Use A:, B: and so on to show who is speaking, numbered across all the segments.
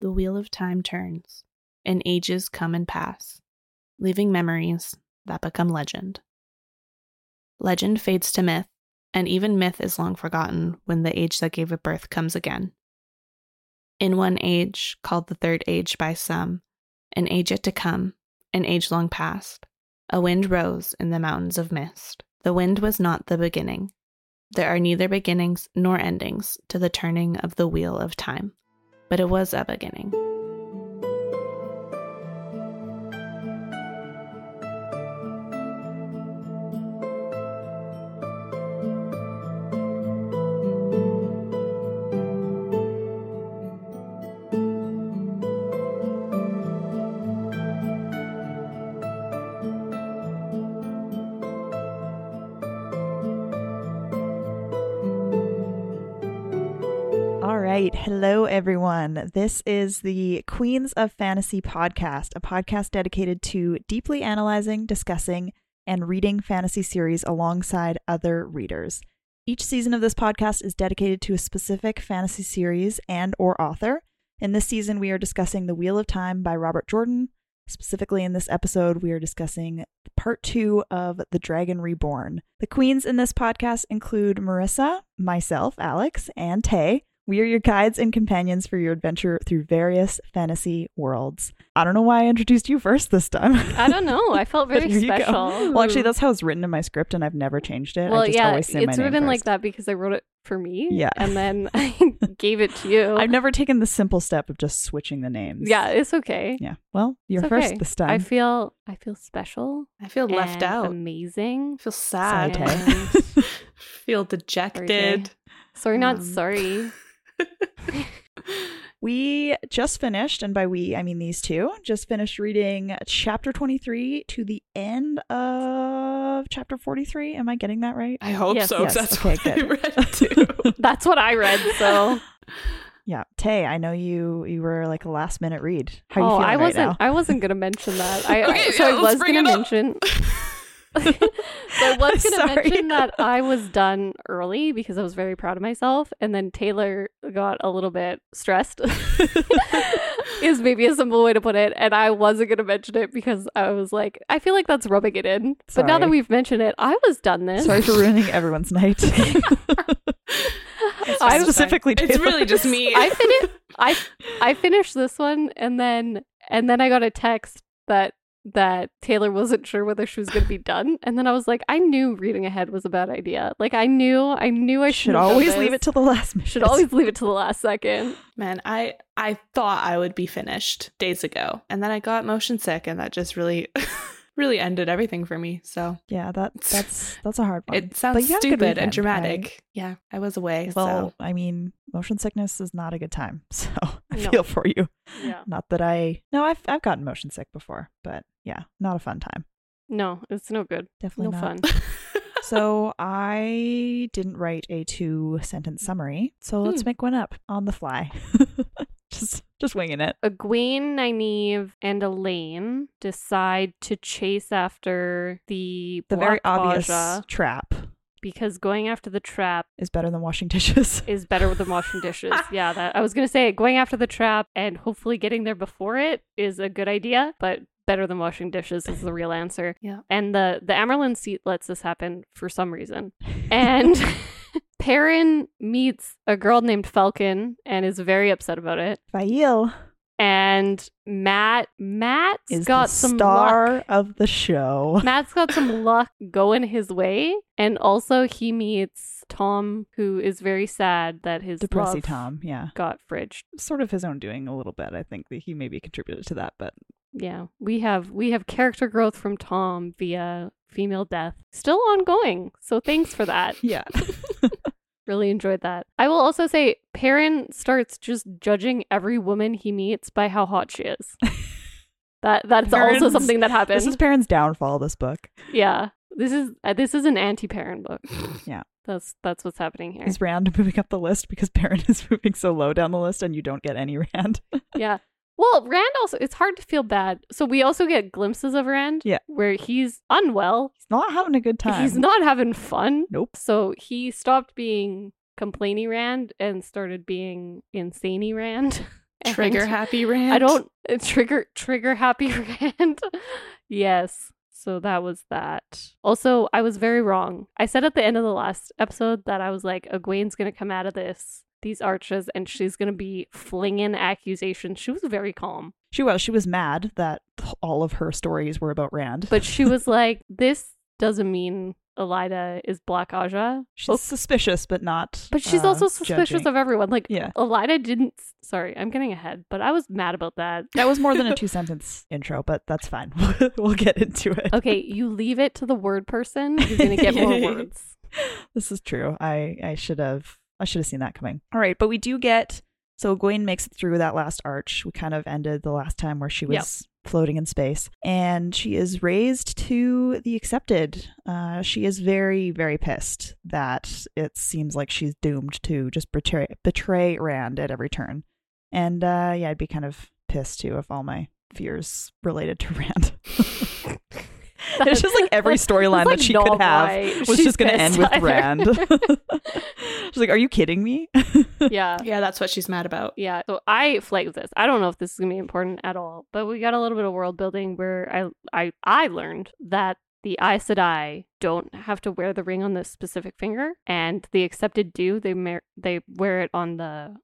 A: The wheel of time turns, and ages come and pass, leaving memories that become legend. Legend fades to myth, and even myth is long forgotten when the age that gave it birth comes again. In one age, called the third age by some, an age yet to come, an age long past, a wind rose in the mountains of mist. The wind was not the beginning. There are neither beginnings nor endings to the turning of the wheel of time, but it was a beginning.
B: All right. Hello, everyone. This is the Queens of Fantasy podcast, a podcast dedicated to deeply analyzing, discussing, and reading fantasy series alongside other readers. Each season of this podcast is dedicated to a specific fantasy series and or author. In this season, we are discussing The Wheel of Time by Robert Jordan. Specifically in this episode, we are discussing part two of The Dragon Reborn. The queens in this podcast include Marissa, myself, Alex, and Tay. We are your guides and companions for your adventure through various fantasy worlds. I don't know why I introduced you first this time.
C: I don't know. I felt very
B: There you go.
C: special.
B: Well, actually, that's how it's written in my script, and I've never changed it.
C: well,
B: I just
C: yeah,
B: always say my
C: it's
B: name
C: written like
B: first.
C: that because I wrote it for me.
B: Yeah.
C: and then I gave it to you.
B: I've never taken the simple step of just switching the names.
C: yeah, it's okay.
B: Yeah. Well, you're
C: It's
B: first
C: okay.
B: this time.
C: I feel I feel special.
A: I feel left
C: and
A: out.
B: um,
C: Amazing.
A: I feel sad.
C: Sorry, Tay.
A: I feel dejected.
C: Sorry, not
A: Um,
C: sorry.
B: We just finished, and by we, I mean these two, just finished reading chapter 23 to the end of chapter 43. Am I getting that right?
A: I hope
C: Yes,
A: so. 'cause
B: yes,
A: That's
B: okay,
A: what I
B: good.
A: read too.
C: That's what I read. So
B: Yeah. Tay, I know you you were like a last minute read. How you
C: oh,
B: feeling
C: I
B: right
C: wasn't.
B: now?
C: I wasn't gonna mention that. I, I-
A: Okay,
C: so
A: yeah,
C: I
A: let's
C: was
A: bring
C: gonna
A: it up.
C: mention. so I
B: I'm
C: was gonna
B: sorry.
C: mention that I was done early because I was very proud of myself, and then Taylor got a little bit stressed. is maybe a simple way to put it, and I wasn't gonna mention it because I was like, I feel like that's rubbing it in. But now
B: Sorry.
C: that we've mentioned it, I was done this.
B: Sorry for ruining everyone's night.
C: I was
B: Specifically,
A: it's
B: Taylor.
A: really just me.
C: I finished. I I finished this one, and then and then I got a text that that Taylor wasn't sure whether she was going to be done, and then I was like, I knew reading ahead was a bad idea. Like I knew, I knew I
B: should
C: shouldn't have done
B: always leave
C: this.
B: it to the last minute.
C: Should always leave it to the last second.
A: Man, I I thought I would be finished days ago, and then I got motion sick, and that just really, really ended everything for me. So
B: Yeah, that that's that's a hard one.
A: it
B: But
A: sounds
B: you had a good
A: stupid and
B: weekend,
A: dramatic. Yeah, I was away.
B: I- well,
A: so
B: I mean, motion sickness is not a good time, so I
C: No.
B: feel for you.
C: Yeah.
B: Not that I no, I've I've gotten motion sick before, but yeah, not a fun time.
C: No, it's no good.
B: Definitely
C: no
B: not.
C: fun.
B: So I didn't write a two sentence summary, so let's
C: Hmm.
B: make one up on the fly. just just winging it.
C: Egwene, Nynaeve, and Elaine decide to chase after the
B: The very
C: Black
B: obvious
C: Baja
B: trap
C: because going after the trap
B: is better than washing dishes.
C: is better than washing dishes. Yeah, that I was gonna say going after the trap and hopefully getting there before it is a good idea, but better than washing dishes is the real answer.
A: Yeah.
C: And the the Amerlin seat lets this happen for some reason. And Perrin meets a girl named Falcon and is very upset about it.
B: Fail
C: And Matt Matt's
B: is
C: got
B: the
C: some
B: star
C: luck.
B: of the show.
C: Matt's got some luck going his way, and also he meets Tom, who is very sad that his
B: Depressy
C: love
B: Tom, yeah.
C: got fridged.
B: Sort of his own doing a little bit. I think that he maybe contributed to that, but
C: Yeah, we have we have character growth from Tom via female death still ongoing. So thanks for that.
B: yeah.
C: Really enjoyed that. I will also say Perrin starts just judging every woman he meets by how hot she is. that that's also
B: Perrin's-
C: something that happened.
B: this is Perrin's downfall, this book.
C: yeah. This is uh, this is an anti-Perrin book.
B: Yeah.
C: That's that's what's happening here.
B: Is Rand moving up the list because Perrin is moving so low down the list and you don't get any Rand?
C: Yeah. Well, Rand also it's hard to feel bad. So we also get glimpses of Rand
B: Yeah.
C: where he's unwell.
B: He's not having a good time.
C: He's not having fun.
B: Nope.
C: So he stopped being complaining Rand and started being insaney Rand. And
A: Trigger happy rant.
C: I don't uh, trigger trigger happy rant. yes. So that was that. Also, I was very wrong. I said at the end of the last episode that I was like, Egwene's gonna come out of this these arches and she's gonna be flinging accusations. She was very calm,
B: She was. She was mad that all of her stories were about Rand.
C: but she was like, "This doesn't mean Elida is Black Aja."
B: she's suspicious, but not.
C: But she's
B: uh,
C: also suspicious
B: judging.
C: of everyone. Like,
B: Yeah.
C: Elida didn't. Sorry, I'm getting ahead, but I was mad about that.
B: That was more than a two sentence intro, but that's fine. we'll get into it.
C: okay, you leave it to the word person. You're gonna get more words.
B: This is true. I I should have I should have seen that coming. All right, but we do get so Gwen makes it through that last arch. We kind of ended the last time where she was
C: Yep.
B: floating in space, and she is raised to the accepted. Uh, she is very very pissed that it seems like she's doomed to just betray betray Rand at every turn, and uh, yeah, I'd be kind of pissed too if all my fears related to Rand. It's just like every
C: That's- that's
B: storyline
C: like
B: that she could
C: not
B: have
C: why
B: was
C: she's
B: just going to end
C: pissed
B: with
C: either.
B: Rand. She's like, "Are you kidding me?"
C: yeah.
A: Yeah, that's what she's mad about.
C: Yeah, so I flagged this. I don't know if this is gonna be important at all, but we got a little bit of world building where I I I learned that the Aes Sedai don't have to wear the ring on the specific finger, and the accepted do. They mer- they wear it on the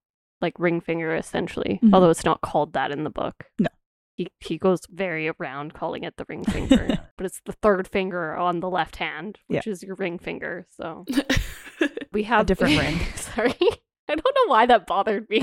C: like ring finger essentially,
B: Mhm.
C: although it's not called that in the book.
B: No.
C: He, he goes very around calling it the ring finger, but it's the third finger on the left hand, which is your ring finger. So we have
B: different ring.
C: Sorry, I don't know why that bothered me.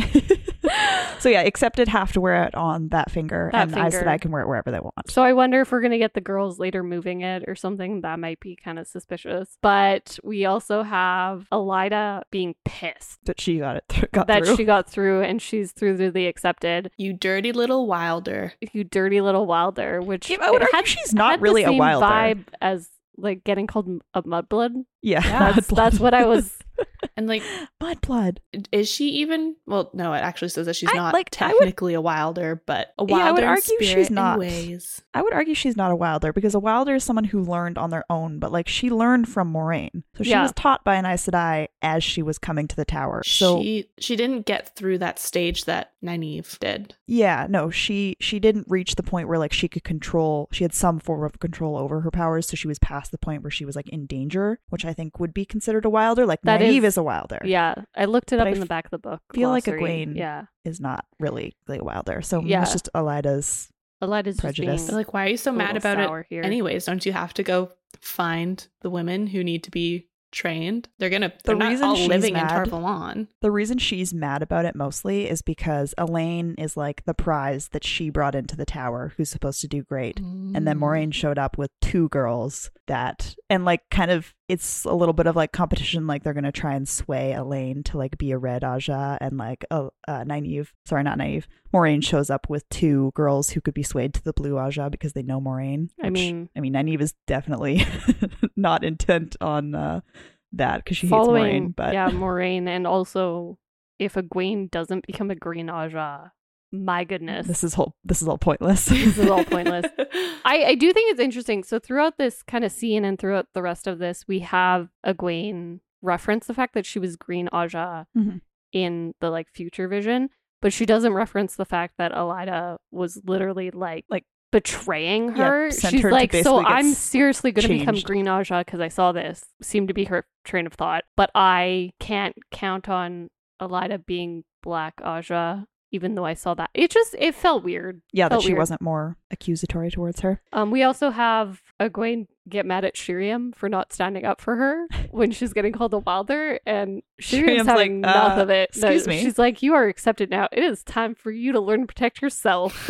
B: so yeah, accepted have to wear it on that finger,
C: That
B: and I said
C: finger.
B: I can wear it wherever they want.
C: So I wonder if we're going to get the girls later moving it or something. That might be kind of suspicious. But we also have Elida being pissed
B: But she got it th- got
C: that
B: through.
C: she got through and she's through to the accepted.
A: You dirty little wilder.
C: You dirty little wilder, which
B: Yeah, I would
C: it
B: argue
C: had-
B: she's
C: had
B: not
C: the
B: really a
C: same
B: wild
C: vibe as like getting called a mudblood.
B: Yeah,
C: That's that's what I was.
A: And like,
B: Mud blood.
A: is she even? Well, no, it actually says that she's
B: I-
A: not
B: like, I would-
A: technically a wilder, but a wilder
B: Yeah, I would
A: in
B: argue she's
A: spirit and
B: not.
A: ways.
B: I would argue she's not a wilder because a wilder is someone who learned on their own, but like she learned from Moraine, so she
C: Yeah.
B: was taught by an Aes Sedai as she was coming to the tower. So
A: she she didn't get through that stage that Nynaeve did.
B: Yeah, no, she she didn't reach the point where like she could control. She had some form of control over her powers, so she was past the point where she was like in danger, which I think would be considered a wilder. Like
C: That
B: naive
C: is-
B: is, a wilder.
C: Yeah, I looked it
B: But
C: up
B: I
C: in the
B: f-
C: back of the book.
B: feel like
C: glossary.
B: Egwene-
C: Yeah,
B: is not really like a wilder. So
C: Yeah.
B: that's just Elida's.
C: Elida's just being
B: Prejudice.
A: But, like, why are you so
C: a
A: mad
C: little
A: about it?
C: sour here.
A: Anyways, don't you have to go find the women who need to be trained? They're gonna.
B: The
A: They're not
B: reason
A: all
B: she's
A: living in
B: mad-
A: Tarvalon.
B: The reason she's mad about it mostly is because Elaine is like the prize that she brought into the tower, who's supposed to do great. And
C: Mm.
B: then Moraine showed up with two girls that, and like kind of, it's a little bit of like competition. Like they're going to try and sway Elaine to like be a red Aja and like, oh, uh, naive. Sorry, not naive. Moraine shows up with two girls who could be swayed to the blue Aja because they know Moraine.
C: I mean-
B: I mean, Nynaeve is definitely not intent on uh, that because she
C: following
B: hates Moraine, but
C: yeah Moraine, and also if Egwene doesn't become a Green Aja, my goodness,
B: this is whole, this is all pointless.
C: this is all pointless. I, I do think it's interesting. So throughout this kind of scene and throughout the rest of this, we have Egwene reference the fact that she was Green Aja
B: Mhm.
C: in the like future vision, but she doesn't reference the fact that Elida was literally like
B: Like-
C: betraying
B: Yeah,
C: her.
B: sent
C: She's
B: her to
C: like, so
B: basically get
C: I'm
B: s-
C: seriously going to become
B: changed."
C: Green Aja because I saw this. Seemed to be her train of thought, but I can't count on Elida being Black Aja. Even though I saw that, it just it felt weird.
B: yeah, that
C: Felt
B: she
C: weird.
B: wasn't more accusatory towards her.
C: Um, we also have Egwene get mad at Shiriam for not standing up for her when she's getting called a wilder, and Shiriam's
B: Shiriam's
C: having
B: like,
C: enough
B: uh,
C: of it. No,
B: excuse me.
C: She's like, "You are accepted now. It is time for you to learn to protect yourself.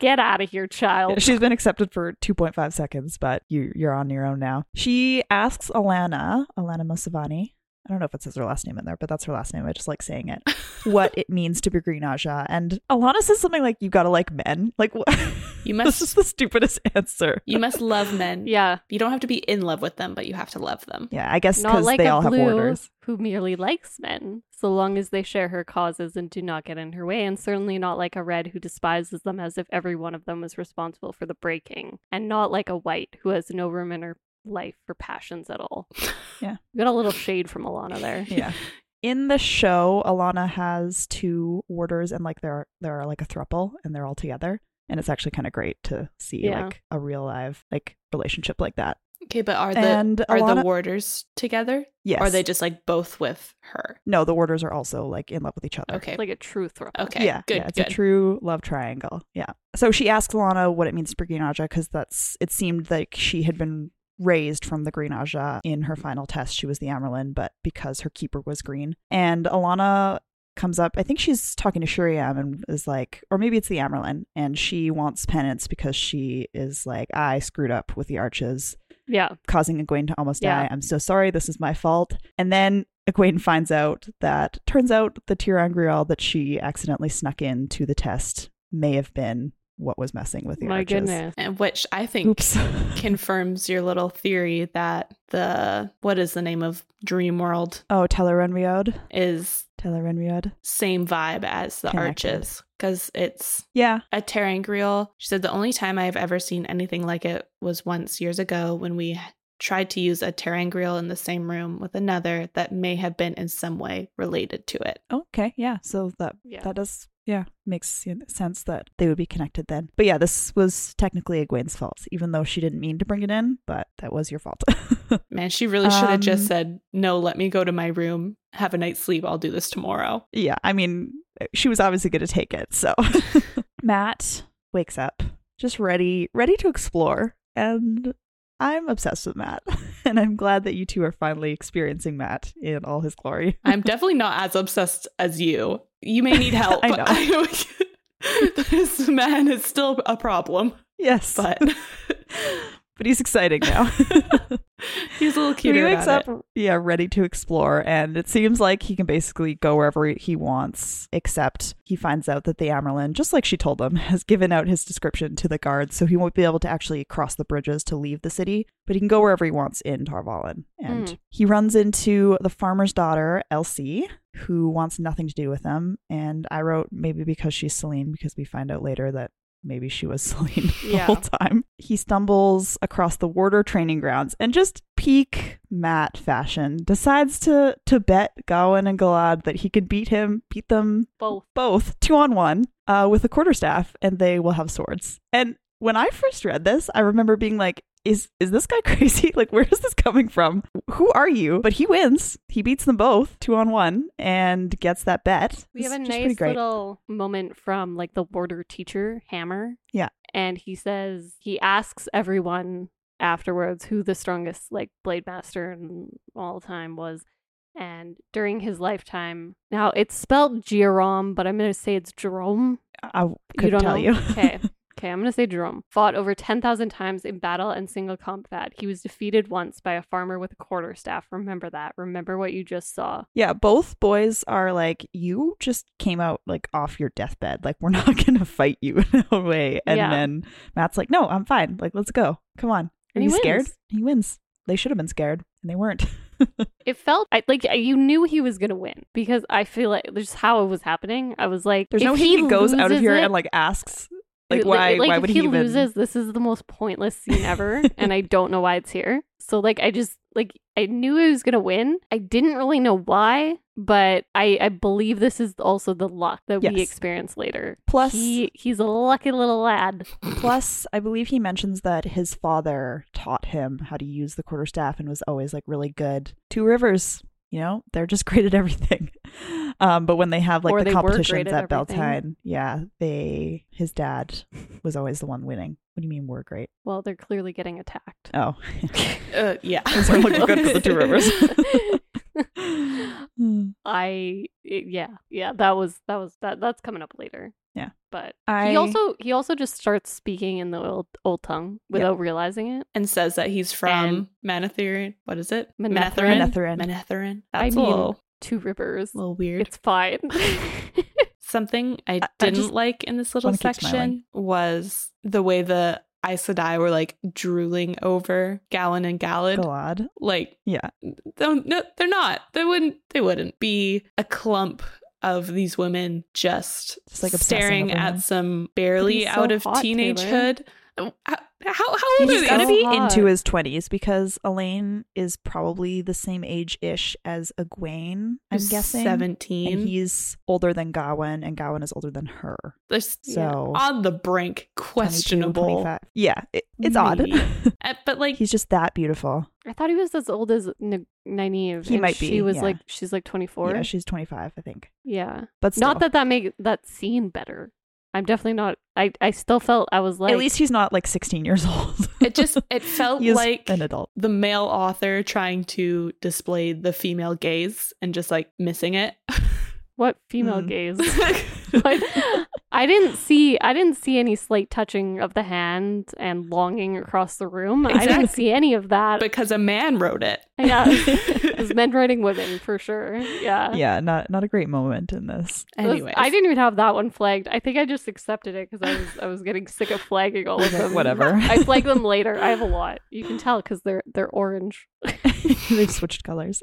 C: Get out of here,
B: Yeah,
C: child."
B: She's been accepted for 2.5 seconds, but you, you're on your own now. She asks Alana, Alana Mosavani, I don't know if it says her last name in there, but that's her last name. I just like saying it, what it means to be Green Aja. And Alana says something like, you gotta like men. Like, what?
A: You
B: this
A: must.
B: is the stupidest answer.
A: you must love men.
C: Yeah,
A: You don't have to be in love with them, but you have to love them.
B: Yeah, I guess
C: not
B: because
C: like
B: they
C: a
B: all have
C: blue
B: orders.
C: who merely likes men, so long as they share her causes and do not get in her way, and certainly not like a red who despises them as if every one of them was responsible for the breaking, and not like a white who has no room in her life for passions at all.
B: Yeah.
C: We got a little shade from Alana there.
B: Yeah. in the show, Alana has two warders, and like they're they're like a thruple, and they're all together, and it's actually kind of great to see
C: Yeah.
B: like a real live like relationship like that.
A: Okay, but are the
B: and
A: are
B: Alana,
A: the warders together?
B: yes,
A: Or are they just like both with her?
B: no, the warders are also like in love with each other.
A: Okay.
C: like a true throw.
A: okay.
B: yeah,
A: Good.
B: yeah, it's
A: good.
B: a true love triangle. Yeah. So she asks Alana what it means to be Green Aja because that's it seemed like she had been raised from the Green Aja in her final test. She was the Amarlin, but because her keeper was green, and Alana comes up. I think she's talking to Shuriam and is like, or maybe it's the Amarlin, and she wants penance because she is like, I screwed up with the arches
C: Yeah.
B: causing Egwene to almost
C: Yeah.
B: die. I'm so sorry. This is my fault. And then Egwene finds out that turns out the Tirangriel that she accidentally snuck in to the test may have been what was messing with the
C: My
B: arches.
C: goodness.
A: And which I think
B: Oops.
A: confirms your little theory that the what is the name of Dream World
B: oh, Telerenriod.
A: is
B: Telerenriod.
A: same vibe as the
B: Connected.
A: arches because it's
B: Yeah.
A: a terangriel. She said the only time I've ever seen anything like it was once years ago when we tried to use a terangriel in the same room with another that may have been in some way related to it.
B: Oh, Okay. Yeah. So that
C: Yeah.
B: that does yeah makes sense that they would be connected then. But yeah, this was technically Egwene's fault, even though she didn't mean to bring it in. But that was your fault.
A: Man, she really should have
B: Um,
A: just said, "No, let me go to my room, have a night's sleep. I'll do this tomorrow."
B: Yeah, I mean, uh, she was obviously going to take it. So Matt wakes up just ready, ready to explore. And I'm obsessed with Matt. And I'm glad that you two are finally experiencing Matt in all his glory.
A: I'm definitely not as obsessed as you. You may need help.
B: I know.
A: this man is still a problem,
B: Yes.
A: but
B: but he's exciting now.
A: he's a little
B: he
A: cuter.
B: wakes
A: about
B: up, yeah, ready to explore. And it seems like he can basically go wherever he wants, except he finds out that the Amerlin, just like she told him, has given out his description to the guards. So he won't be able to actually cross the bridges to leave the city, but he can go wherever he wants in Tarvalin. And
A: Hmm.
C: Mm.
B: he runs into the farmer's daughter, Elsie, who wants nothing to do with him. And I wrote maybe because she's Celine, because we find out later that maybe she was Celine the
C: Yeah.
B: whole time. He stumbles across the warder training grounds and just peak Matt fashion decides to to bet Gawain and Galad that he could beat him, beat them
C: Both.
B: both two on one uh, with a quarterstaff, and they will have swords. And when I first read this, I remember being like. Is is this guy crazy? Like, where is this coming from? Who are you? But he wins. He beats them both two on one and gets that bet.
C: We have a
B: It's just pretty
C: nice
B: great.
C: little moment from like the warder teacher, Hammer.
B: Yeah.
C: And he says he asks everyone afterwards who the strongest like blade master in all time was. And during his lifetime, now it's spelled Jerome, but I'm going to say it's Jerome.
B: I could
C: you don't
B: tell
C: know?
B: you.
C: okay. Okay, I'm going to say Jerome. Fought over 10,000 times in battle and single combat. He was defeated once by a farmer with a quarterstaff. Remember that. Remember what you just saw.
B: Yeah, both boys are like, you just came out like off your deathbed. Like, we're not gonna fight you in a way. And
C: Yeah.
B: then Matt's like, no, I'm fine. Like, let's go. Come on. Are
C: And he
B: you scared?
C: wins.
B: He wins. They should have been scared, and they weren't.
C: It felt I, like you knew he was going to win because I feel like just how it was happening. I was like,
B: There's
C: if
B: no he, goes out of
C: loses
B: here
C: it-
B: and like asks, like,
C: li-
B: why? why
C: if
B: would
C: he,
B: he, even?
C: loses? This is the most pointless scene ever, and I don't know why it's here. So like, I just like I knew he was gonna win. I didn't really know why, but I I believe this is also the luck that we
B: Yes.
C: experience later.
B: Plus-
C: he he's a lucky little lad.
B: Plus, I believe he mentions that his father taught him how to use the quarterstaff and was always like really good. Two Rivers, you know, they're just great at everything. Um, but when they have like
C: Or
B: the
C: they were great
B: competitions
C: at
B: at
C: everything.
B: Beltane, yeah, they his dad was always the one winning. What do you mean we're great?
C: Well, they're clearly getting attacked.
B: Oh,
A: it. Uh, yeah.
B: It's really good for the two rivers. Hmm.
C: I it- yeah yeah that was that was that that's coming up later.
B: Yeah.
C: but
B: I-
C: he also he also just starts speaking in the old old tongue without realizing it.
A: and says that he's from Manathirin. What is it?
C: Manetherin.
B: Manetherin.
A: Manetherin.
C: I
A: That's a
C: mean-
A: little,
C: Two rivers.
A: little weird.
C: It's fine.
A: Something I
B: I- I
A: didn't
B: just
A: like in this little
B: wanna keep
A: section was the way the Aes Sedai were like drooling over Gallon and Gallad.
B: Galad.
A: Like,
B: Yeah.
A: don't, no, they're not. They wouldn't. They wouldn't be a clump of these women just,
B: Just, like, obsessing
A: staring
B: over him.
A: at some barely
C: he's so
A: out of
C: hot, Taylor.
A: teenagehood How how old
B: He's
A: is
B: got to
C: gotta
A: he?
B: be
C: hot.
B: into his 20s because Elaine is probably the same age ish as Egwene, I'm guessing.
A: seventeen.
B: And he's older than Gawain, and Gawain is older than her.
A: This-
B: So
A: on the brink,
B: 22,
A: questionable.
B: 25. Yeah, it, it's
A: Maybe.
B: odd.
A: Uh, but like,
B: he's just that beautiful.
C: I thought he was as old as N- Nynaeve.
B: He
C: and
B: might be,
C: She was
B: yeah.
C: like, she's like 24.
B: Yeah,
C: Yeah.
B: she's 25, I think. But still.
C: Not that that make that scene better. I'm definitely not. I, I still felt I was like.
B: At least he's not like 16 years old.
A: it just it felt
B: he is
A: like
B: an adult.
A: the male author trying to display the female gaze and just like missing it.
C: what female
B: Mm.
C: gaze? But I didn't see. I didn't see any slight touching of the hand and longing across the room. I
A: Exactly.
C: didn't see any of that.
A: because a man wrote it.
C: yeah, it was men writing women for sure.
A: uh,
C: Yeah.
B: Yeah, not not a great moment in this.
C: It was-
A: Anyway,
C: I didn't even have that one flagged. I think I just accepted it because I was I was getting sick of flagging all of them.
B: Whatever.
C: I flag them later. I have a lot. You can tell because they're they're orange.
B: They've switched colors.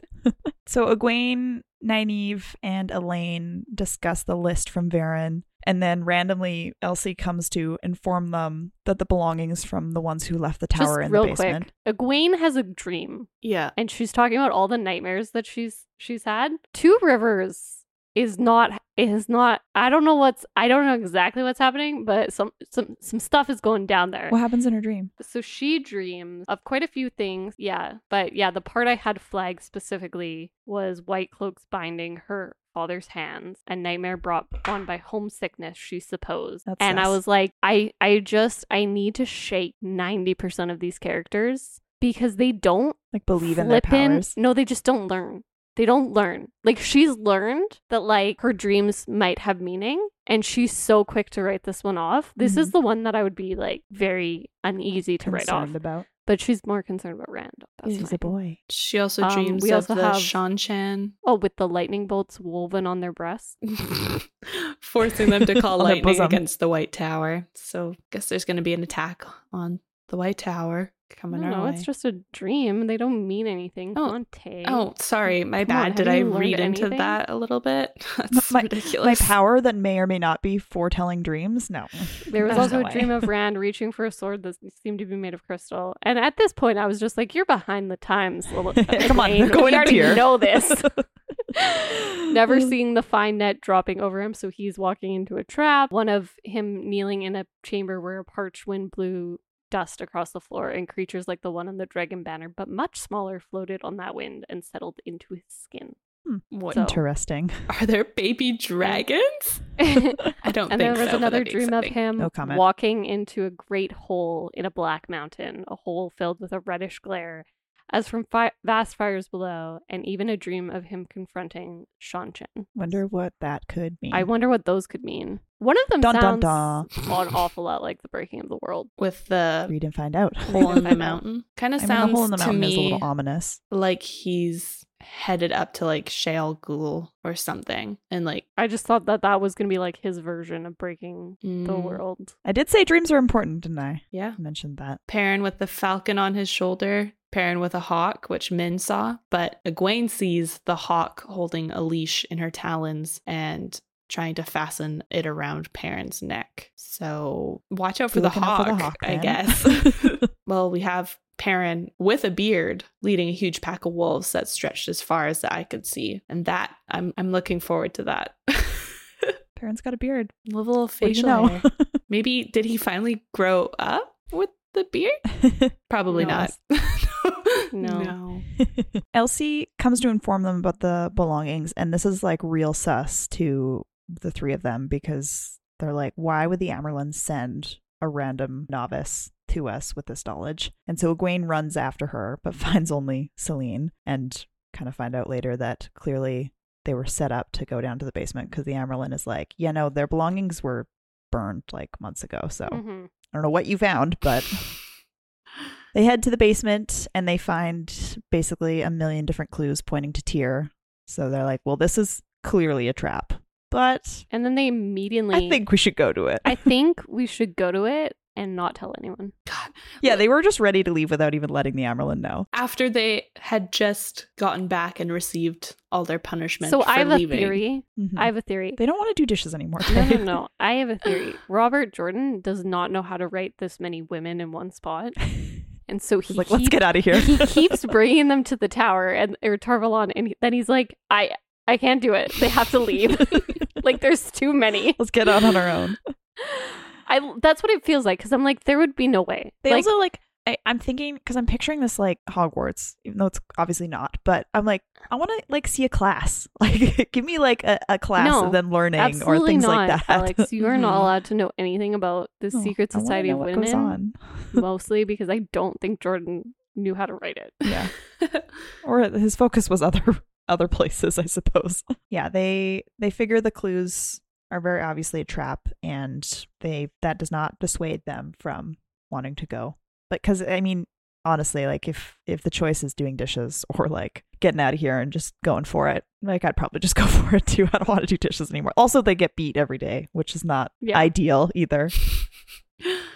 B: so Egwene, Nynaeve, and Elaine discuss the list from Varen, and then randomly Elsie comes to inform them that the belongings from the ones who left the tower
C: just
B: in the
C: real
B: basement.
C: quick, Egwene has a dream,
A: Yeah.
C: and she's talking about all the nightmares that she's she's had. Two Rivers is not is not. I don't know what's. I don't know exactly what's happening, but some some some stuff is going down there.
B: What happens in her dream?
C: So she dreams of quite a few things. Yeah. But yeah, the part I had flagged specifically was White Cloak's binding her father's hands, a nightmare brought on by homesickness, she supposed.
B: That's
C: and I
B: sus.
C: was like, I, I just, I need to shake 90% of these characters because they don't
B: Like believe in their
C: flippin-
B: powers.
C: No, they just don't learn. They don't learn. Like she's learned that like her dreams might have meaning and she's so quick to write this one off. This
B: Mm-hmm.
C: is the one that I would be like very uneasy to write off.
B: concerned about.
C: but she's more concerned about Randall. That's
B: He's
C: mine.
B: a boy.
A: She also
C: Um,
A: dreams
C: we also
A: of the
C: have-
A: Shan Chan
C: Oh, with the lightning bolts woven on their breasts.
A: forcing them to call
B: On their
A: lightning
B: bosom.
A: against the White Tower. So guess there's going to be an attack on the White Tower coming
C: no,
A: our
C: no,
A: way.
C: it's just a dream. They don't mean anything.
A: Oh,
C: Conte.
A: Oh, sorry, my
C: Come on,
A: bad. Did
C: have
A: I
C: you learned
A: read into
C: anything?
A: that a little bit? That's
B: my- My
A: ridiculous.
B: power that may or may not be foretelling dreams? No.
C: There was
A: There's
C: also
A: no
C: a dream of Rand reaching for a sword that seemed to be made of crystal. And at this point, I was just like, "You're behind the times, little
B: Come on,
C: Elaine.
B: go
C: we
B: in
C: already
B: here."
C: know this." Never
A: Mm.
C: seeing the fine net dropping over him, so he's walking into a trap. One of him kneeling in a chamber where a parched wind blew dust across the floor, and creatures like the one on the dragon banner, but much smaller, floated on that wind and settled into his skin.
A: What
C: So-
B: Interesting.
A: are there baby dragons? I don't think
C: and there was
A: so, but
C: another
A: that'd be
C: dream of
A: exciting.
C: him
B: No comment.
C: walking into a great hole in a black mountain, a hole filled with a reddish glare, as from fi- vast fires below, and even a dream of him confronting Shanchen.
B: Wonder what that could mean.
C: I wonder what those could mean. One of them
B: Dun, dun,
C: sounds an awful lot like the breaking of the world.
A: with the
B: Read and find out.
A: Uh, hole in the
C: Find out.
A: mountain. Kind of
B: I mean, the hole in
A: sounds
B: the
A: to
B: mountain is a
A: me
B: little ominous.
A: like he's headed up to like Shale Ghoul or something, and like
C: I just thought that that was going to be like his version of breaking the
A: mm,
C: world.
B: I did say dreams are important, didn't I?
A: Yeah,
B: I mentioned that.
A: Perrin with the falcon on his shoulder, Perrin with a hawk, which Min saw, but Egwene sees the hawk holding a leash in her talons and trying to fasten it around Perrin's neck. So watch out for,
B: Be
A: the
B: looking out
A: hawk,
B: for the hawk,
A: I
B: Perrin.
A: guess. well, we have Perrin with a beard leading a huge pack of wolves that stretched as far as the eye could see. And that, I'm, I'm looking forward to that.
B: Parents got a beard.
A: Little
B: What'd you
A: facial
B: know?
A: hair. Maybe did he finally grow up with the beard? Probably
C: No.
A: not.
C: No.
B: Elsie comes to inform them about the belongings, and this is like real sus to the three of them because they're like, why would the Amerlin send a random novice to us with this knowledge? And so Egwene runs after her, but finds only Celine and kind of find out later that clearly they were set up to go down to the basement because the Amerlin is like, you know, their belongings were burned like months ago. So
C: hmm
B: I don't know what you found, but they head to the basement and they find basically a million different clues pointing to Tyr. So they're like, well, this is clearly a trap, but
C: And then they immediately.
B: I think we should go to it.
C: I think we should go to it and not tell anyone.
B: Yeah, they were just ready to leave without even letting the Amerlin know.
A: After they had just gotten back and received all their punishment.
C: so
A: for
C: I have
A: leaving.
C: a theory.
B: Mhm.
C: I have a theory.
B: they don't want to do dishes anymore.
C: No, no, no. I have a theory. Robert Jordan does not know how to write this many women in one spot. And so he
B: He's like, let's
C: keeps-
B: get out of here.
C: he keeps bringing them to the tower and or Tarvalon, and he- then he's like, I I can't do it. They have to leave. like there's too many.
B: let's get out on our own.
C: I that's what it feels like because I'm like there would be no way.
B: They
C: like
B: also like I, I'm thinking because I'm picturing this like Hogwarts, even though it's obviously not. But I'm like, I want to like see a class. Like, give me like a, a class
C: No,
B: of them learning or
C: absolutely
B: things
C: not,
B: like that.
C: Alex. You are not
A: Mhm.
C: allowed to know anything about the
B: Oh,
C: secret
B: I wanna
C: society
B: know
C: of
B: what
C: women,
B: goes on.
C: mostly because I don't think Jordan knew how to write it.
B: Yeah. or his focus was other other places, I suppose. Yeah, they they figure the clues are very obviously a trap, and they that does not dissuade them from wanting to go. But because I mean, honestly, like if if the choice is doing dishes or like getting out of here and just going for it, like I'd probably just go for it too. I don't want to do dishes anymore. Also, they get beat every day, which is not
C: Yeah.
B: ideal either.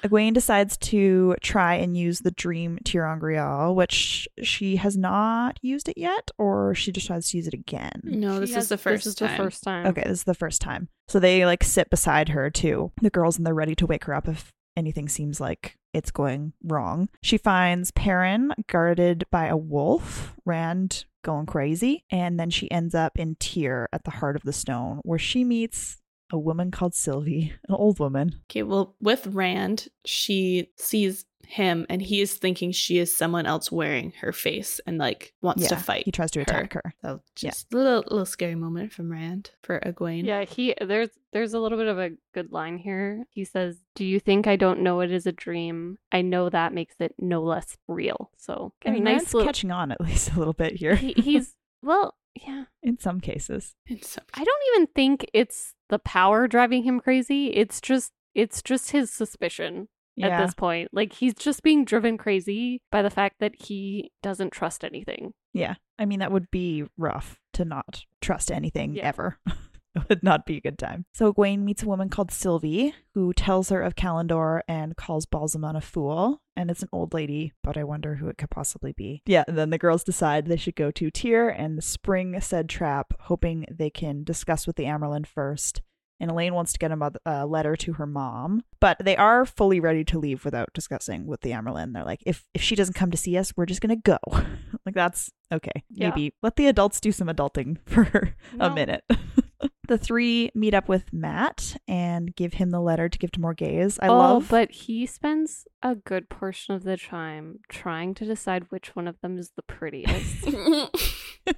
B: Egwene decides to try and use the dream Tirangrial, which she has not used it yet, or she just tries to use it again.
A: No,
C: She
A: this
C: has-
A: is the first
C: This is
A: time.
C: the first time.
B: Okay, this is the first time. So they like sit beside her too, the girls, and they're ready to wake her up if anything seems like it's going wrong. She finds Perrin guarded by a wolf, Rand going crazy, and then she ends up in Tyr at the heart of the stone, where she meets a woman called Sylvie, an old woman.
A: Okay, well, with Rand, she sees him and he is thinking she is someone else wearing her face and like wants to fight.
B: He tries to
A: her.
B: attack her.
A: So
B: Yeah.
A: just a little, little scary moment from Rand for Egwene.
C: Yeah, he there's there's a little bit of a good line here. He says, "Do you think I don't know it is a dream? I know that makes it no less real." So
B: I mean,
C: nice
B: Rand's
C: little.
B: catching on at least a little bit here
C: he, he's well, yeah.
B: in some cases.
A: In some-
C: I don't even think it's the power driving him crazy. It's just it's just his suspicion at
B: Yeah,
C: this point. Like he's just being driven crazy by the fact that he doesn't trust anything.
B: yeah. I mean, that would be rough to not trust anything
C: Yeah.
B: ever. it would not be a good time. So Gwen meets a woman called Sylvie who tells her of Kalendor and calls Balsamon a fool. And it's an old lady, but I wonder who it could possibly be. Yeah, and then the girls decide they should go to Tyr and spring said trap, hoping they can discuss with the Amerlin first. and Elaine wants to get a moth- a letter to her mom, but they are fully ready to leave without discussing with the Amerlin. They're like, if if she doesn't come to see us, we're just gonna go. like that's okay.
C: Yeah.
B: Maybe let the adults do some adulting for a
C: No.
B: minute. the three meet up with Matt and give him the letter to give to Morgaze. I
C: oh,
B: love,
C: but he spends a good portion of the time trying to decide which one of them is the prettiest.
B: this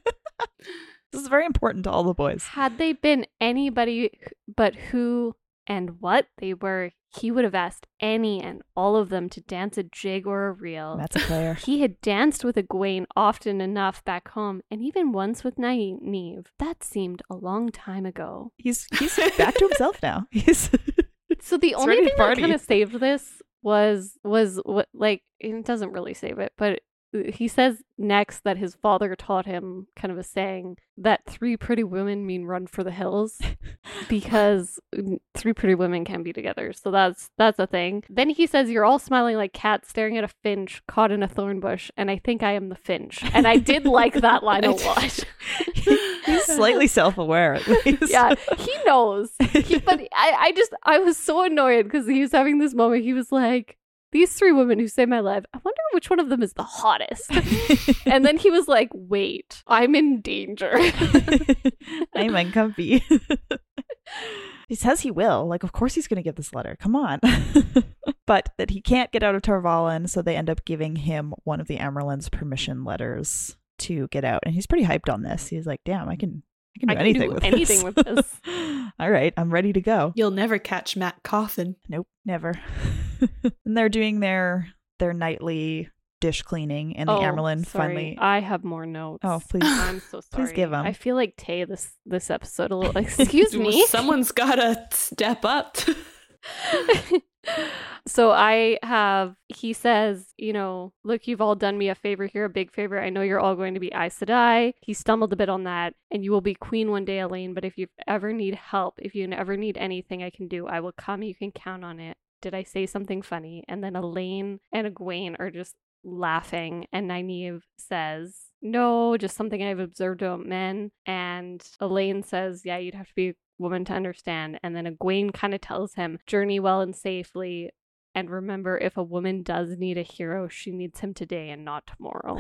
B: is very important to all the boys.
C: Had they been anybody wh- but who and what they were, he would have asked any and all of them to dance a jig or a reel.
B: Matt's a player.
C: he had danced with Egwene often enough back home, and even once with Nynaeve. That seemed a long time ago.
B: He's he's back to himself now. He's
C: So the
B: It's
C: only
B: ready to
C: thing that
B: party.
C: kind of saved this was was what like it doesn't really save it, but uh, he says next that his father taught him kind of a saying that three pretty women mean run for the hills because three pretty women can be together. So that's that's a thing. Then he says you're all smiling like cats staring at a finch caught in a thorn bush and I think I am the finch. And I did like that line a lot.
B: he's slightly self aware at least.
C: yeah, he knows. He, but I, I just, I was so annoyed because he was having this moment. He was like, these three women who saved my life, I wonder which one of them is the hottest. and then he was like, wait, I'm in danger.
B: I'm uncomfy. he says he will. Like, of course he's going to give this letter. Come on. but that he can't get out of Tarvalin, so they end up giving him one of the Amerlin's permission letters to get out. And he's pretty hyped on this. He's like, damn, I can, I can do
C: I can do
B: anything with
C: anything
B: this.
C: with this.
B: All right, I'm ready to go.
A: You'll never catch Matt Coffin.
B: Nope, never. and they're doing their their nightly dish cleaning, and the
C: Oh,
B: Amerlin
C: sorry,
B: finally.
C: I have more notes.
B: Oh, please.
C: I'm so sorry.
B: give 'em.
C: I feel like Tay this this episode a little. Excuse me.
A: Someone's gotta step up.
C: so I have, he says, you know, look, you've all done me a favor here, a big favor. I know you're all going to be Aes Sedai. He stumbled a bit on that, and you will be queen one day, Elaine. But if you ever need help, if you ever need anything I can do, I will come. You can count on it. did I say something funny? And then Elaine and Egwene are just laughing. And Nynaeve says, No, just something I've observed about men. And Elaine says, Yeah, you'd have to be a woman to understand. And then Egwene kind of tells him, Journey well and safely. And remember, if a woman does need a hero, she needs him today and not tomorrow.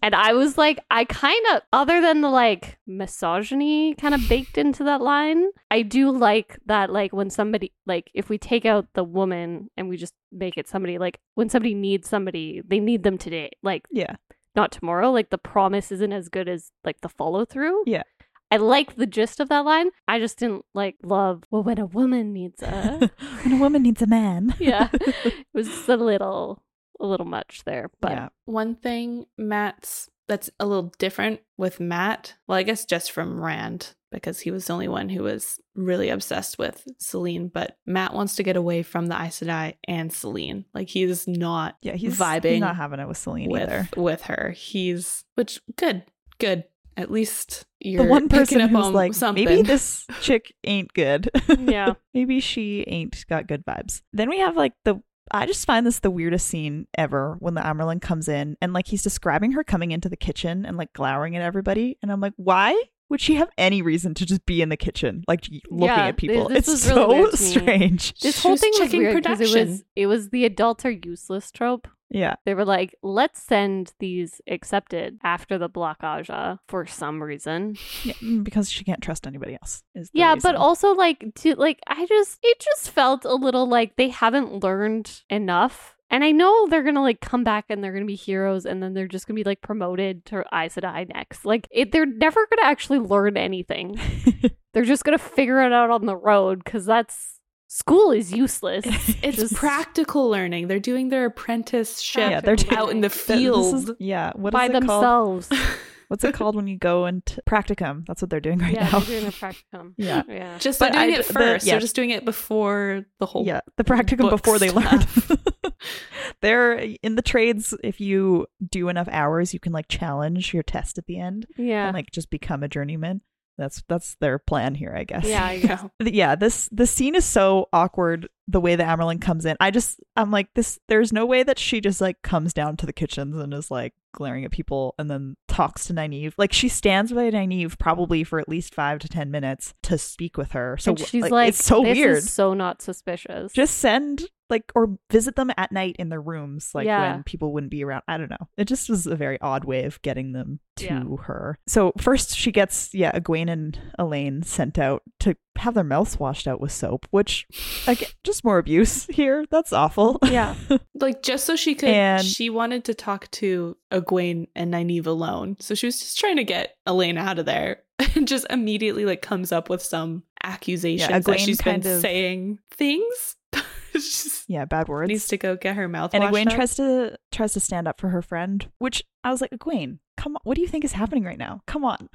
C: and I was like, I kind of, other than the like misogyny kind of baked into that line, I do like that, like when somebody, like if we take out the woman and we just make it somebody, like when somebody needs somebody, they need them today, like
B: yeah.
C: not tomorrow. Like the promise isn't as good as like the follow through.
B: Yeah.
C: I like the gist of that line. I just didn't like love, well, when a woman needs a.
B: when a woman needs a man.
C: yeah. It was just a little, a little much there, but.
B: yeah.
A: One thing Matt's that's a little different with Matt. Well, I guess just from Rand because he was the only one who was really obsessed with Celine, but Matt wants to get away from the Aes Sedai and Celine. Like he's not
B: Yeah, he's
A: Vibing
B: He's not having it with Celine
A: with
B: either.
A: with her. He's which good, good. At least you're
B: the one person
A: picking up
B: who's
A: on
B: like,
A: something.
B: maybe this chick ain't good.
C: Yeah.
B: maybe she ain't got good vibes. Then we have like the. I just find this the weirdest scene ever when the Amerlin comes in and like he's describing her coming into the kitchen and like glowering at everybody. And I'm like, why would she have any reason to just be in the kitchen, like y- looking
C: Yeah,
B: at people?
C: this
B: it's
C: was really
B: so
C: weird to me.
B: strange.
C: This
A: She
C: whole
A: was
C: thing was
A: checking
C: weird 'cause it was
A: production.
C: it was the adults are useless trope.
B: Yeah.
C: They were like, let's send these accepted after the blockage uh, for some reason.
B: yeah. mm, Because she can't trust anybody else. Is the
C: yeah, but
B: reason.
C: also like to like I just it just felt a little like they haven't learned enough. And I know they're gonna like come back and they're gonna be heroes and then they're just gonna be like promoted to Aes Sedai next. Like it, they're never gonna actually learn anything. they're just gonna figure it out on the road because that's school is useless.
A: it's
C: Just-
A: practical learning. They're doing their apprenticeship
B: Oh, Yeah, they're
A: out in the
B: Th- this
A: field.
B: is- yeah. What is
C: by
B: it called?
C: themselves.
B: What's it called when you go and t- practicum? That's what they're doing right
C: yeah,
B: now.
C: they're doing a practicum.
B: yeah.
C: Yeah.
A: just
B: But
A: they're doing
B: I-
A: it
B: the-
A: first.
B: yeah.
A: They're just doing it before the whole
B: yeah the practicum
A: book
B: before they learn
A: stuff.
B: they're in the trades if you do enough hours you can like challenge your test at the end
C: Yeah.
B: and like just become a journeyman that's that's their plan here i guess
C: yeah. I
A: you
C: guess.
A: know.
B: Th- yeah this the scene is so awkward the way the amerlin comes in i just i'm like this there's no way that she just like comes down to the kitchens and is like glaring at people and then talks to Nynaeve. like she stands by Nynaeve probably for at least five to ten minutes to speak with her so
C: and she's like,
B: it's so
C: this
B: weird
C: Is so not suspicious.
B: just send like or visit them at night in their rooms like
C: Yeah.
B: when people wouldn't be around i don't know it just was a very odd way of getting them to
C: Yeah.
B: her so first she gets yeah egwene and elaine sent out to have their mouths washed out with soap which again just more abuse here that's awful
C: yeah.
A: Like just so she could
B: And-
A: she wanted to talk to Egwene and Nynaeve alone. So she was just trying to get Elaine out of there and just immediately like comes up with some accusations that
B: Egwene
A: she's been
B: kind of-
A: saying things. she just
B: yeah bad words
A: needs to go get her mouth
B: and
A: washed
B: Egwene
A: up.
B: tries to tries to stand up for her friend which i was like Egwene come on what do you think is happening right now come on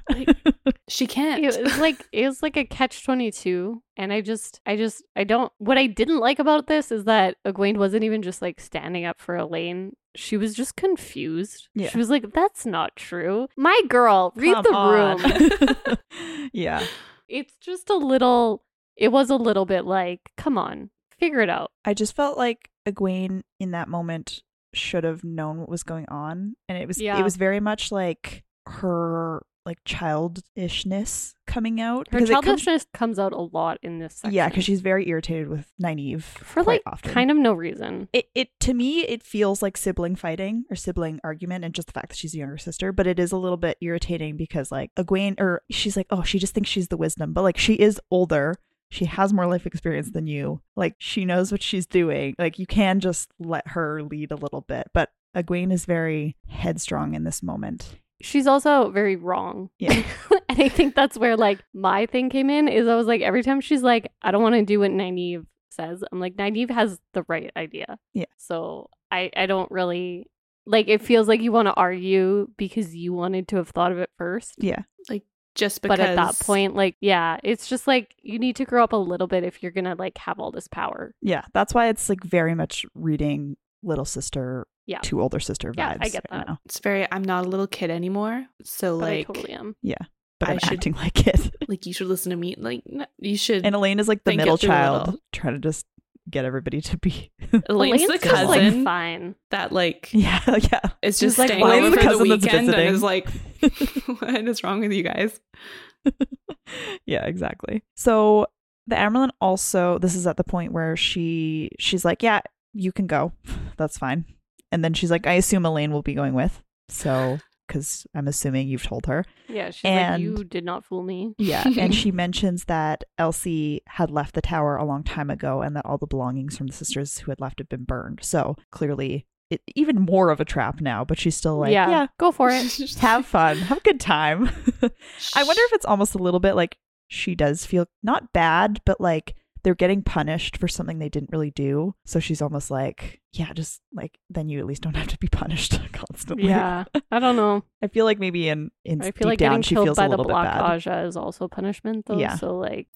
A: she can't.
C: It was like it was like a catch twenty two, and I just, I just, I don't. What I didn't like about this is that Egwene wasn't even just like standing up for Elaine. She was just confused.
B: Yeah.
C: She was like, "That's not true, my girl. Read
B: Come
C: the room."
B: on." yeah
C: It's just a little. It was a little bit like, "Come on, figure it out."
B: I just felt like Egwene in that moment should have known what was going on, and it was
C: Yeah.
B: it was very much like her like childishness coming out
C: Her
B: because it comes-
C: childishness comes out a lot in this section.
B: yeah, because she's very irritated with Nynaeve
C: for
B: quite
C: like
B: often.
C: kind of no reason.
B: it, it to me it feels like sibling fighting or sibling argument and just the fact that she's a younger sister but it is a little bit irritating because like Egwene or she's like oh she just thinks she's the wisdom but like she is older she has more life experience than you like she knows what she's doing like you can just let her lead a little bit but Egwene is very headstrong in this moment
C: She's also very wrong.
B: Yeah.
C: and I think that's where like my thing came in is I was like every time she's like I don't want to do what Nynaeve says. I'm like Nynaeve has the right idea.
B: Yeah.
C: So I I don't really like it feels like you want to argue because you wanted to have thought of it first.
B: yeah
A: just because
C: But at that point like yeah, it's just like you need to grow up a little bit if you're going to like have all this power.
B: yeah that's why it's like very much reading little sister
C: Yeah.
B: to older sister vibes
C: Yeah, I get
B: right
C: that.
B: now
A: it's very I'm not a little kid anymore. So
C: But I
A: like
C: totally am.
B: but
A: I
B: I'm
A: should-
B: acting like it
A: like you should listen to me. Like n- you should
B: And Elaine is like the
A: Think it
B: middle
A: through a
B: child,
A: little.
B: trying to just get everybody to be.
A: Elaine's the
C: Elaine's just, like,
A: cousin
C: fine.
A: that like
B: yeah, oh, yeah.
A: is
C: She's
A: just
C: like,
A: staying
C: "Why
A: over
C: is the
A: for the
B: cousin that's
A: weekend and
B: visiting?"
A: is like, what is wrong with you guys?
B: yeah, exactly. So the Amarylline also this is at the point where she she's like, Yeah, you can go. That's fine. And then she's like, I assume Elaine will be going with. So because I'm assuming you've told her.
C: Yeah, she's
B: And-
C: like, you did not fool me.
B: Yeah. and she mentions that Elsie had left the tower a long time ago and that all the belongings from the sisters who had left had been burned. So clearly it, even more of a trap now, but she's still like,
C: yeah,
B: yeah
C: go for it.
B: have fun. Have a good time. I wonder if it's almost a little bit like she does feel not bad, but like they're getting punished for something they didn't really do. So she's almost like, yeah, just like then you at least don't have to be punished constantly.
C: Yeah, I don't know.
B: I feel like maybe in in
C: I
B: deep
C: feel like
B: down
C: getting
B: she
C: killed
B: feels a
C: by the
B: little bit bad.
C: blockaja is also punishment, though.
B: Yeah.
C: So like,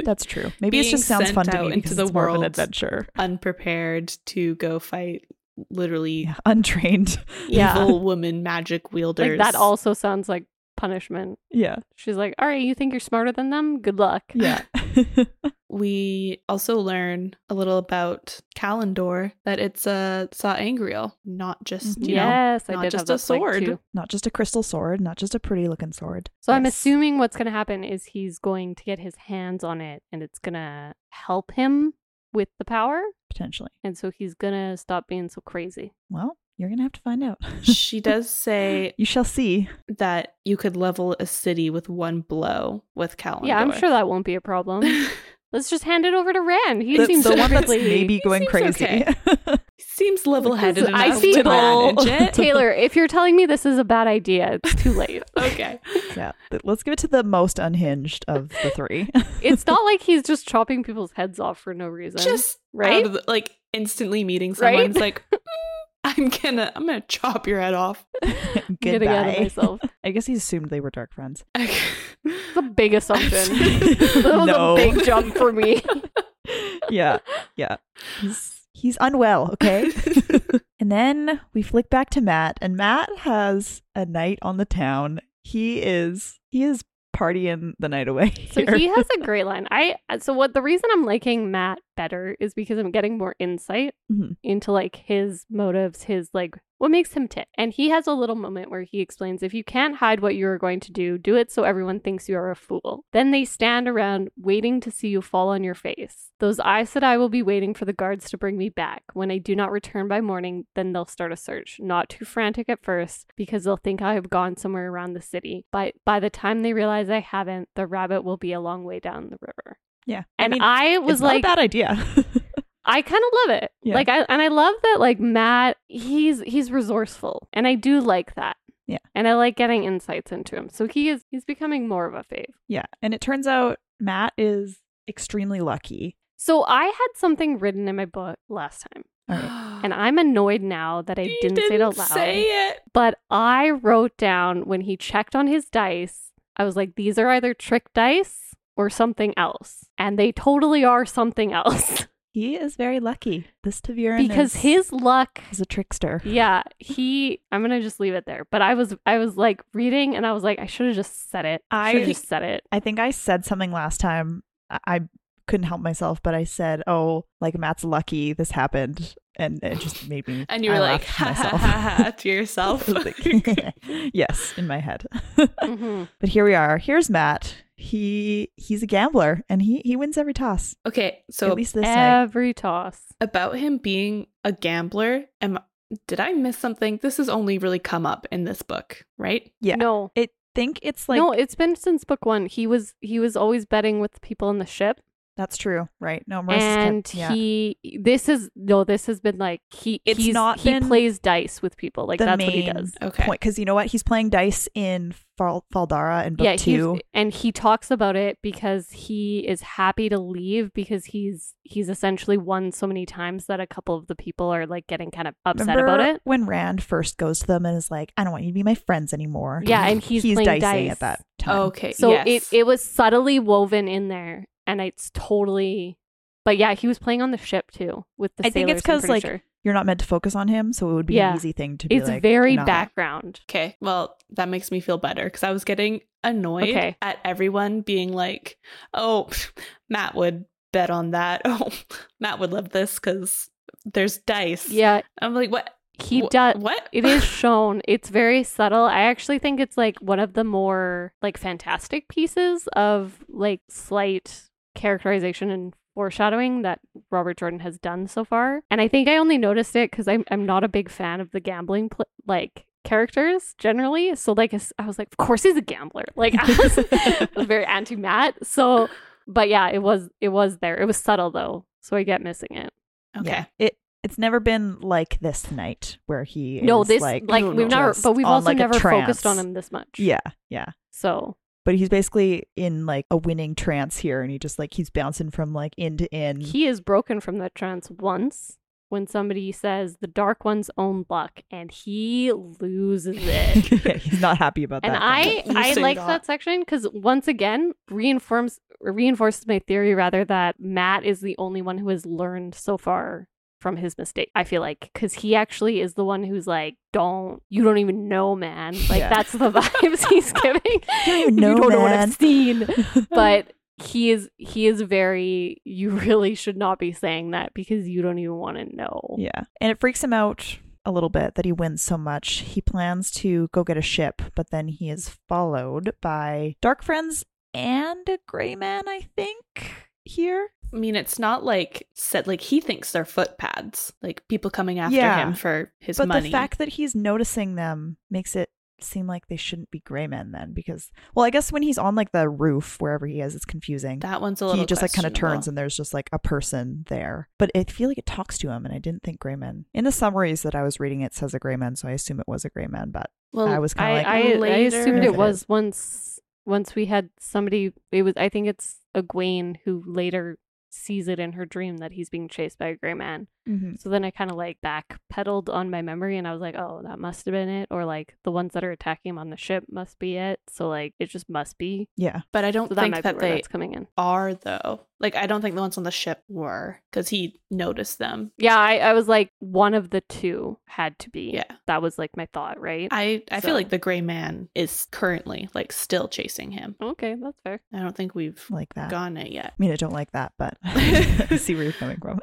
B: That's true. Maybe it
A: Being
B: just sounds
A: sent
B: fun to
A: out
B: me
A: into
B: because
A: the
B: it's more of an
A: world.
B: adventure.
A: unprepared to go fight literally
B: Yeah, untrained.
C: Yeah.
A: evil woman magic wielders.
C: like that also sounds like punishment.
B: Yeah,
C: She's like, all right, you think you're smarter than them? Good luck.
B: yeah.
A: we also learn a little about Kalendor that it's a saw angriel, not just
B: Mm-hmm.
A: you know
C: yes, I
A: not
C: did
A: just
C: have
A: a
C: that flag,
A: sword.
C: too.
B: not just a crystal sword, not just a pretty looking sword.
C: So I'm
B: Yes.
C: assuming what's going to happen is he's going to get his hands on it, and it's going to help him with the power,
B: potentially.
C: and so he's going to stop being so crazy.
B: Well, you're gonna have to find out.
A: she does say
B: You shall see.
A: that you could level a city with one blow with Kalendor.
C: Yeah, I'm sure that won't be a problem. Let's just hand it over to Rand. He
B: the,
C: seems
B: the one that's
C: perfectly-
B: maybe going
A: seems
B: crazy.
A: okay. seems level-headed
C: Because I
A: enough
C: see
A: to
C: it all.
A: manage it.
C: Taylor, if you're telling me this is a bad idea, it's too late.
A: okay,
B: yeah, th- let's give it to the most unhinged of the three.
C: It's not like he's just chopping people's heads off for no reason.
A: just
C: right?
A: out of the- like instantly meeting
C: Right?
A: someone's like, "Mm, I'm gonna I'm gonna chop your head off.
C: getting out of
B: Goodbye.
C: myself.
B: I guess he assumed they were dark friends.
C: It's a big assumption. that was
B: No.
C: a big jump for me.
B: Yeah, yeah. He's he's unwell. Okay. and then we flick back to Matt, and Matt has a night on the town. He is he is partying the night away.
C: So
B: here.
C: he has a great line. I so what the reason I'm liking Matt better is because I'm getting more insight
B: Mhm.
C: into like his motives, his like what makes him tick. And he has a little moment where he explains if you can't hide what you are going to do, do it so everyone thinks you are a fool. Then they stand around waiting to see you fall on your face. Those eyes said I will be waiting for the guards to bring me back. When I do not return by morning, then they'll start a search. Not too frantic at first because they'll think I have gone somewhere around the city. But by the time they realize I haven't, the rabbit will be a long way down the river.
B: yeah.
C: And I,
B: mean,
C: was
B: it's not
C: like,
B: a bad idea.
C: I kind of love it.
B: Yeah.
C: Like I and I love that like Matt, he's he's resourceful. And I do like that.
B: Yeah.
C: And I like getting insights into him. So he is he's becoming more of a fave.
B: yeah, and it turns out Matt is extremely lucky.
C: So I had something written in my book last time.
B: All right.
C: And I'm annoyed now that I
A: You
C: didn't, say it out loud.
A: say it.
C: But I wrote down when he checked on his dice, I was like, these are either trick dice or something else. And they totally are something else.
B: He is very lucky. This Taviran
C: because
B: is,
C: his luck
B: is a trickster.
C: Yeah, he. I'm gonna just leave it there. But I was, I was like reading, and I was like, I should have just said it.
B: I-
C: I should have just said it.
B: I think I said something last time. I, I couldn't help myself, but I said, "Oh, like Matt's lucky. This happened," and it just made me.
A: And you were
B: I
A: like,
B: laughed to
A: ha, ha,
B: myself.
A: ha, ha, to yourself.
B: I was like, yes, in my head. but
C: hmm
B: here we are. Here's Matt. He he's a gambler, and he he wins every toss.
A: okay, so
B: at least this night.
C: Every toss.
A: about him being a gambler, am did I miss something? This has only really come up in this book, right?
B: Yeah.
C: No.
B: I think it's like
C: no, it's been since book one. He was he was always betting with the people on the ship,
B: that's true, right? No, Marissa's
C: and
B: kept- yeah.
C: he. This is no. This has been like he.
B: It's
C: he's,
B: not
C: He
B: been
C: plays dice with people. Like
B: the
C: that's what he
B: main
C: does.
A: Okay.
B: point because you know what? He's playing dice in Fal- Faldara and book
C: yeah,
B: two.
C: he's, and he talks about it because he is happy to leave because he's he's essentially won so many times that a couple of the people are like getting kind of upset
B: Remember
C: about it.
B: when Rand first goes to them and is like, "I don't want you to be my friends anymore."
C: Yeah, and he's
B: he's
C: playing
B: dicing
C: dice. Oh,
B: at that time.
A: Okay.
C: So
A: yes.
C: it it was subtly woven in there, and it's totally. But yeah, he was playing on the ship too with the
B: I think it's 'cause,
C: sailors, I'm pretty
B: like,
C: sure.
B: You're not meant to focus on him, so it would be an
C: Yeah.
B: easy thing to be
C: it's
B: like,
C: very
B: not-
C: background.
A: Okay. Well, that makes me feel better because I was getting annoyed
C: Okay.
A: at everyone being like, oh, Matt would bet on that. Oh, Matt would love this because there's dice.
C: Yeah,
A: I'm like, what?
C: he
A: Wh-
C: does.
A: What?
C: It is shown. It's very subtle. I actually think it's like one of the more like fantastic pieces of like slight characterization and foreshadowing that Robert Jordan has done so far. And I think I only noticed it because I'm I'm not a big fan of the gambling pl- like characters generally. So like as- I was like, of course he's a gambler. Like I was, I was very anti Matt. So, but yeah, it was it was there. It was subtle though. So I get missing it.
A: Okay.
B: Yeah. It it's never been like this night where he
C: no,
B: is,
C: this
B: like,
C: like,
A: No,
C: we've
A: no.
C: never,
B: Just
C: but we've
B: on,
C: also
B: like, a
C: never
B: trance.
C: focused on him this much.
B: Yeah, yeah.
C: So
B: But he's basically in like a winning trance here and he just like he's bouncing from like end to end.
C: he is broken from that trance once when somebody says the dark one's own luck and he loses it.
B: yeah, he's not happy about
C: and
B: that.
C: I
A: You
C: I
A: say
C: like
A: that.
C: that section cuz once again reinforms reinforces my theory rather that Matt is the only one who has learned so far from his mistake. I feel like cuz he actually is the one who's like don't you don't even know man. Like
B: Yeah.
C: that's the vibes he's giving. you
B: don't even know,
C: don't know what
B: man.
C: I've seen
B: I
C: but he is he is very you really should not be saying that because you don't even want to know
B: Yeah. And it freaks him out a little bit that he wins so much. He plans to go get a ship, but then he is followed by dark friends and a gray man, I think, here.
A: I mean, it's not like said like he thinks they're footpads, like people coming after
B: Yeah.
A: him for his
B: but
A: money.
B: the fact that he's noticing them makes it seem like they shouldn't be gray men then because well, I guess when he's on like the roof wherever he is, it's confusing.
A: that one's a little.
B: he just like kind of
A: questionable.
B: turns and there's just like a person there. But I feel like it talks to him and I didn't think gray men. In the summaries that I was reading it says a gray man, so I assume it was a gray man, but
A: well,
B: I was kinda
C: I,
B: like, "Oh,
C: I, I
A: "Oh, later-
C: assumed
B: If
C: it
B: it
C: was once once we had somebody it was i think it's egwene who later sees it in her dream that he's being chased by a gray man
A: Mm-hmm.
C: so then i kind of like backpedaled on my memory and i was like oh that must have been it or like the ones that are attacking him on the ship must be it so like it just must be
B: yeah.
A: but I don't
C: so that
A: think
C: might
A: that,
C: be where
A: they
C: that's coming in
A: are though. Like I don't think the ones on the ship were because he noticed them.
C: Yeah, I, I was like, one of the two had to be.
A: Yeah.
C: That was like my thought, right?
A: I I
C: So-
A: feel like the gray man is currently like still chasing him.
C: okay, that's fair.
A: I don't think we've
B: Like that.
A: gotten it yet.
B: I mean, I don't like that, but I see where you're coming from.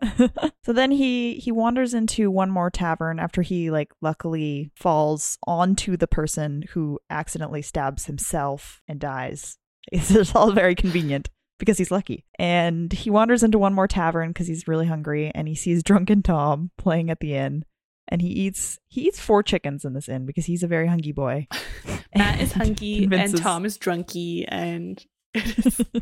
B: so then he he wanders into one more tavern after he like luckily falls onto the person who accidentally stabs himself and dies. It's just all very convenient because he's lucky. And he wanders into one more tavern because he's really hungry and he sees drunken Tom playing at the inn. And he eats he eats four chickens in this inn because he's a very hungry boy.
A: Matt is
B: And
A: hunky and
B: convinces-
A: Tom is drunky and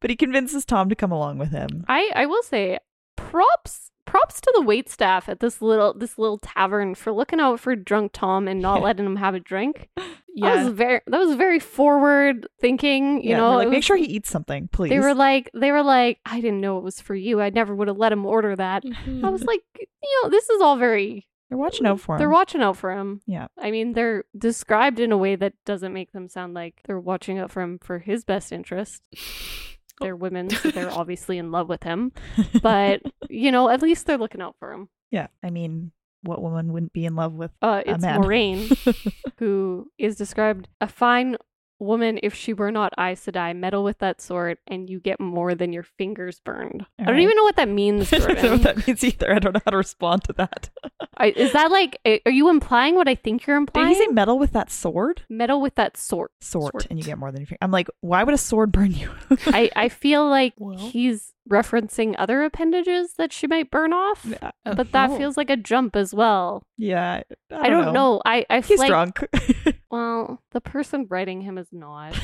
B: but he convinces Tom to come along with him.
C: I, I will say props props to the wait staff at this little this little tavern for looking out for drunk Tom and not
B: Yeah.
C: letting him have a drink. That
A: yeah.
C: was very that was very forward thinking, you
B: Yeah,
C: know.
B: they're like,
C: it
B: make
C: was-
B: sure he eats something, please.
C: they were like they were like, I didn't know it was for you. I never would have let him order that. I was like, you know, this is all very
B: They're watching out for him.
C: They're watching out for him.
B: Yeah.
C: I mean, they're described in a way that doesn't make them sound like they're watching out for him for his best interest. They're women, so they're obviously in love with him. But, you know, at least they're looking out for him.
B: yeah, I mean, what woman wouldn't be in love with?
C: Uh,
B: A
C: it's
B: man.
C: Moraine, who is described a fine woman if she were not Aes Sedai, meddle with that sword, and you get more than your fingers burned. I don't
B: Alright.
C: even know what that means,
B: I don't know what
C: Jordan.
B: that means either. I don't know how to respond to that.
C: I- is that like, a- are you implying what I think you're
B: Did
C: implying?
B: he say metal with that sword?
C: meddle with that sword.
B: Sword, and you
A: Sword.
B: get more than your finger. I'm like, why would a sword burn you?
C: I, I feel like
A: Well.
C: he's referencing other appendages that she might burn off,
B: Yeah,
A: Oh.
C: but that
A: Oh.
C: feels like a jump as well.
B: yeah, uh, I don't,
C: I don't, know. I I feel
B: He's
C: like
B: drunk.
C: well, the person writing him is not.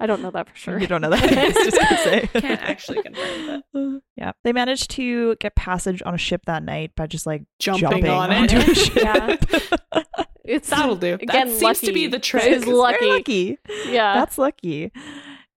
C: I don't know that for sure.
B: You don't know that. I was just gonna say.
A: Can't actually confirm
B: Yeah, they managed to get passage on a ship that night by just like
A: Jumping on it.
B: onto a ship.
C: Yeah. It's
A: That'll do.
C: Again,
A: that seems
C: lucky.
A: to be the
C: That
A: trick.
C: is
B: It's very
C: lucky.
B: lucky.
C: yeah.
B: That's lucky.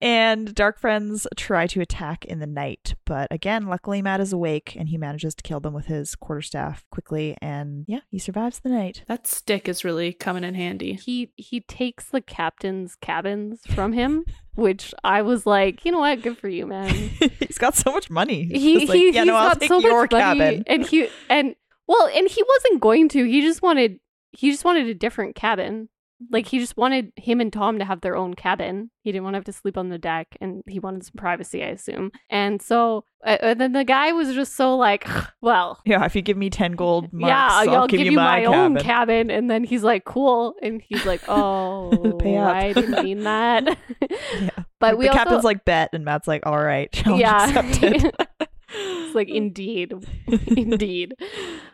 B: And dark friends try to attack in the night, but again, luckily Matt is awake and he manages to kill them with his quarterstaff quickly. And yeah, he survives the night.
A: That stick is really coming in handy.
C: he he takes the captain's cabins from him, which I was like, you know what, good for you, man.
B: he's got so much money. He's
C: Um, he,
B: just like,
C: he
B: yeah,
C: has
B: no, I'll
C: got
B: take
C: so
B: your
C: much money,
B: cabin.
C: and he and well, and he wasn't going to. He just wanted he just wanted a different cabin. Like he just wanted him and Tom to have their own cabin. He didn't want to have to sleep on the deck, and he wanted some privacy, I assume. And so, uh, uh, then the guy was just so like, well,
B: Yeah, if you give me 10 gold marks,
C: yeah,
B: I'll,
C: y'all
B: give, you my,
C: own
B: cabin.
C: cabin. And then he's like, cool, and he's like, oh,
B: Pay up.
C: I didn't mean that.
B: Yeah.
C: but we
B: the
C: also,
B: captain's like, bet, and Matt's like, all right, challenge
C: yeah,
B: accepted.
C: it's like indeed, indeed.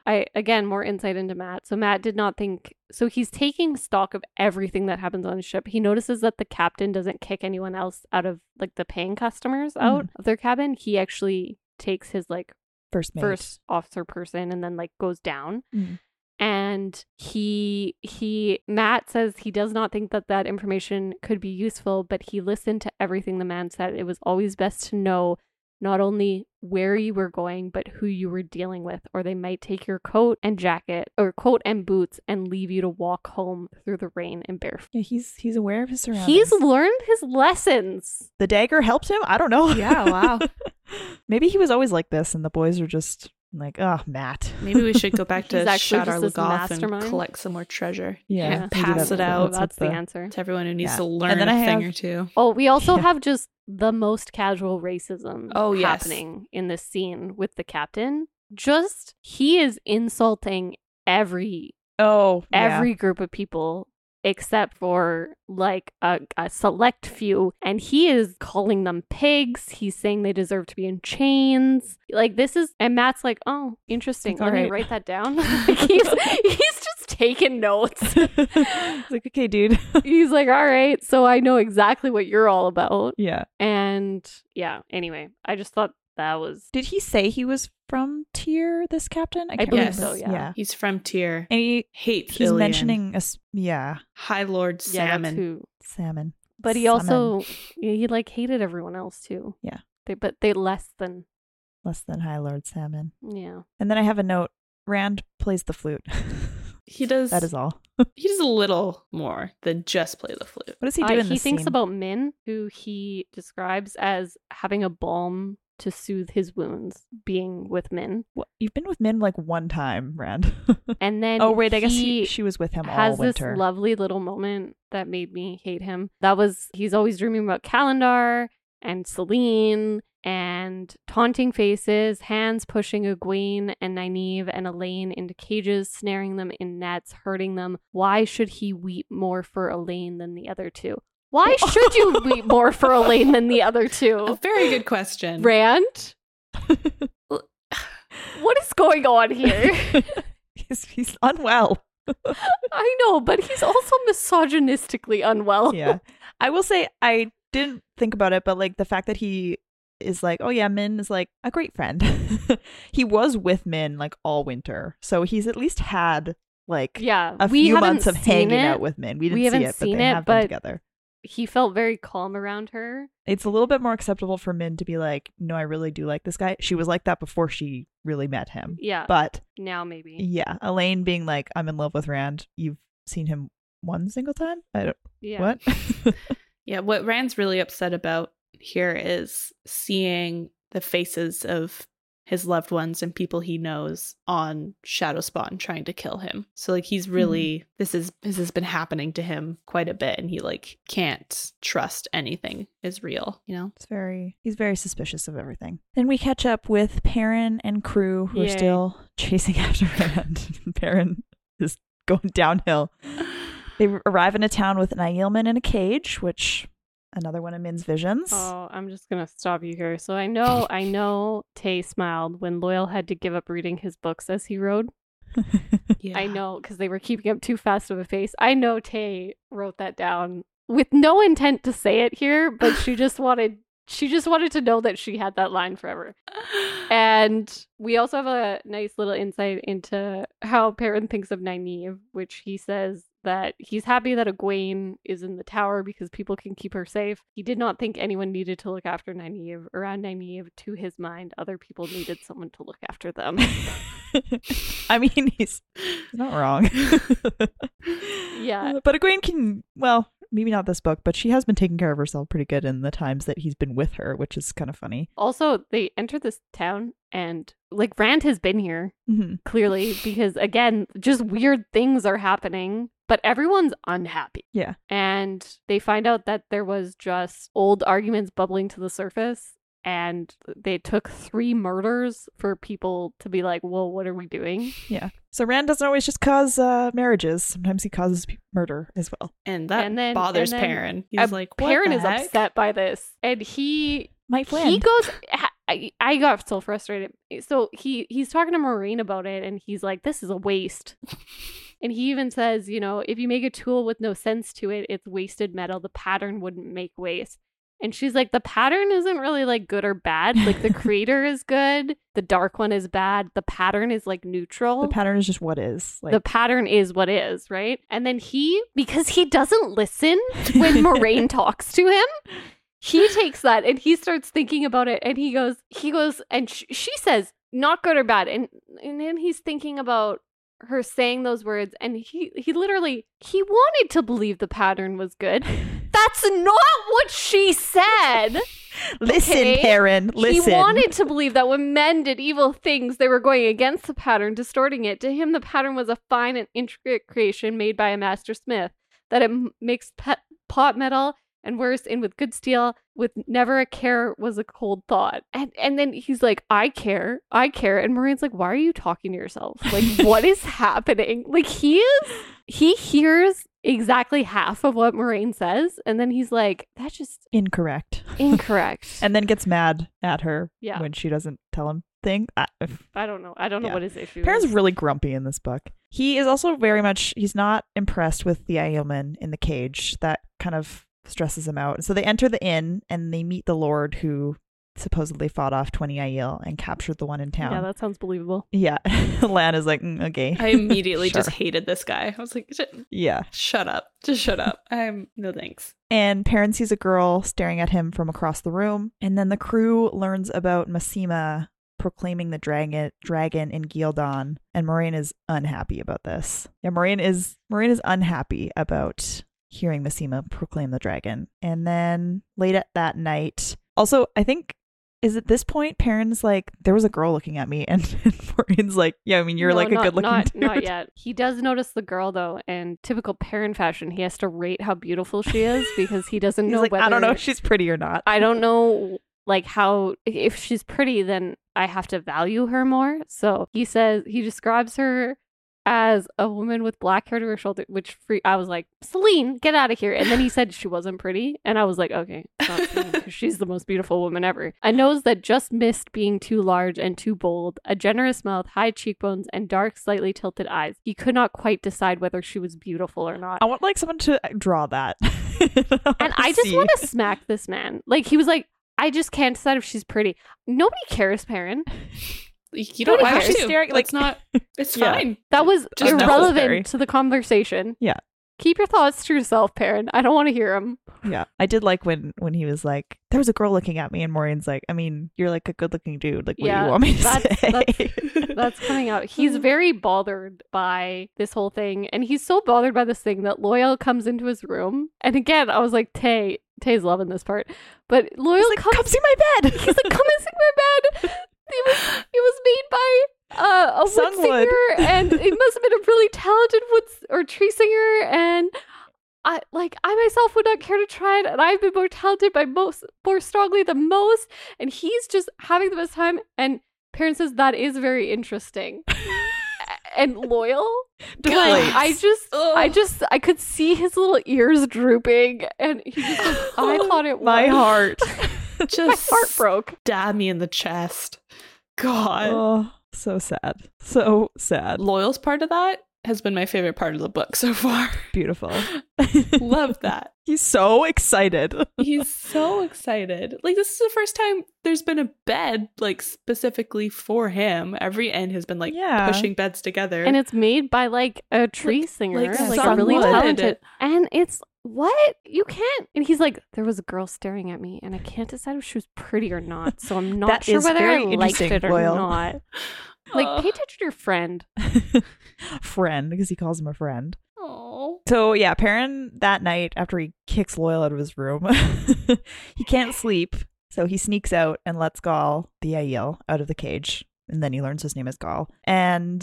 C: I again more insight into Matt. So Matt did not think so he's taking stock of everything that happens on his ship. He notices that the captain doesn't kick anyone else out of like the paying customers out of their cabin. He actually takes his like
B: First mate.
C: first officer person and then like goes down.
B: Mm.
C: And he he Matt says he does not think that that information could be useful, but he listened to everything the man said. It was always best to know not only where you were going, but who you were dealing with, or they might take your coat and jacket or coat and boots and leave you to walk home through the rain and barefoot.
B: Yeah, he's he's aware of his surroundings.
C: He's learned his lessons.
B: the dagger helped him. I don't know.
A: Yeah, wow.
B: Maybe he was always like this, and the boys are just like, oh, Matt.
A: Maybe we should go back to
C: He's actually
A: Shadar
C: just this
A: Lagoth and
C: mastermind.
A: collect some more treasure
B: Yeah,
C: Yeah.
B: we do
A: Pass
B: have-
A: it out.
B: what
C: That's the
B: the-
C: answer.
A: to everyone who needs
B: Yeah.
A: to
B: And
A: learn
B: then
A: a
B: I
A: thing
B: have-
A: or two.
C: Oh, we also
B: Yeah.
C: have just the most casual racism
A: Oh, yes.
C: happening in this scene with the captain. Just he is insulting every
B: Oh, yeah.
C: every group of people except for like a, a select few and he is calling them pigs he's saying they deserve to be in chains like this is and matt's like oh interesting
B: It's all
C: let me
B: right.
C: write that down like he's he's just taking notes
B: He's like, okay, dude.
C: he's like all right so i know exactly what you're all about
B: yeah.
C: and yeah, anyway, I just thought that was
B: Did he say he was from Tier? This captain? I, can't
A: believe
B: remember.
A: so,
C: yeah.
A: He's from Tyr.
B: And he
A: Hates
B: he's
A: Ilian.
B: mentioning a s- yeah
A: High Lord
C: yeah,
A: Salmon.
C: That's who,
B: salmon.
C: but he also he he, like hated everyone else too.
B: Yeah.
C: They but they less than
B: less than High Lord Salmon.
C: yeah.
B: And then I have a note. Rand plays the flute.
A: he does.
B: that is all.
A: He does a little more than just play the flute.
B: What does he
C: Uh,
B: do in
C: he
B: this
C: thinks
B: scene?
C: about Min, who he describes as having a balm to soothe his wounds, being with Min,
B: What- You've been with Min like one time, Rand.
C: and then
B: oh wait, I guess
C: he
B: he, she was with him all
C: has this
B: winter.
C: lovely little moment that made me hate him. That was he's always dreaming about Calendar and Celine and taunting faces, hands pushing Egwene and Nynaeve and Elaine into cages, snaring them in nets, hurting them. Why should he weep more for Elaine than the other two? Why should you weep more for Elaine than the other
A: A
C: two?
A: very good question.
C: Rand? What is going on here?
B: he's, he's unwell.
C: I know, but he's also misogynistically unwell.
B: yeah. I will say I didn't think about it, but like the fact that he is like, oh yeah, Min is like a great friend. he was with Min like all winter, so he's at least had like
C: Yeah,
B: a
C: we
B: few
C: haven't
B: months of
C: seen
B: hanging
C: it.
B: out with Min. We didn't
C: We haven't
B: see it, but
C: seen
B: they
C: it,
B: have
C: but-
B: been together.
C: He felt very calm around her.
B: It's a little bit more acceptable for Min to be like, no, I really do like this guy. She was like that before she really met him.
C: Yeah,
B: But
C: now maybe.
B: yeah, Elaine being like, I'm in love with Rand. You've seen him one single time. I don't
C: Yeah,
B: what.
A: Yeah, what Rand's really upset about here is seeing the faces of his loved ones and people he knows on Shadow Spot and trying to kill him. So like
C: Hmm.
A: he's really this is this has been happening to him quite a bit and he like can't trust anything is real, you know?
B: It's very he's very suspicious of everything. Then we catch up with Perrin and crew who are
C: Yay.
B: still chasing after Rand. Perrin is going downhill. They arrive in a town with Nielman in a cage, which another one of Min's visions.
C: Oh, I'm just gonna stop you here. So I know, I know. Tay smiled when Loyal had to give up reading his books as he rode.
A: Yeah.
C: I know because they were keeping up too fast of a pace. I know Tay wrote that down with no intent to say it here, but she just wanted, she just wanted to know that she had that line forever. And we also have a nice little insight into how Perrin thinks of Nynaeve, which he says that he's happy that Egwene is in the tower because people can keep her safe. He did not think anyone needed to look after Nynaeve. Around Nynaeve, to his mind, other people needed someone to look after them.
B: I mean, he's, he's not wrong.
C: Yeah.
B: But Egwene can, well, maybe not this book, but she has been taking care of herself pretty good in the times that he's been with her, which is kind of funny.
C: also, they enter this town and, like, Rand has been here,
B: Mhm.
C: clearly, because, again, just weird things are happening but everyone's unhappy.
B: Yeah.
C: And they find out that there was just old arguments bubbling to the surface. And they took three murders for people to be like, well, what are we doing?
B: So Rand doesn't always just cause uh, marriages. Sometimes he causes pe- murder as well.
A: And that
C: And then-
A: bothers
C: and then
A: Perrin. He's like, what
C: Perrin
A: the
C: is
A: heck?
C: upset by this. And he
B: Might
C: he goes I, I got so frustrated so he he's talking to maureen about it and he's like this is a waste and he even says you know if you make a tool with no sense to it it's wasted metal the pattern wouldn't make waste and she's like the pattern isn't really like good or bad like the creator is good the dark one is bad the pattern is like neutral
B: the pattern is just what is. Like
C: the pattern is what is, right? And then he, because he doesn't listen when Moraine talks to him, he takes that and he starts thinking about it and he goes, he goes, and sh- she says, not good or bad. And, and then he's thinking about her saying those words and he, he literally, he wanted to believe the pattern was good. That's not what she said.
B: listen,
C: okay.
B: Perrin, listen.
C: He wanted to believe that when men did evil things, they were going against the pattern, distorting it. To him, the pattern was a fine and intricate creation made by a master smith, that it m- mixed pe- pot metal and worse in with good steel, with never a care was a cold thought. And and then he's like, I care, I care. And Maureen's like, Why are you talking to yourself? Like, what is happening? Like he is he hears exactly half of what Moraine says, and then he's like, That's just
B: Incorrect.
C: incorrect.
B: And then gets mad at her
C: Yeah.
B: when she doesn't tell him things. I, if-
C: I don't know. I don't know
B: Yeah.
C: what his issue
B: Perrin's
C: is.
B: really grumpy in this book. He is also very much, he's not impressed with the Yeoman in the cage. That kind of stresses him out. So they enter the inn and they meet the Lord who supposedly fought off 20 Aiel and captured the one in town.
C: Yeah, that sounds believable.
B: Yeah. Lan is like, "Mm, okay.
A: I immediately
B: Sure.
A: just hated this guy. I was like, "Sh-
B: Yeah.
A: shut up. Just shut up. I'm Um, no thanks.
B: And Perrin sees a girl staring at him from across the room. And then the crew learns about Massima proclaiming the dragon dragon in Gildan. And Moraine is unhappy about this. Yeah, Moraine is Moraine is unhappy about hearing Massima proclaim the dragon. And then late at that night. Also, I think is at this point Perrin's like, there was a girl looking at me, and, Maureen's like, Yeah, I mean you're
C: No,
B: like a
C: not-
B: good looking
C: not,
B: dude.
C: Not yet. He does notice the girl though, and typical parent fashion, he has to rate how beautiful she is because he doesn't
B: He's
C: know
B: like,
C: whether
B: I don't know if she's pretty or not.
C: I don't know like how if she's pretty, then I have to value her more. So he says he describes her as a woman with black hair to her shoulder, which free, I was like, Celine, get out of here. And then he said she wasn't pretty, and I was like, okay, it's not Celine, 'cause she's the most beautiful woman ever. A nose that just missed being too large and too bold, a generous mouth, high cheekbones, and dark, slightly tilted eyes. He could not quite decide whether she was beautiful or not
B: I want like someone to uh, draw that.
C: and I just want to smack this man. Like he was like, I just can't decide if she's pretty. Nobody cares, Perrin.
A: You don't
B: Why
A: have
B: was
A: to.
B: she staring-
A: It's
B: like-
A: not. It's
B: Yeah.
A: fine.
C: That was
A: Just no.
C: irrelevant
B: Necessary.
C: to the conversation.
B: Yeah.
C: Keep your thoughts to yourself, Perrin. I don't want to hear him.
B: Yeah, I did like when when he was like, "There was a girl looking at me," and Maureen's like, "I mean, you're like a good-looking dude. Like, what do
C: Yeah,
B: you want me to
C: that's-
B: say?"
C: That's coming out. He's very bothered by this whole thing. And he's so bothered by this thing that Loyal comes into his room. And again, I was like, Tay, Tay's loving this part. But Loyal
B: He's like,
C: comes
B: "Come see my bed."
C: He's like, come and sing my bed. It was, it was made by uh, a wood
B: Sung wood.
C: singer, and it must have been a really talented wood s- or tree singer. And I like I myself would not care to try it, and I've been more talented by most, more strongly than most. And he's just having the best time. And parents says that is very interesting and loyal.
B: Deflates.
C: I just, I
A: Ugh.
C: just, I could see his little ears drooping, and he just, goes, I thought it was
B: my heart.
A: Just
C: Heart broke.
A: stab me in the chest. God.
B: oh, so sad, so sad.
A: Loyal's part of that has been my favorite part of the book so far.
B: Beautiful.
A: Love that.
B: He's so excited.
A: He's so excited. Like this is the first time there's been a bed like specifically for him. Every end has been like
B: Yeah.
A: pushing beds together.
C: and it's made by like a tree singer,
A: like
C: like, a
B: some
C: really
B: wood.
C: talented. And it's what you can't. And he's like, there was a girl staring at me, and I can't decide if she was pretty or not. So I'm not
B: That
C: sure
B: is
C: whether I
B: very
C: liked
B: interesting,
C: it or
B: Loyal.
C: not. Like, pay attention to your friend.
B: friend, because he calls him a friend.
A: Oh.
B: So yeah, Perrin that night after he kicks Loyal out of his room, he can't sleep, so he sneaks out and lets Gaul the Aiel out of the cage. and then he learns his name is Gaul. And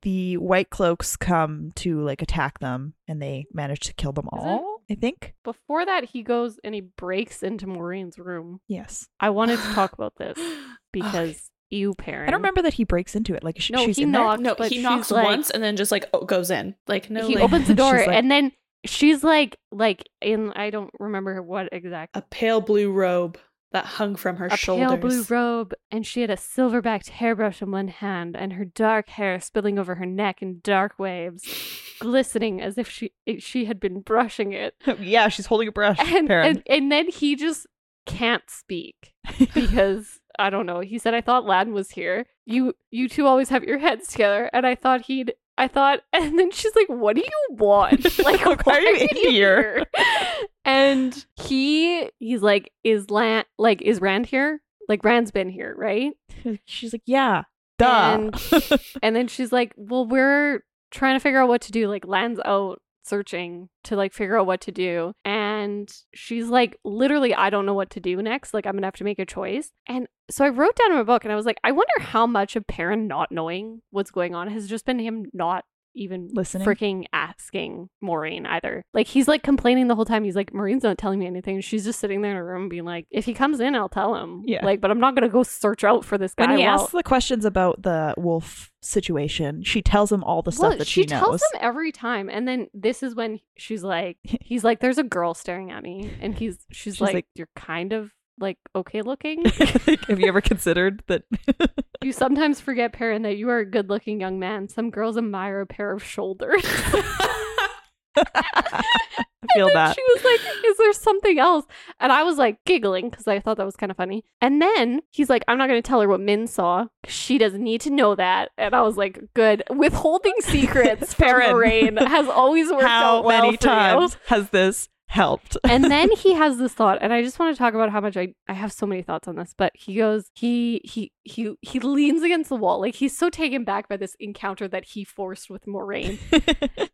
B: the White Cloaks come to like attack them, and they manage to kill them
C: Is it-
B: all. I think.
C: Before that, he goes and he breaks into Maureen's room.
B: Yes.
C: I wanted to talk about this because
A: Okay.
C: you, parent.
B: I don't remember that he breaks into it. Like sh-
C: No,
B: she's
C: he
B: in there.
C: knocks.
A: No,
C: but
A: he
C: she's
A: knocks
C: like-
A: once and then just like o- goes in. Like no,
C: he
A: like,
C: opens the door
B: She's like-
C: and then she's like, like in I don't remember what exact
A: a pale blue robe that hung from her
C: a
A: shoulders.
C: pale blue robe, and she had a silver-backed hairbrush in one hand, and her dark hair spilling over her neck in dark waves, glistening as if she it, she had been brushing it.
B: yeah, she's holding a brush.
C: And,
B: Perrin.
C: and and then he just can't speak because I don't know. He said, "I thought Lan was here. You you two always have your heads together." And I thought he'd. I thought, and then she's like, "What do you want? Like,
B: Like,
C: why
B: why are you in here?"
C: And he he's like, "Is Lan like is Rand here? Like Rand's been here, right?"
B: she's like, yeah, duh.
C: And then she's like, "Well, we're trying to figure out what to do. Like Lan's out searching to like figure out what to do." And she's like, "Literally, I don't know what to do next. Like I'm going to have to make a choice." And so I wrote down in my book and I was like, "I wonder how much of Perrin not knowing what's going on has just been him not even
B: Listening.
C: freaking asking Maureen either. Like he's like complaining the whole time. He's like, Maureen's not telling me anything. She's just sitting there in her room being like, if he comes in, I'll tell him.
B: Yeah.
C: Like, but I'm not gonna go search out for this guy.
B: when he
C: while-
B: asks the questions about the wolf situation, she tells him all the stuff that she, knows.
C: tells him every time, and then this is when she's like, he's like, "There's a girl staring at me," and he's she's,
B: She's
C: like,
B: like-
C: "You're kind of like okay looking.
B: Like, have you ever considered that?
C: you sometimes forget, Perrin, that you are a good looking young man. Some girls admire a pair of shoulders."
B: I feel
C: And
B: that.
C: She was like, "Is there something else?" And I was like giggling because I thought that was kind of funny. And then he's like, "I'm not going to tell her what Min saw. She doesn't need to know that." And I was like, "Good, withholding secrets, from
B: Perrin.
C: Moraine has always worked
B: How
C: out well
B: many
C: for you."
B: times has this helped?
C: and then he has this thought and i just want to talk about how much i i have so many thoughts on this but he goes he he he he leans against the wall like he's so taken back by this encounter that he forced with moraine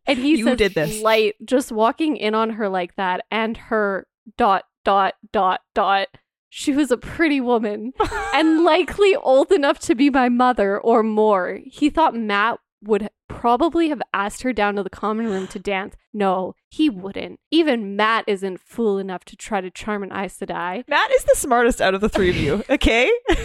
C: and he
B: You
C: says
B: did this.
C: light just walking in on her like that and her dot dot dot dot she was a pretty woman and likely old enough to be my mother or more. He thought Matt would probably have asked her down to the common room to dance. No, he wouldn't. Even Matt isn't fool enough to try to charm an Aes Sedai.
B: Matt is the smartest out of the three of you. Okay.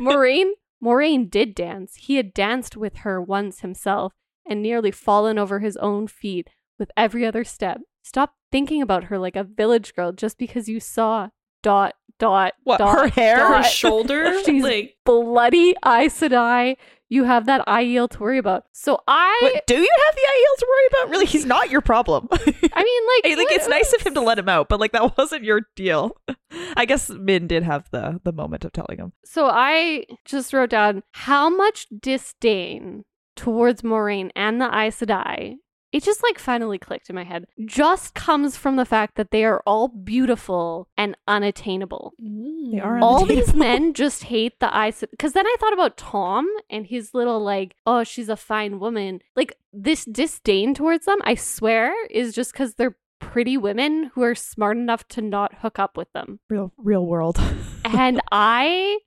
C: Maureen, Maureen did dance. He had danced with her once himself and nearly fallen over his own feet with every other step. Stop thinking about her like a village girl just because you saw dot dot
B: what
C: dot
B: her hair?
A: her
C: dot.
A: shoulder,
C: She's-
A: like
C: bloody Aes Sedai. You have that eye yield to worry about. So I,
B: What, do you have the IEL to worry about? Really, he's not your problem.
C: I mean,
B: Hey,
C: like,
B: like
C: what
B: it's nice of him to
C: else?
B: let him out, but like that wasn't your deal. I guess Min did have the the moment of telling him.
C: So I just wrote down how much disdain towards Moraine and the Aes Sedai. It just like finally clicked in my head. Just comes from the fact that they are all beautiful and unattainable.
B: They
A: Mm.
B: are on
C: all
B: the
C: these
B: table.
C: men just hate the eyes because then i thought about tom and his little like oh she's a fine woman like this disdain towards them i swear is just because they're pretty women who are smart enough to not hook up with them
B: Real real world.
C: and i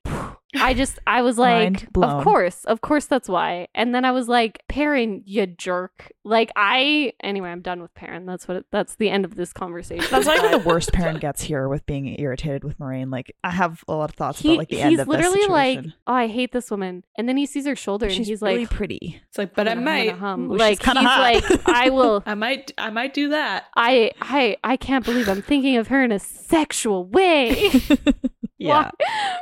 C: i just i was
B: Mind
C: like
B: blown.
C: of course of course that's why and then i was like perrin you jerk like i anyway i'm done with perrin that's what it, that's the end of this conversation
B: That's not even
C: But-
B: the worst parent gets here with being irritated with Moraine. Like I have a lot of thoughts about like the
C: he's
B: end of this
C: literally like,
B: situation.
C: oh, I hate this woman, and then he sees her shoulder, and
B: she's
C: he's
B: really
C: like,
B: pretty.
A: It's like, but I
C: "I'm gonna
A: might,
C: hum."
B: Ooh, she's
C: like he's
B: kinda hot.
C: like, I will,
A: I might, I might do that.
C: I, I, I can't believe I'm thinking of her in a sexual way.
B: yeah,
C: Why-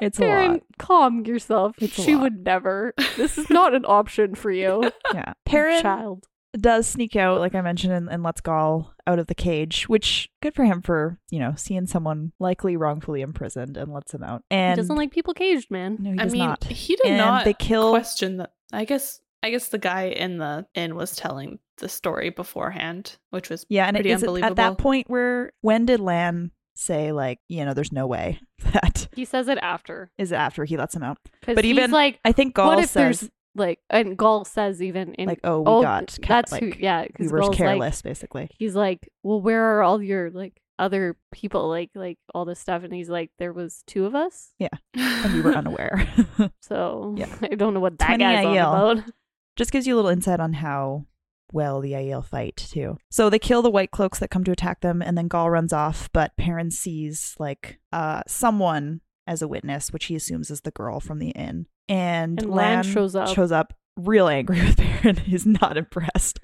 B: it's a
C: Perrin,
B: lot.
C: calm yourself.
B: It's a
C: she
B: lot.
C: would never. This is not an option for you,
B: Yeah, Perrin
C: child.
B: does sneak out, like I mentioned, and, and lets Gaul out of the cage, which good for him for you know seeing someone likely wrongfully imprisoned and lets him out.
C: He
B: And
C: doesn't like people caged, man.
B: no, he
A: I
B: does
A: mean,
B: not.
A: he did
B: and
A: not
B: they kill.
A: question the. I guess, I guess the guy in the inn was telling the story beforehand, which was
B: yeah, and it
A: pretty
B: is it at
A: unbelievable.
B: that point where when did Lan say like you know there's no way that
C: He says it after,
B: is after he lets him out?
C: but
B: But
C: he's
B: even-
C: like,
B: I think Gaul
C: what if
B: says
C: there's like, and Gaul says even in
B: like oh we
C: oh,
B: got ca-
C: that's
B: like,
C: who, yeah,
B: we
C: because
B: were
C: Gaul's like,
B: careless basically.
C: he's like, "Well, where are all your like other people, like like all this stuff, and he's like, there was two of us,
B: and we were unaware.
C: so
B: Yeah.
C: I don't know what that
B: 20
C: guy's on
B: IEL.
C: about.
B: Just gives you a little insight on how well the Aiel fight too. So they kill the White Cloaks that come to attack them, and then Gaul runs off. But Perrin sees like uh someone as a witness, which he assumes is the girl from the inn. And,
C: And Lan shows up.
B: Shows up real angry with Perrin. He's not impressed,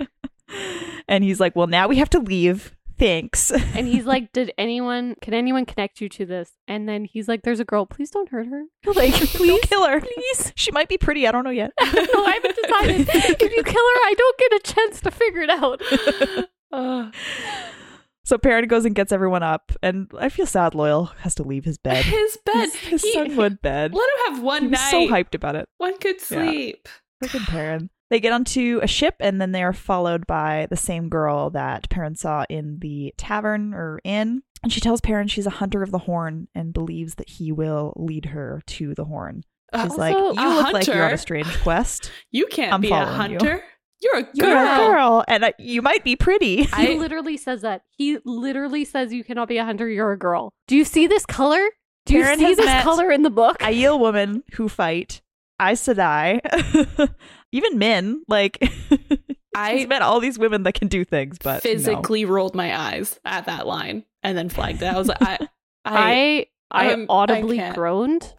B: and he's like, "Well, now we have to leave. Thanks."
C: And he's like, did anyone? Can anyone connect you to this? And then he's like, there's a girl. Please don't hurt her. Like,
B: Don't
C: please.
B: kill her.
C: Please.
B: She might be pretty. I don't know yet.
C: no, I haven't decided. if you kill her, I don't get a chance to figure it out.
A: Uh,
B: So Perrin goes and gets everyone up, and I feel sad. Loyal has to leave his bed.
A: His bed.
B: his his
A: He-
B: sunwood bed.
A: Let him have
B: He
A: one
B: was
A: night.
B: so hyped about it.
A: One could
B: Yeah.
A: sleep.
B: Freaking Perrin. They get onto a ship, and then they are followed by the same girl that Perrin saw in the tavern or inn. And she tells Perrin she's a hunter of the horn and believes that he will lead her to the horn. She's
A: Uh,
B: like, "You
C: also,
A: a
C: ah,
B: look like you're on
A: hunter."
B: a strange quest.
A: you can't
B: I'm
A: be a
B: following you.
A: hunter. You. are a girl.
B: You're a girl, and I, you might be pretty."
A: I-
C: He literally says that. He literally says you cannot be a hunter, you're a girl. Do you see this color? Do you
B: Karen
C: see
B: has
C: this
B: met-
C: color in the book?
B: Aiel women who fight, Aes Sedai, even men. Like, he's
A: I
B: met all these women that can do things, but no.
A: physically rolled my eyes at that line and then flagged it. I was like, I, I,
C: I I,
A: I'm- I
C: audibly
A: can't.
C: groaned.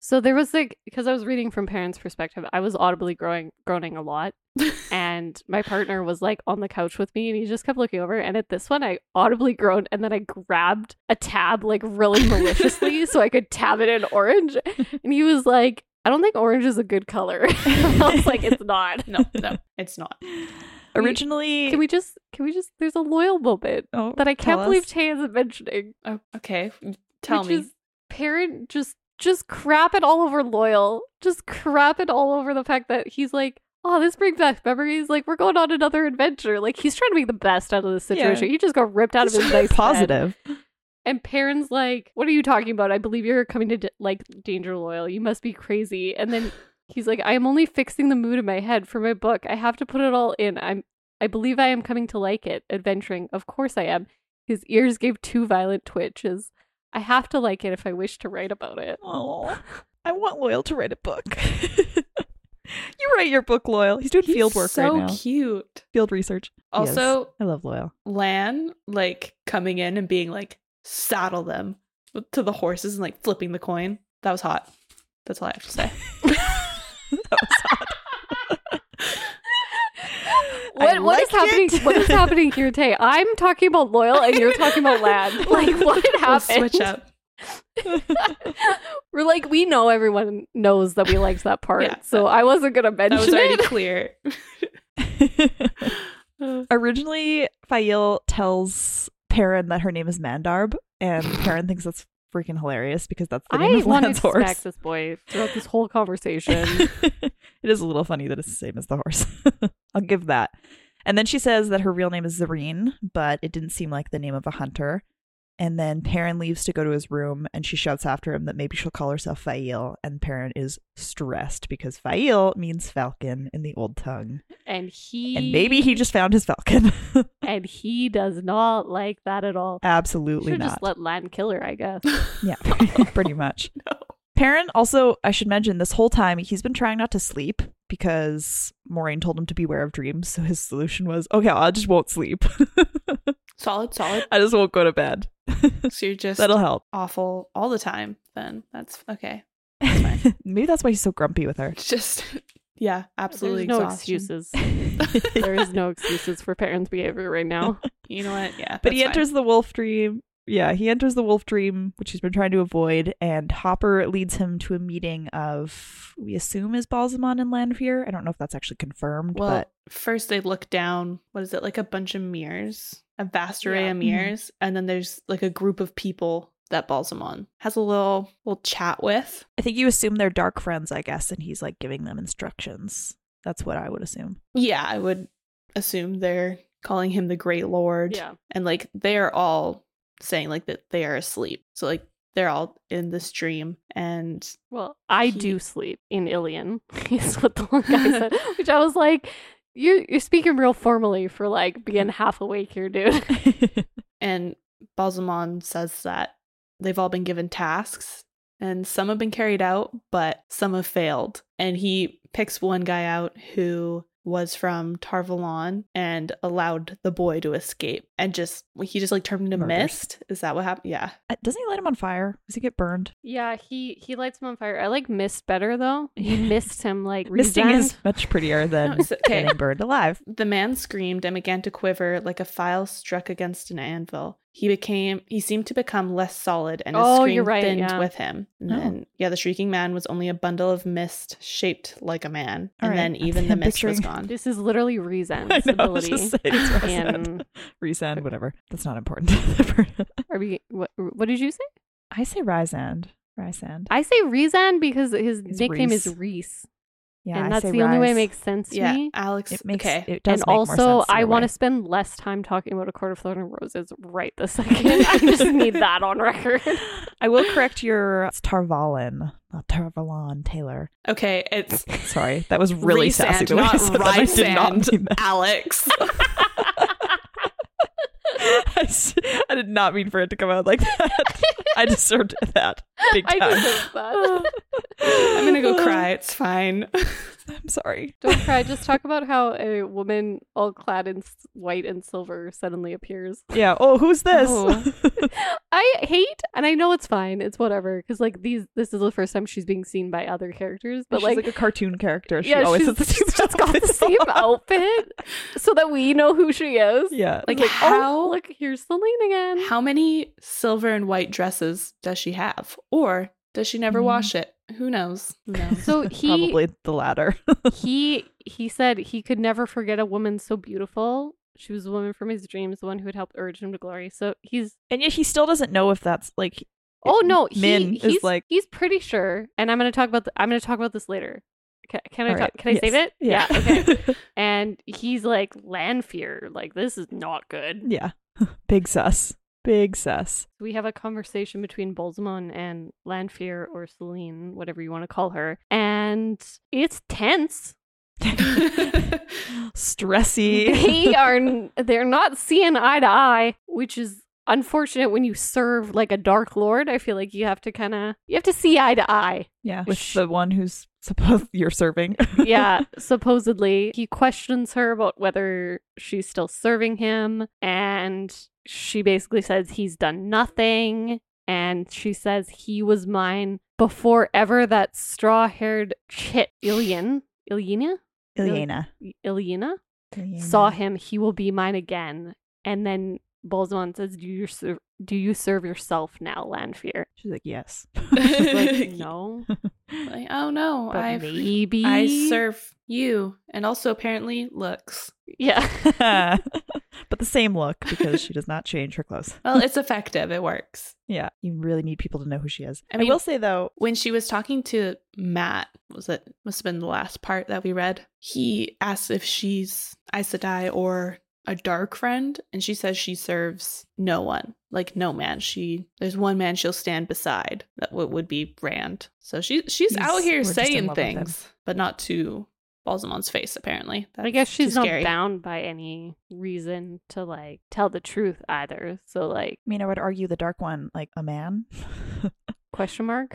C: So there was like because I was reading from parents' perspective, I was audibly growing groaning a lot. And my partner was like on the couch with me and he just kept looking over. And at this one I audibly groaned and then I grabbed a tab like really maliciously so I could tab it in orange. And he was like, I don't think orange is a good color. I was like, it's not.
A: no, no, it's not.
B: Originally,
C: Can we just can we just there's a loyal moment
B: Oh,
C: that I
B: tell
C: can't believe
B: us.
C: Tay is mentioning.
A: Oh, okay, tell
C: which
A: me.
C: Is parent just just crap it all over Loyal. Just crap it all over the fact that he's like, oh, this brings back memories. Like we're going on another adventure. Like he's trying to make the best out of this
B: Yeah.
C: situation. He just got ripped out of his nice bed.
B: positive.
C: And Perrin's like, what are you talking about? I believe you're coming to d- like danger Loyal. You must be crazy. And then he's like, I am only fixing the mood in my head for my book. I have to put it all in. I'm I believe I am coming to like it, adventuring. Of course I am. His ears gave two violent twitches. I have to like it if I wish to write about it.
B: Oh, I want Loyal to write a book. you write your book, Loyal. He's doing
A: He's
B: field work
A: so
B: right now.
A: cute.
B: Field research. Yes.
A: Also,
B: I love Loyal.
A: Lan like coming in and being like saddle them to the horses and like flipping the coin. That was hot. That's all I have to say.
B: That was hot. I
C: What what is
B: like
C: happening?
B: it.
C: What is happening here, Tay? I'm talking about loyal, and you're talking about lad. Like what
A: We'll
C: happened?
A: switch up.
C: We're like, we know everyone knows that we liked that part,
A: Yeah.
C: so I wasn't gonna mention
A: That was already
C: it.
A: clear.
B: Originally, Fail tells Perrin that her name is Mandarb, and Perrin thinks that's freaking hilarious because that's the name
C: I
B: of
C: wanted
B: Lan's
C: to
B: horse.
C: smack this boy throughout this whole conversation.
B: it is a little funny that it's the same as the horse. I'll give that. And then she says that her real name is Zareen, but it didn't seem like the name of a hunter. And then Perrin leaves to go to his room, and she shouts after him that maybe she'll call herself Fail. And Perrin is stressed because Fail means falcon in the old tongue,
C: and he
B: and maybe he just found his falcon.
C: and he does not like that at all.
B: Absolutely
C: Should
B: not.
C: just let Lan kill her, I guess.
B: Yeah, pretty much. Perrin also, I should mention, this whole time he's been trying not to sleep because Maureen told him to beware of dreams. So his solution was, okay, I just won't sleep.
A: Solid, solid.
B: I just won't go to bed.
A: So you're just
B: That'll help.
A: awful all the time. Then that's okay.
B: Maybe that's why he's so grumpy with her.
A: It's Just yeah, absolutely.
C: There's no
A: exhaustion.
C: excuses. there is no excuses for parents' behavior right now.
A: You know what? Yeah,
B: But he
A: that's fine.
B: enters the wolf dream. Yeah, he enters the wolf dream, which he's been trying to avoid, and Hopper leads him to a meeting of we assume is Balsamon and Lanfear. I don't know if that's actually confirmed,
A: Well,
B: but
A: first they look down. What is it? Like a bunch of mirrors, a vast array
C: Yeah.
A: of
B: Mhm.
A: mirrors, and then there's like a group of people that Balsamon has a little little chat with.
B: I think you assume they're dark friends, I guess, and he's like giving them instructions. That's what I would assume.
A: Yeah, I would assume they're calling him the Great Lord,
C: Yeah.
A: and like they're all saying like that they are asleep. So like they're all in this dream, and
C: Well, I
A: He-
C: do sleep in Ilion, is what the one guy said. Which I was like, Uh, you're you're speaking real formally for like being half awake here, dude.
A: and Balsamon says that they've all been given tasks and some have been carried out, but some have failed. And he picks one guy out who was from Tarvalon and allowed the boy to escape and just he just like turned into
B: Murders.
A: mist. Is that what happened? Yeah.
B: Uh, Doesn't he light him on fire? Does he get burned?
C: Yeah, he he lights him on fire. I like Mist better though. He missed him like
B: Misting is
C: reasoned.
B: much prettier than
A: No, it's- okay.
B: getting burned alive.
A: The man screamed and began to quiver like a file struck against an anvil. He became he seemed to become less solid and his
C: Oh,
A: scream
C: you're right,
A: thinned
C: yeah.
A: with him. And
B: Oh.
A: then yeah, the shrieking man was only a bundle of mist shaped like a man.
B: All
A: and
B: right.
A: then even the
B: I'm
A: mist was
B: picturing-
A: gone.
C: This is literally reasoned
B: I know, I was
C: ability.
B: just saying it's
C: and
B: reasoned. Resend, whatever. That's not important.
C: are we what what did you say?
B: I say Rysand. Rysand.
C: I say Reason because his
B: It's
C: nickname
B: Reese.
C: is Reese.
B: Yeah, I
C: and that's
B: say
C: the only way it
B: Rhys.
C: makes sense to
A: Yeah,
C: me.
A: Alex.
B: It makes
A: okay.
B: it does
C: And
B: make more
C: also,
B: sense in
C: I
B: a
C: want
B: way.
C: to spend less time talking about a court of thorn and roses right this second. I just need that on record.
B: I will correct your it's Tarvalin, not Tarvalon Taylor.
A: okay, it's
B: Sorry, that was really sassy.
A: Resand,
B: The way I
A: not
B: said that, I did not
A: Rysand.
B: mean that.
A: Alex.
B: I, s- I did not mean for it to come out like that. I deserved that big
C: I
B: time.
C: deserve that.
A: I'm gonna go cry. It's fine.
B: I'm sorry.
C: Don't cry. Just talk about how a woman all clad in s- white and silver suddenly appears.
B: Yeah. Oh, who's this?
A: Oh.
C: I hate, and I know it's fine. It's whatever. Because like these, this is the first time she's being seen by other characters. But
B: She's
C: like,
B: like, a cartoon character. She
C: yeah,
B: always
C: she's,
B: has the same
C: she's just got the
B: outfit
C: same
B: on.
C: outfit, so that we know who she is.
B: Yeah.
C: Like,
A: Like,
C: how?
A: how-
C: look, here's Celine again.
A: How many silver and white dresses does she have, or does she never
B: Mm.
A: wash it? Who knows? Who knows?
C: Hmm. So he
B: Probably the latter.
C: he he said he could never forget a woman so beautiful. She was a woman from his dreams, the one who had helped urge him to glory. So he's
B: And yet he still doesn't know if that's like
C: oh no, he,
B: Min is
C: he's
B: like-
C: he's pretty sure. And I'm gonna talk about th- I'm gonna talk about this later. Can, can I
B: all
C: talk,
B: right,
C: can I
B: yes.
C: save it?
B: Yeah.
C: Okay. and he's like Lanfear, like this is not good.
B: yeah. Big sus. Big sus.
C: We have a conversation between Bolzamon and Lanfear or Celine, whatever you want to call her, and it's tense.
B: Stressy.
C: they are n- they're not seeing eye to eye which is unfortunate when you serve like a dark lord i feel like you have to kind of you have to see eye to eye
B: yeah. With
C: Sh-
B: the one who's supposed you're serving.
C: yeah supposedly he questions her about whether she's still serving him and she basically says he's done nothing and she says he was mine before ever that straw-haired chit Ilian Ilina
B: Ileana.
C: Ilina saw him, he will be mine again. And then Bolzwan says, "Do you serve, do you serve yourself now, Lanfear?"
B: She's like, yes.
C: She's like, "No,
A: Like, oh no,
C: but
A: I
C: maybe
A: I
B: E
A: serve you, and also apparently looks.
C: Yeah,
B: but the same look because she does not change her clothes.
A: Well, it's effective. It works.
B: Yeah. You really need people to know who she is.
A: I
B: I,
A: mean-
B: will say though,
A: when she was talking to Matt, was it must have been the last part that we read? He asks if she's Aes Sedai or a dark friend, and she says she serves no one, like no man. She there's one man she'll stand beside that w- would be Rand. So she she's
B: He's-
A: out
B: we're
A: here
B: just in
A: saying
B: love with him.
A: things, but not to Balzamon's face apparently.
C: I
A: That's
C: guess she's
A: too
C: not
A: scary.
C: bound by any reason to like tell the truth either. So like,
B: I mean, I would argue the dark one, like a man.
C: question mark?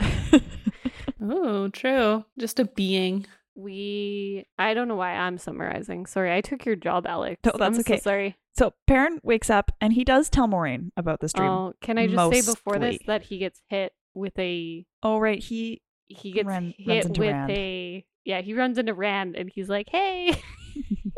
A: Oh, true. Just a being.
C: We, I don't know why I'm summarizing. Sorry, I took your job, Alex.
B: No, that's
C: I'm
B: okay.
C: So sorry.
B: so Perrin wakes up and he does tell Moraine about this dream.
C: Oh, can I just say before this
B: Mostly.
C: that he gets hit with a
B: oh right, he
C: he gets
B: Ren- runs
C: hit
B: into
C: with
B: Rand.
C: a yeah he runs into rand and he's like hey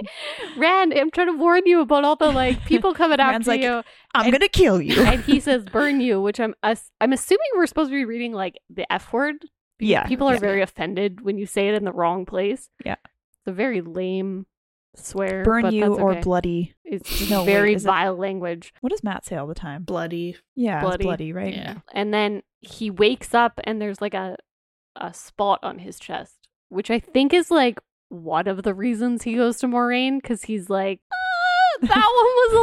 C: rand i'm trying to warn you about all the like people coming
B: Rand's
C: after
B: like,
C: you
B: I'm
C: And-
B: gonna kill you.
C: and he says burn you which i'm us- i'm assuming we're supposed to be reading like the f word
B: yeah.
C: people are
B: yeah.
C: very offended when you say it in the wrong place
B: Yeah.
C: it's a very lame swear
B: burn
C: but
B: you
C: that's
B: or
C: okay.
B: bloody.
C: it's just
B: No, wait,
C: very
B: is it-
C: vile language
B: What does Matt say all the time?
A: Bloody.
B: Yeah, bloody, bloody
C: Bloody.
B: right?
A: Yeah.
C: and then he wakes up and there's like a a spot on his chest which i think is like one of the reasons he goes to moraine because he's like "Uh, that one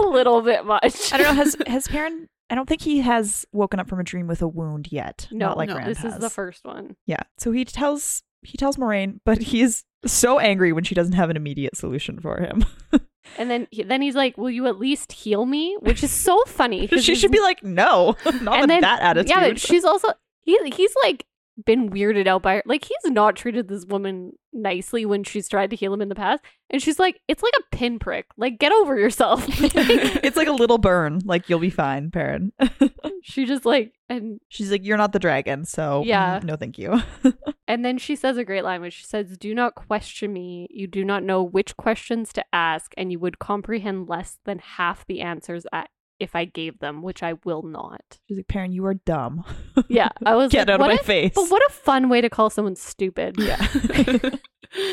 C: was a little bit much
B: I don't know. Has has Perrin? I don't think he has woken up from a dream with a wound yet.
C: no
B: not like
C: no
B: Rand
C: this is the
B: has.
C: first one
B: Yeah. So he tells he tells Moraine, but he is so angry when she doesn't have an immediate solution for him.
C: And then he, then he's like, "Will you at least heal me?" Which is so funny. 'cause
B: she
C: he's-
B: should be like, no, not with
C: then-
B: that attitude.
C: Yeah, but she's also he he's like been weirded out by her. Like he's not treated this woman nicely when she's tried to heal him in the past, and she's like, "It's like a pinprick. Like get over yourself." Like,
B: it's like a little burn. Like you'll be fine, Perrin.
C: she just like and
B: She's like, you're not the dragon, so
C: Yeah.
B: mm, no, thank you.
C: and then she says a great line which she says, "Do not question me. You do not know which questions to ask, and you would comprehend less than half the answers I, if I gave them, which I will not."
B: She's like, Perrin, you are dumb.
C: Yeah, I was
B: Get
C: like,
B: out of
C: what
B: my
C: a-
B: face.
C: But what a fun way to call someone stupid.
B: Yeah.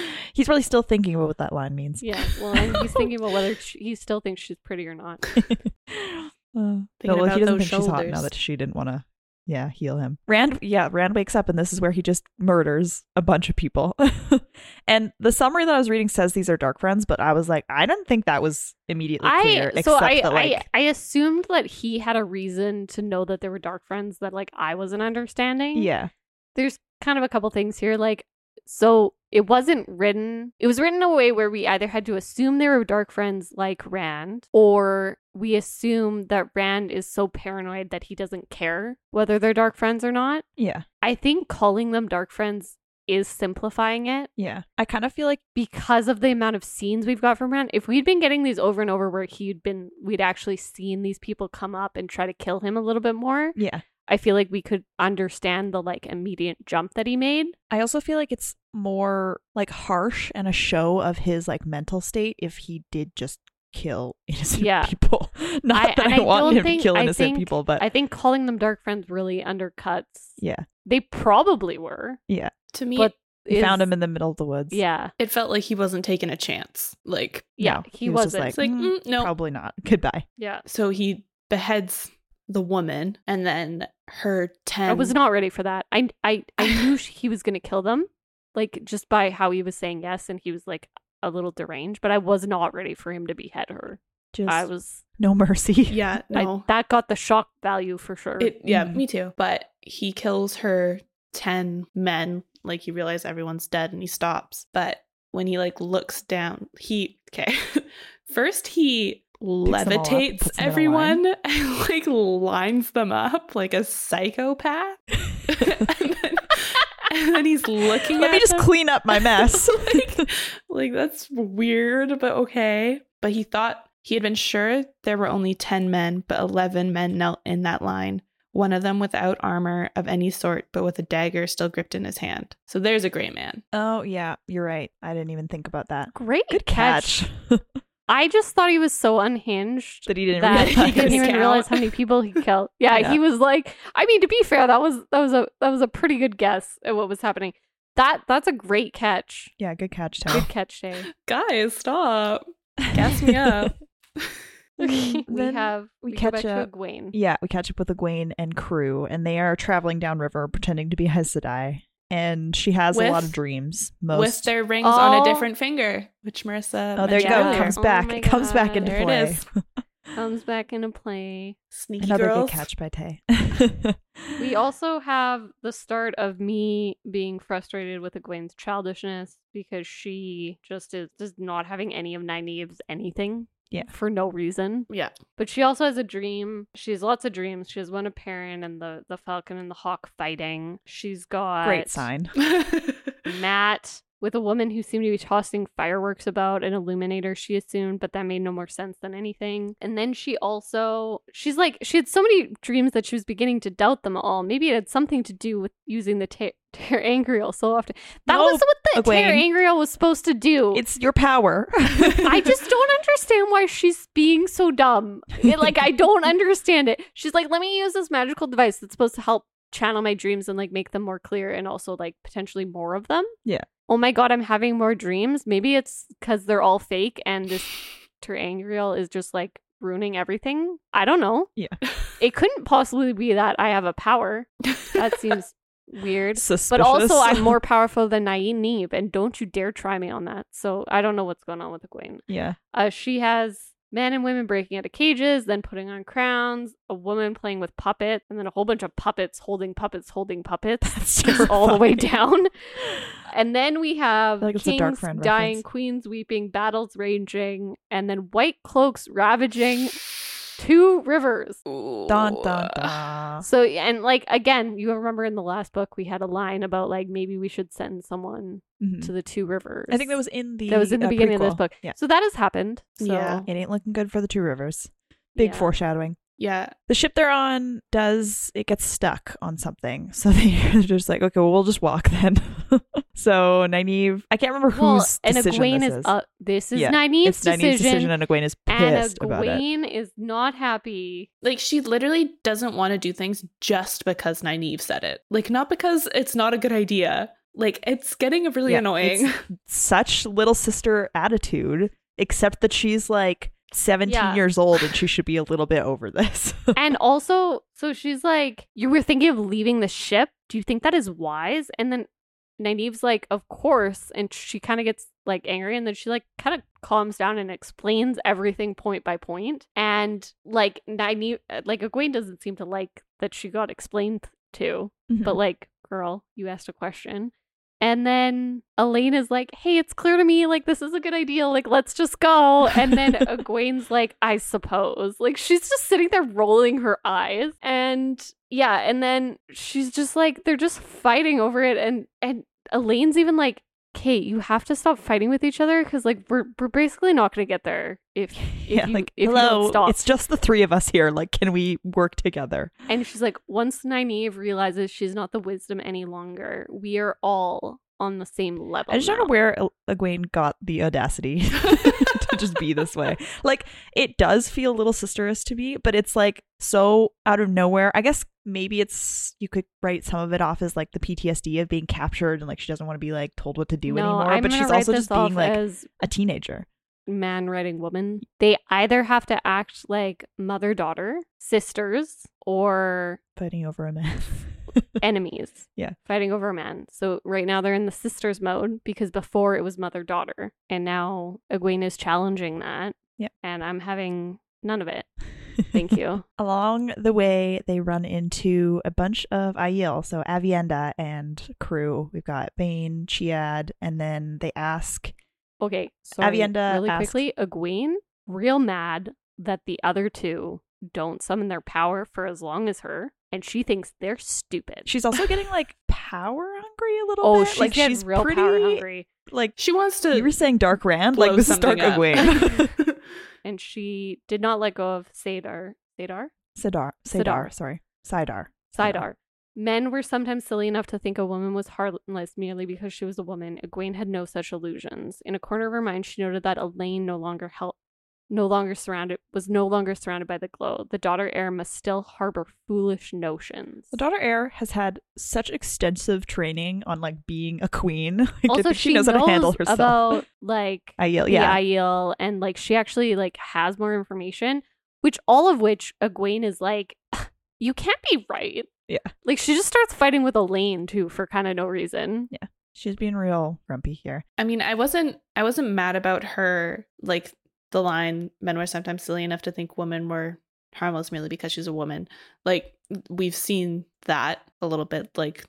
B: He's probably still thinking about what that line means.
C: Yeah, well, and he's thinking about whether sh he still thinks she's pretty or not.
B: Uh,
A: Thinking
B: well,
A: about
B: he doesn't
A: those
B: think she's hot now
A: shoulders.
B: that she didn't want to, yeah, heal him. Rand, yeah, Rand wakes up and this is where he just murders a bunch of people. and the summary that I was reading says these are dark friends, but I was like, I didn't think that was immediately clear.
C: I
B: except
C: so I,
B: that like,
C: I I assumed that he had a reason to know that there were dark friends that like I wasn't understanding.
B: yeah,
C: there's kind of a couple things here like so it wasn't written it was written in a way where we either had to assume there were dark friends like rand or we assume that rand is so paranoid that he doesn't care whether they're dark friends or not
B: yeah,
C: i think calling them dark friends is simplifying it
B: yeah. I kind of feel like
C: because of the amount of scenes we've got from Rand, if we'd been getting these over and over where he'd been we'd actually seen these people come up and try to kill him a little bit more,
B: yeah.
C: I feel like we could understand the like immediate jump that he made.
B: I also feel like it's more like harsh and a show of his like mental state if he did just kill innocent
C: Yeah.
B: people. Not
C: I-
B: that
C: and
B: I,
C: I don't
B: want him to
C: think-
B: kill
C: I
B: innocent
C: think-
B: people, but
C: I think calling them dark friends really undercuts.
B: yeah,
C: They probably were.
A: To me,
C: But-
B: he
C: Is-
B: found him in the middle of the woods.
C: Yeah.
A: it felt like he wasn't taking a chance. Like,
C: Yeah.
B: No,
C: he,
B: he was just
C: wasn't.
A: it's like,
B: Mm,
A: mm, no.
B: Probably not. Goodbye.
C: yeah.
A: So he beheads the woman and then her 10.
C: I was not ready for that. I I, I knew sh- he was going to kill them, like just by how he was saying yes, and he was like a little deranged. But I was not ready for him to behead her.
B: Just
C: I was.
B: no mercy.
A: Yeah,
C: I-
A: no.
C: that got the shock value for sure.
A: It, yeah,
B: Mhm.
A: me too. But he kills her 10 men. Like he realized everyone's dead and he stops. But when he like looks down, he okay. First he
B: up and
A: levitates
B: puts them in a
A: everyone
B: line.
A: and like lines them up like a psychopath. and, then, and then he's looking
B: Let
A: at
B: me just
A: them.
B: clean up my mess.
A: like, like, that's weird, but okay. But he thought he had been sure there were only 10 men, but 11 men knelt in that line, one of them without armor of any sort, but with a dagger still gripped in his hand. So there's a great man.
B: oh yeah, you're right. I didn't even think about that.
C: Great
B: Good catch.
C: I just thought he was so unhinged
B: that he didn't
C: that
B: realize.
C: he didn't even
A: count.
C: realize how many people he killed. Yeah,
B: Yeah.
C: he was like, I mean, to be fair, that was that was a that was a pretty good guess at what was happening. That that's a great catch.
B: yeah, good catch, Tao.
C: Good catch, Shay.
A: Guys, stop. Gas me up.
C: we
B: Then
C: have
B: we
C: we, catch
B: catch
C: back to
B: up.
C: Egwene.
B: Yeah, we catch up with Egwene and crew, and they are traveling downriver pretending to be Aes Sedai. And she has a lot
A: With-
B: of dreams. Most
A: With their rings on
C: All-
A: a different finger, which Marissa.
B: oh, there you
A: mentioned
B: go. It
A: earlier.
B: comes
C: Oh
B: back.
C: my
B: it comes back
C: God.
B: into
A: There it
B: play.
A: is.
C: Comes back into play.
A: Sneaky
B: Another
A: girls.
B: good catch by Tay.
C: We also have the start of me being frustrated with Egwene's childishness because she just is just not having any of Nynaeve's anything.
B: Yeah.
C: For no reason.
A: Yeah.
C: But she also has a dream. She has lots of dreams. She has one of Perrin and the, the Falcon and the Hawk fighting. She's got
B: great sign.
C: Matt with a woman who seemed to be tossing fireworks about an illuminator, she assumed, but that made no more sense than anything. And then she also she's like she had so many dreams that she was beginning to doubt them all. Maybe it had something to do with using the ter- terangrial so often. That
B: No,
C: was what the
B: Egwene.
C: terangrial was supposed to do.
B: It's your power.
C: I just don't understand why she's being so dumb. It- like I don't understand it. She's like, let me use this magical device that's supposed to help channel my dreams and like make them more clear and also like potentially more of them.
B: Yeah.
C: Oh my god, I'm having more dreams. Maybe it's because they're all fake and this terangrial is just like ruining everything. I don't know.
B: Yeah.
C: It couldn't possibly be that I have a power. That seems weird.
B: Suspicious.
C: But also, I'm more powerful than Nynaeve, and don't you dare try me on that. So I don't know what's going on with Egwene.
B: yeah.
C: Uh, she has men and women breaking out of cages, then putting on crowns, a woman playing with puppets, and then a whole bunch of puppets holding puppets holding puppets
B: That's
C: just all the way
B: terrifying.
C: down. And then we have
B: feel like it's a
C: kings
B: Dark Friend
C: dying,
B: reference.
C: queens weeping, battles raging, and then white cloaks ravaging two rivers.
B: Dun dun dun.
C: So, and like again, you remember in the last book we had a line about like maybe we should send someone
B: Mhm.
C: to the two rivers.
B: I think that was in the
C: that was in the
B: uh,
C: beginning of this
B: prequel.
C: book.
B: Yeah,
C: So that has happened. So,
A: Yeah.
B: it ain't looking good for the Two Rivers. Big
C: yeah.
B: foreshadowing.
A: Yeah.
B: The ship they're on does it gets stuck on something, so they- they're just like, okay, well, we'll just walk then. so Nynaeve, I can't remember
C: Well,
B: whose
C: and
B: decision
C: Egwene
B: this
C: is up. This is
B: Yeah,
C: Nynaeve's,
B: It's Nynaeve's
C: decision,
B: decision, and Egwene is
C: and
B: pissed about it.
C: Egwene is not happy.
A: Like she literally doesn't want to do things just because Nynaeve said it. Like not because it's not a good idea. Like it's getting really
B: Yeah,
A: annoying.
B: Such little sister attitude, except that she's like 17
C: Yeah.
B: years old and she should be a little bit over this.
C: and also, so she's like, "You were thinking of leaving the ship. Do you think that is wise?" And then Nynaeve's like, "Of course." And she kind of gets like angry, and then she like kind of calms down and explains everything point by point. And like Nynaeve, like Egwene doesn't seem to like that she got explained to.
B: Mm-hmm.
C: but like girl you asked a question and then Elaine is like, hey, it's clear to me, like, this is a good idea. Like, let's just go. And then Egwene's like, I suppose. Like, she's just sitting there rolling her eyes. And yeah, and then she's just like, they're just fighting over it. And and Elaine's even like, Kate, you have to stop fighting with each other because, like, we're, we're basically not going to get there if, if
B: yeah,
C: you,
B: like
C: if you
B: hello,
C: don't stop.
B: it's just the three of us here. Like, can we work together?
C: And she's like, once Nynaeve realizes she's not the wisdom any longer, we are all on the same level.
B: I just don't
C: now."
B: know where El- Egwene got the audacity to just be this way. Like, it does feel little sisterist to me, but it's like so out of nowhere. I guess maybe it's you could write some of it off as like the PTSD of being captured and like she doesn't want to be like told what to do
C: No,
B: anymore.
C: I'm
B: but
C: gonna
B: she's
C: write
B: also
C: this
B: just being
C: off
B: like
C: as
B: a teenager.
C: man writing woman. They either have to act like mother daughter, sisters, or
B: fighting over a man.
C: enemies.
B: Yeah.
C: Fighting over a man. So right now they're in the sisters mode because before it was mother daughter. And now Egwene is challenging that.
B: Yeah.
C: And I'm having none of it. Thank you.
B: Along the way, they run into a bunch of Aiel, so Avienda and crew. We've got Bane, Chiad, and then they ask,
C: Okay, sorry.
B: Avienda
C: really
B: asked-
C: quickly, Egwene, real mad that the other two don't summon their power for as long as her, and she thinks they're stupid.
B: she's also getting like power hungry a little
C: oh,
B: bit.
C: she's
B: like
C: getting
B: she's
C: real
B: pretty,
C: power hungry,
B: Like
A: She wants to
B: you were saying, Dark Rand. Like
A: blow
B: this is Dark
A: something up.
B: Egwene.
C: and she did not let go of Sadar. Sadar.
B: Sidar, Sidar,
C: Sidar.
B: sorry, Sidar,
C: Sidar. Men were sometimes silly enough to think a woman was harmless merely because she was a woman. Egwene had no such illusions. In a corner of her mind, she noted that Elaine no longer held, no longer surrounded, was no longer surrounded by the glow. The daughter heir must still harbor foolish notions.
B: The daughter heir has had such extensive training on like being a queen. Like, I
C: also,
B: think she, knows, how to handle herself.
C: about like
B: Aiel,
C: the
B: yeah,
C: Aiel, and like she actually like has more information, which all of which Egwene is like, you can't be right.
B: Yeah.
C: like she just starts fighting with Elaine too for kind of no reason.
B: she's being real grumpy here.
A: I mean, I wasn't I wasn't mad about her like the line men were sometimes silly enough to think women were harmless merely because she's a woman. Like we've seen that a little bit like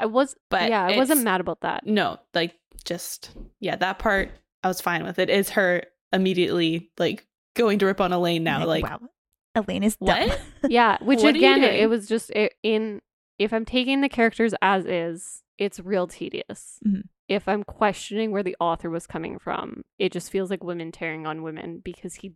C: I was,
A: But
C: yeah, I wasn't
A: it's-
C: mad about that.
A: no, like just yeah, that part I was fine with. It is her immediately like going to rip on Elaine now like
B: wow, Elaine is dumb.
A: What?
C: Yeah, which
A: What are you
C: again, it,
A: doing?
C: it was just it, in. If I'm taking the characters as is, it's real tedious.
A: Mm-hmm.
B: Mhm.
C: If I'm questioning where the author was coming from, it just feels like women tearing on women because he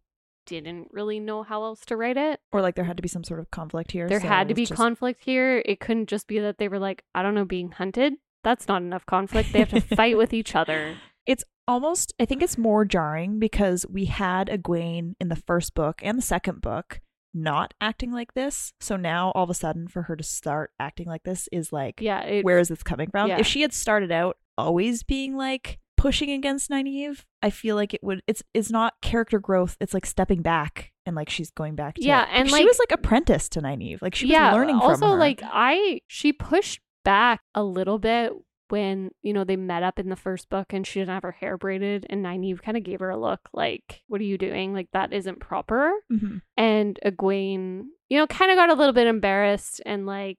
C: didn't really know how else to write it.
B: or like there had to be some sort of conflict here.
C: There
B: so
C: had
B: it
C: to
B: was
C: be
B: just-
C: conflict here. It couldn't just be that they were like, I don't know, being hunted. That's not enough conflict. They have to fight with each other.
B: It's almost. I think it's more jarring because we had Egwene in the first book and the second book not acting like this. So now all of a sudden, for her to start acting like this is like,
C: Yeah, it,
B: where is this coming from?
C: yeah.
B: If she had started out always being like pushing against Nynaeve, I feel like it would. It's it's not character growth. It's like stepping back and like she's going back. To,
C: Yeah, and,
B: she
C: like-
B: was like apprentice to Nynaeve. Like she was learning from
C: also
B: her.
C: like i she pushed back a little bit when, you know, they met up in the first book and she didn't have her hair braided and Nynaeve kind of gave her a look like, what are you doing? Like, that isn't proper.
B: Mhm.
C: And Egwene, you know, kind of got a little bit embarrassed and like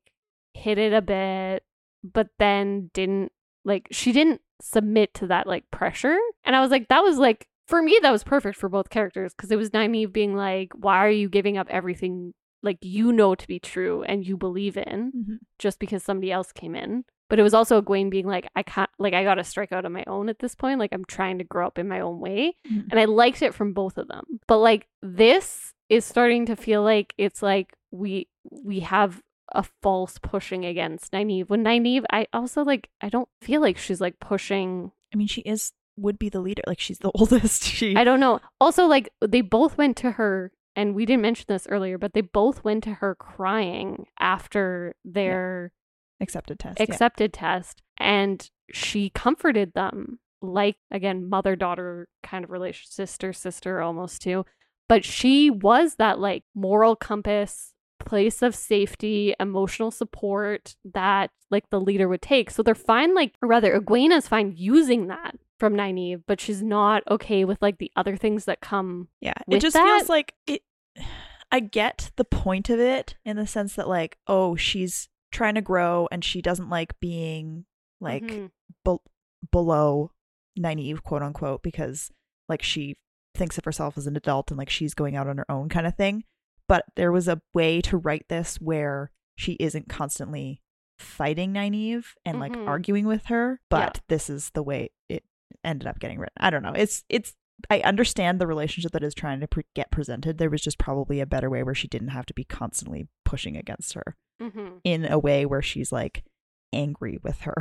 C: hid it a bit, but then didn't like, she didn't submit to that like pressure. And I was like, that was like, for me, that was perfect for both characters because it was Nynaeve being like, why are you giving up everything like you know to be true and you believe in?
B: Mhm.
C: just because somebody else came in. But it was also Egwene being like, I can't, like, I got to strike out on my own at this point. Like, I'm trying to grow up in my own way.
B: Mhm.
C: And I liked it from both of them. But like, this is starting to feel like it's like we we have a false pushing against Nynaeve. When Nynaeve, I also like, I don't feel like she's like pushing.
B: I mean, she is would be the leader. Like she's the oldest. She
C: I don't know. Also, like, they both went to her. And we didn't mention this earlier, but they both went to her crying after their
B: accepted test. yeah.
C: accepted test and she comforted them like again mother daughter kind of relation sister sister almost too but she was that like moral compass place of safety emotional support that like the leader would take so they're fine like or rather Egwene is fine using that from Nynaeve but she's not okay with like the other things that come
B: Yeah, it
C: with
B: just
C: that.
B: feels like it. I get the point of it in the sense that, like, oh, she's trying to grow and she doesn't like being like
C: Mhm.
B: bel below naive, quote unquote, because like she thinks of herself as an adult and like she's going out on her own kind of thing. But there was a way to write this where she isn't constantly fighting naive and
C: Mhm.
B: like arguing with her. But this is the way it ended up getting written. I don't know. It's it's I understand the relationship that is trying to pre- get presented. There was just probably a better way where she didn't have to be constantly pushing against her
C: Mhm.
B: in a way where she's like angry with her.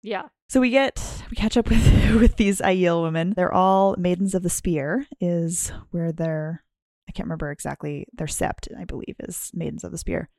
C: yeah
B: So we get we catch up with with these Aiel women. They're all maidens of the spear is where their I can't remember exactly their sept I believe is maidens of the spear.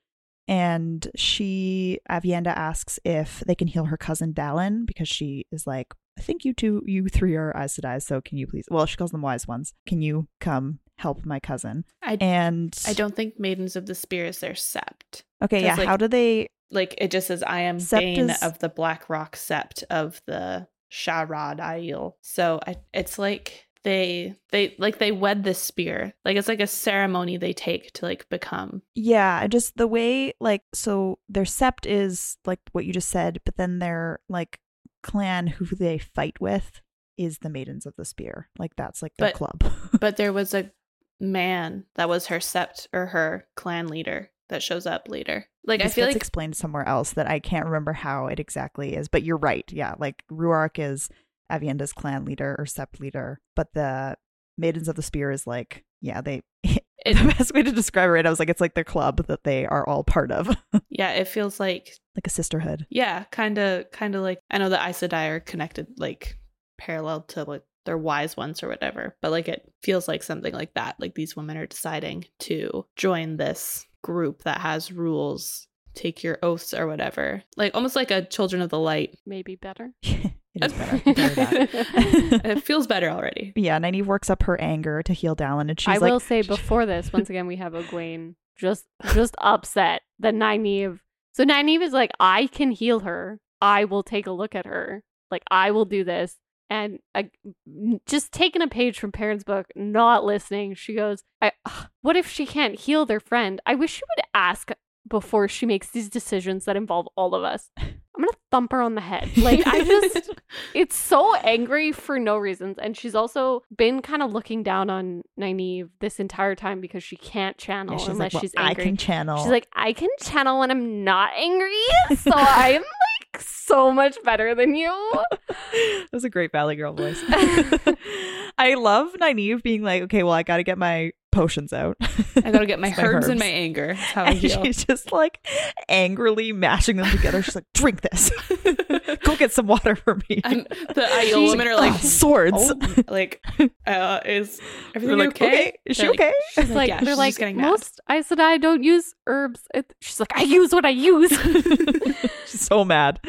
B: And she Avienda asks if they can heal her cousin Dallin because she is like I think you two you three are eyes to Aes, so can you please well she calls them wise ones. Can you come help my cousin?
A: I,
B: And
A: I don't think Maidens of the Spear is their sept.
B: Okay, yeah.
A: Because, like,
B: how do they
A: Like it just says, I am
B: Sept
A: Bane
B: is-
A: of the Black Rock Sept of the Sharad Aiel. So I, it's like they they like they wed the spear. Like it's like a ceremony they take to like become.
B: Yeah, I just the way like so their sept is like what you just said, but then their like clan who they fight with is the maidens of the spear. Like that's like their
A: But-
B: club.
A: But there was a man that was her sept or her clan leader that shows up later. Like I
B: This
A: feel
B: gets
A: like
B: explained somewhere else that I can't remember how it exactly is, but you're right. Yeah, like Ruark is Avienda's clan leader or sept leader, but the maidens of the spear is like yeah, they the
A: it,
B: best way to describe it, right? I was like it's like their club that they are all part of,
A: yeah, it feels like
B: like a sisterhood.
A: Yeah, kind of, kind of like I know the Aes Sedai are connected, like parallel to like their wise ones or whatever, but like it feels like something like that. Like these women are deciding to join this group that has rules, take your oaths or whatever, like almost like a Children of the Light.
C: maybe better
B: it is better. compared to that.
A: it feels better already.
B: Yeah, Nynaeve works up her anger to heal Dallin, and she's
C: I
B: like,
C: will say before this, once again, we have Egwene just just upset that Nynaeve. So Nynaeve is like, I can heal her. I will take a look at her. Like I will do this. And uh, just taking a page from Parents' book, not listening. She goes, I, ugh, "What if she can't heal their friend? I wish she would ask before she makes these decisions that involve all of us." I'm gonna thump her on the head. Like I just it's so angry for no reasons. And she's also been kind of looking down on Nynaeve this entire time because she can't channel
B: yeah, she's like,
C: unless
B: well,
C: she's
B: I
C: angry.
B: can channel.
C: she's like, I can channel when I'm not angry. So I'm like so much better than you.
B: that was a great Valley Girl voice. I love Nynaeve being like, okay, well, I got to get my potions out.
A: I gotta get my
B: It's
A: herbs, and my anger. That's how I
B: And
A: heal.
B: she's just like angrily mashing them together. She's like, drink this. Go get some water for me.
A: And the
B: She's
A: Aiel women are like
B: "Ugh, swords.
A: "Oh," like, uh, is
B: They're
A: everything
B: like,
A: okay?
B: Is she
A: They're like,
B: okay?
A: She's
C: It's like
A: yeah,
C: they're
A: she's
C: like
A: just getting mad.
C: most Aes Sedai don't use herbs. It- she's like, I use what I use.
B: She's so mad.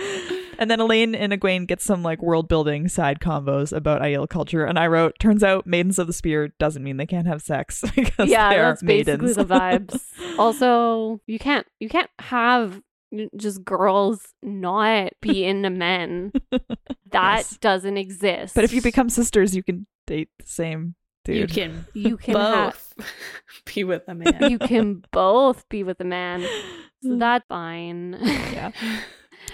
B: And then Elaine and Egwene get some like world building side combos about Aiel culture. And I wrote, turns out Maidens of the Spear doesn't mean they can't have sex because
C: yeah,
B: they're
C: that's basically
B: maidens.
C: the vibes. also, you can't you can't have n- just girls not be into men. That
B: Yes.
C: doesn't exist.
B: But if you become sisters, you can date the same
A: You
B: dude.
A: can
C: you can have-
A: both be with a man.
C: you can both be with a man. So that's fine.
B: Mm. Yeah.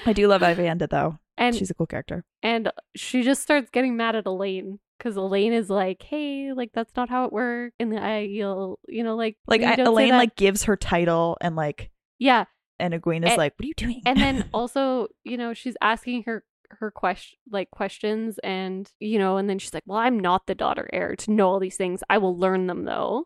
B: I do love Ivianda though.
C: and
B: She's a cool character.
C: and she just starts getting mad at Elaine because Elaine is like, "Hey, like that's not how it works." And I, you'll, you know, like
B: Like
C: you
B: I,
C: don't say
B: Elaine
C: that.
B: like gives her title and like
C: yeah.
B: and Egwena's
C: And-
B: like, What are you doing?
C: And then also, you know, she's asking her her question like questions, and you know, and then she's like, "Well, I'm not the daughter heir to know all these things. I will learn them though."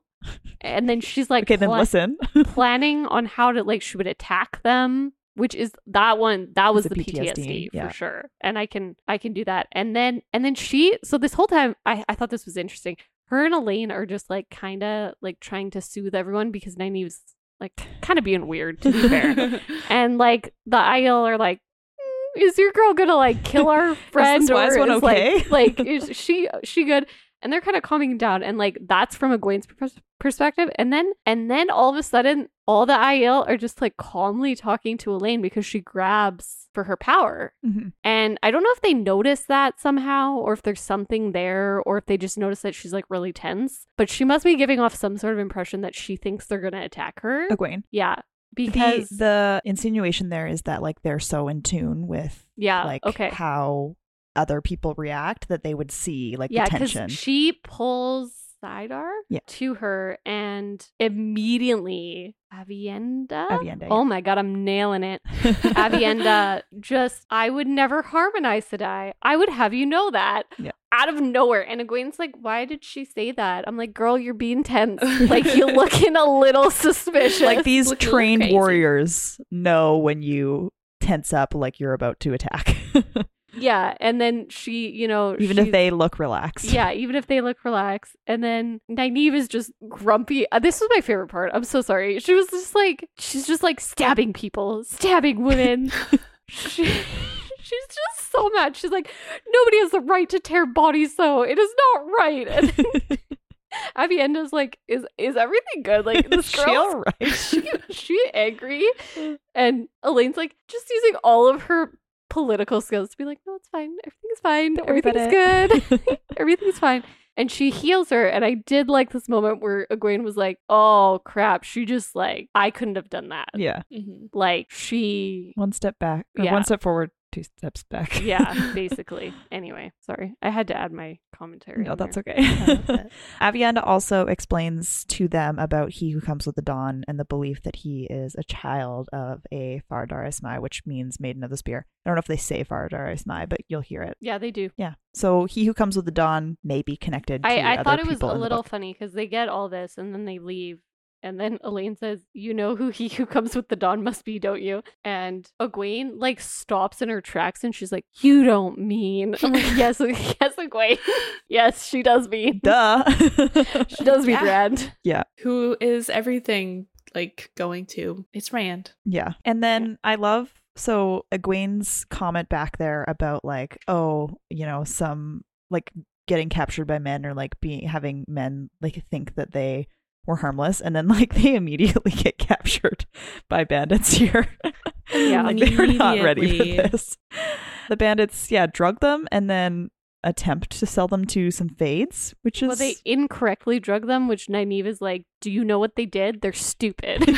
C: And then she's like,
B: Okay, then
C: "Pla-
B: listen.
C: planning on how to like she would attack them which is that one that was
B: It's
C: the
B: a
C: ptsd,
B: PTSD, yeah.
C: for sure and i can i can do that and then and then she so this whole time i i thought this was interesting her and elaine are just like kind of like trying to soothe everyone because nynaeve's like kind of being weird to be fair and like the IL are like "Mm, is your girl gonna like kill our friend
B: this wise one
C: is,
B: okay?
C: like like is she she good and they're kind of calming down and like that's from a Gwen's pers- perspective and then and then all of a sudden all the IL are just like calmly talking to Elaine because she grabs for her power
B: Mhm.
C: and I don't know if they notice that somehow, or if there's something there, or if they just notice that she's like really tense. But she must be giving off some sort of impression that she thinks they're gonna attack her.
B: Egwene.
C: Yeah,
B: The,
C: because
B: the insinuation there is that like they're so in tune with
C: yeah,
B: like
C: Uh, okay,
B: how other people react that they would see like
C: yeah,
B: the tension.
C: she pulls Sidar
B: Yeah.
C: to her, and immediately Avienda.
B: Avienda,
C: Oh my god, I'm nailing it. Avienda, just I would never harmonize Sedai. I would have you know that.
B: Yeah.
C: Out of nowhere. And Egwene's like, why did she say that? I'm like, girl, you're being tense. like you're looking a little suspicious.
B: like these
A: Look a little
B: trained
A: crazy.
B: warriors know when you tense up like you're about to attack
C: yeah. And then she, you know,
B: even
C: she-
B: if they look relaxed
C: Yeah, even if they look relaxed. And then Nynaeve is just grumpy. Uh, this was my favorite part. I'm so sorry. She was just like, she's just like stabbing people, stabbing women. she, she's just so mad. She's like, nobody has the right to tear bodies, so it is not right. And then Avienda's like, is is everything good? Like
B: is
C: this
B: she
C: girl.
B: all right
C: She, she angry and Elaine's like just using all of her political skills to be like no it's fine everything's fine
B: Don't worry about
C: everything's
B: it.
C: good everything's fine. And she heals her. And I did like this moment where Egwene was like, oh crap. She just like, I couldn't have done that.
B: yeah
A: Mhm.
C: Like, she.
B: one step back or
C: Yeah.
B: one step forward two steps back
C: Yeah, basically. anyway, sorry. I had to add my commentary.
B: no
C: in
B: that's
C: there.
B: okay
A: I love it.
B: avienda also explains to them about he who comes with the dawn and the belief that he is a child of a fardar ismai which means maiden of the spear i don't know if they say fardar ismai but you'll hear it
C: Yeah, they do.
B: yeah so he who comes with the dawn may be connected to
C: I, I
B: other
C: thought it was
B: people
C: a
B: in the
C: little
B: book.
C: funny because they get all this and then they leave. And then Elaine says, You know who he who comes with the dawn must be, don't you? And Egwene like stops in her tracks and she's like, You don't mean. I'm like, Yes, yes, Egwene. Yes, she does mean.
B: duh
C: She does be
A: Yeah.
C: grand.
A: Who is everything like going to? It's Rand.
B: Yeah. And then I love so Egwene's comment back there about like, oh, you know, some like getting captured by men or like being having men like think that they were harmless and then like they immediately get captured by bandits here.
C: Yeah.
B: like they were not ready for
A: Immediately.
B: this. The bandits, yeah, drug them and then attempt to sell them to some fades, which is
C: Well, they incorrectly drug them, which Nynaeve is like, Do you know what they did? They're stupid.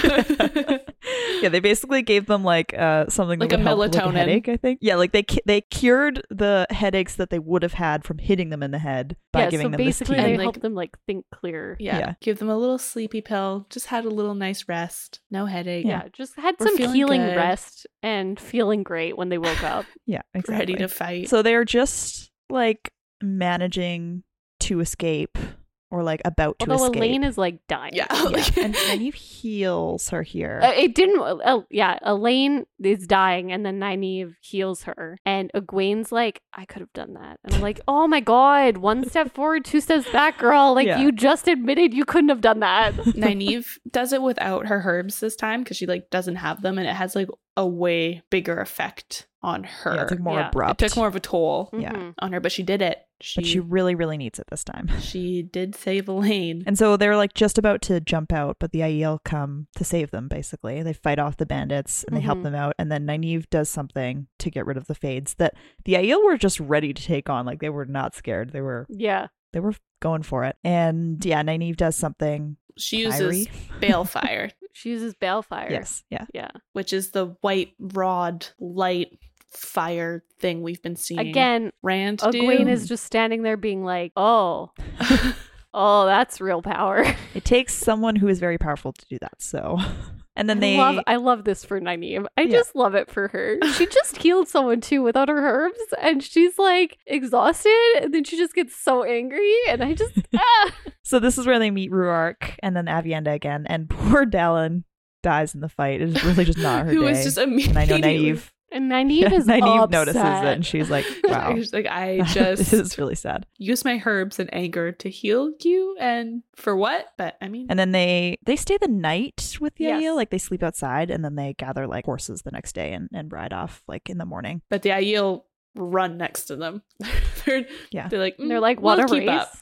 B: yeah, they basically gave them like uh, something
A: Like
B: that
A: a
B: would help
A: melatonin.
B: with headache. I think. Yeah, like they cu- they cured the headaches that they would have had from hitting them in the head by
C: yeah,
B: giving
C: so
B: them this tea.
C: basically they
A: And, like-
C: helped them like think clear.
A: Yeah.
C: Yeah,
B: Yeah.
A: Give them a little sleepy pill. Just had a little nice rest. No headache.
C: just had
A: We're
C: some
A: feeling
C: healing
A: good.
C: rest and feeling great when they woke up.
B: yeah, exactly.
A: Ready to fight.
B: so they're just like managing to escape or like about to
C: Although
B: escape.
C: Elaine is like dying.
A: yeah.
B: yeah. and Nynaeve heals her here.
C: Uh, it didn't. Uh, yeah, Elaine is dying, and then Nynaeve heals her, and Egwene's like, "I could have done that," and I'm like, "Oh my god, one step forward, two steps back, girl! Like
B: Yeah.
C: you just admitted you couldn't have done that."
A: Nynaeve does it without her herbs this time because she like doesn't have them and it has like a way bigger effect on her.
B: yeah, it's like more
C: Yeah. It
B: abrupt.
A: it took more of a toll
B: Yeah.
C: Mhm.
A: on her, but she did it. She,
B: but she really, really needs it this time.
A: she did save Elaine.
B: And so they're like just about to jump out, but the Aiel come to save them, basically. They fight off the bandits and they help
A: Mm-hmm.
C: Mhm.
B: them out. And then Nynaeve does something to get rid of the fades that the Aiel were just ready to take on. Like they were not scared. They were
C: Yeah.
B: they were going for it. And yeah, Nynaeve does something.
A: she uses
B: Kyrie?
A: balefire,
C: She uses balefire.
B: Yes. Yeah.
C: Yeah.
A: which is the white rod light fire thing we've been seeing.
C: Again,
A: Rand
C: Egwene
A: do.
C: is just standing there being like, oh, oh, that's real power.
B: It takes someone who is very powerful to do that. So and then they
C: I love, I love this for Nynaeve. I
B: Yeah.
C: just love it for her. She just healed someone too without her herbs, and she's like exhausted, and then she just gets so angry, and I just ah!
B: So this is where they meet Ruark and then Avienda again, and poor Dallin dies in the fight. It's really just not her
A: Who
B: day.
A: is just immediately.
B: and I know Naive.
C: and Nynaeve is
B: Nynaeve
C: upset.
B: notices it, and she's like, "Wow,
A: She's like, I
B: this is
A: just
B: really sad."
A: use my herbs and anger to heal you, and for what? But I mean,
B: And then they they stay the night with the
C: Yes.
B: Aiel, like they sleep outside, and then they gather like horses the next day and and ride off like in the morning.
A: but the Aiel run next to them. they're,
B: Yeah.
A: they're like,
C: And
A: "Mm,
C: they're like,
A: we'll
C: what
A: keep
C: a
A: up."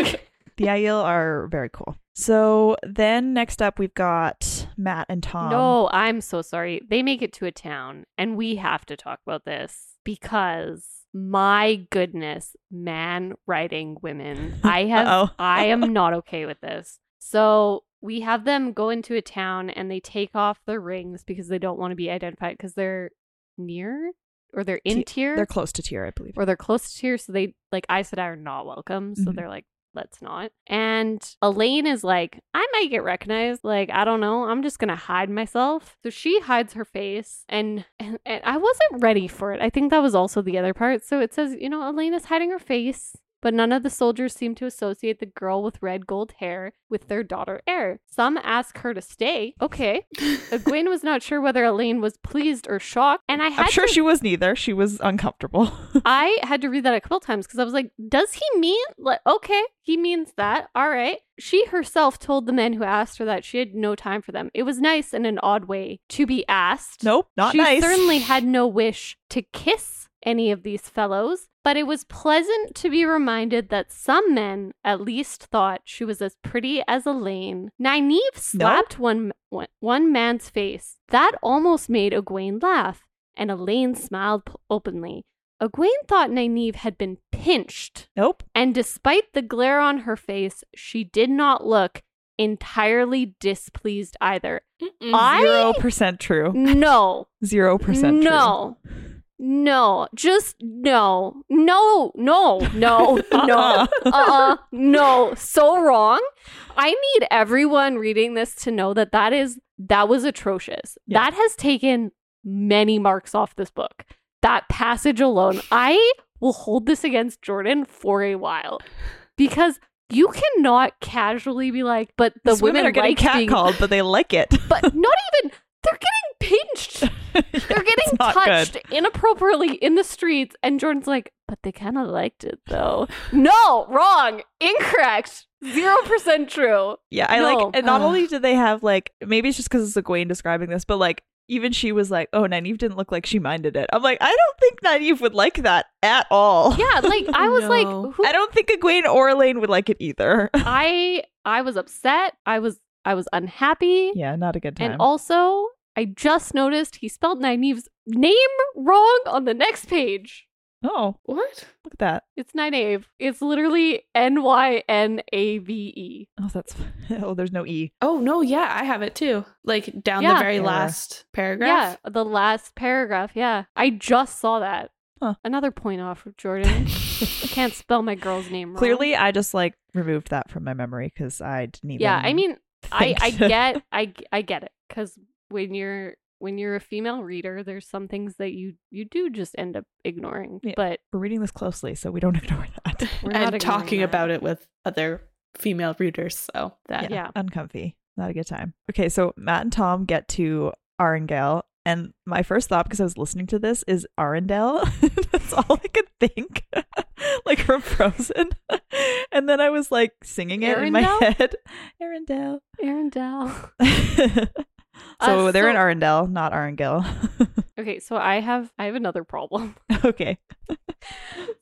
C: race.
B: The Aiel are very cool. So then next up we've got Matt and Tom.
C: no, I'm so sorry. They make it to a town, and we have to talk about this because my goodness, man riding women. I have
B: Uh-oh.
C: I am not okay with this. So we have them go into a town and they take off their rings because they don't want to be identified because they're near or they're in
B: Ti-
C: tier
B: They're close to tier, I believe.
C: or they're close to tier. So they like I said are not welcome. So
B: Mhm.
C: they're like, let's not. And Elaine is like, I might get recognized. Like I don't know. I'm just gonna hide myself. So she hides her face, and and, and I wasn't ready for it. I think that was also the other part. So it says, you know, Elaine is hiding her face. But none of the soldiers seem to associate the girl with red gold hair with their daughter heir. Some ask her to stay. Okay. Egwene was not sure whether Elaine was pleased or shocked, and I had
B: I'm sure
C: to
B: she was neither. She was uncomfortable.
C: I had to read that a couple times because I was like, does he mean, like, okay, he means that. All right. She herself told the men who asked her that she had no time for them. It was nice in an odd way to be asked.
B: nope, not
C: she
B: nice.
C: certainly had no wish to kiss any of these fellows, but it was pleasant to be reminded that some men at least thought she was as pretty as Elaine. Nynaeve slapped one, one one man's face. That almost made Egwene laugh, and Elaine smiled p- openly. Egwene thought Nynaeve had been pinched,
B: nope.
C: and despite the glare on her face, she did not look entirely displeased either. I
B: Zero percent true.
C: no.
B: Zero percent true.
C: No. No. Just no. No. No. No. No.
B: Uh-uh.
C: uh-uh. No. So wrong. I need everyone reading this to know that that is that was atrocious.
B: Yeah.
C: That has taken many marks off this book. That passage alone. I will hold this against Jordan for a while because you cannot casually be like, but the
B: These women, are getting
C: like being
B: catcalled, but they like it.
C: but not even they're getting pinched. They're getting
B: not
C: touched inappropriately in the streets, and Jordan's like, but they kind of liked it though. no, wrong, incorrect, zero percent true.
B: Yeah, I
C: No.
B: like. And not
A: Ugh.
B: only did they have like, maybe it's just because it's Egwene describing this, but like, even she was like, "Oh, Nynaeve didn't look like she minded it." I'm like, I don't think Nynaeve would like that at all.
C: Yeah, like I was
A: No.
C: like, who?
B: I don't think Egwene or Elaine would like it either.
C: I I was upset. I was I was unhappy,
B: yeah, not a good time.
C: and also I just noticed he spelled Nynaeve's name wrong on the next page.
B: oh,
A: what?
B: look at that.
C: It's Nynaeve. It's literally N Y N A V E.
B: Oh, that's oh, there's no e.
A: Oh no, yeah, I have it too. Like down
C: Yeah.
A: the very
B: Yeah.
A: last paragraph.
C: Yeah, the last paragraph. Yeah, I just saw that.
B: Huh.
C: Another point off of Jordan. I can't spell my girl's name wrong.
B: Clearly, I just like removed that from my memory because I didn't even.
C: Yeah, I mean, I,
B: think
C: I
B: to-
C: get I I get it because when you're when you're a female reader, there's some things that you you do just end up ignoring.
B: Yeah.
C: But
B: we're reading this closely, so we don't ignore that.
C: we're not
A: and talking about it with other female readers. So that
C: Yeah.
B: uncomfy. Not a good time. Okay, so Matt and Tom get to Arendelle, and my first thought, because I was listening to this, is Arendelle. That's all I could think, like from Frozen. and then I was like singing it in my
C: Arendelle?
B: head, Arendelle.
C: Arendelle.
B: so
C: Uh,
B: they're in
C: so-
B: Arendelle, not Arengale.
C: Okay, so I have I have another problem.
B: okay,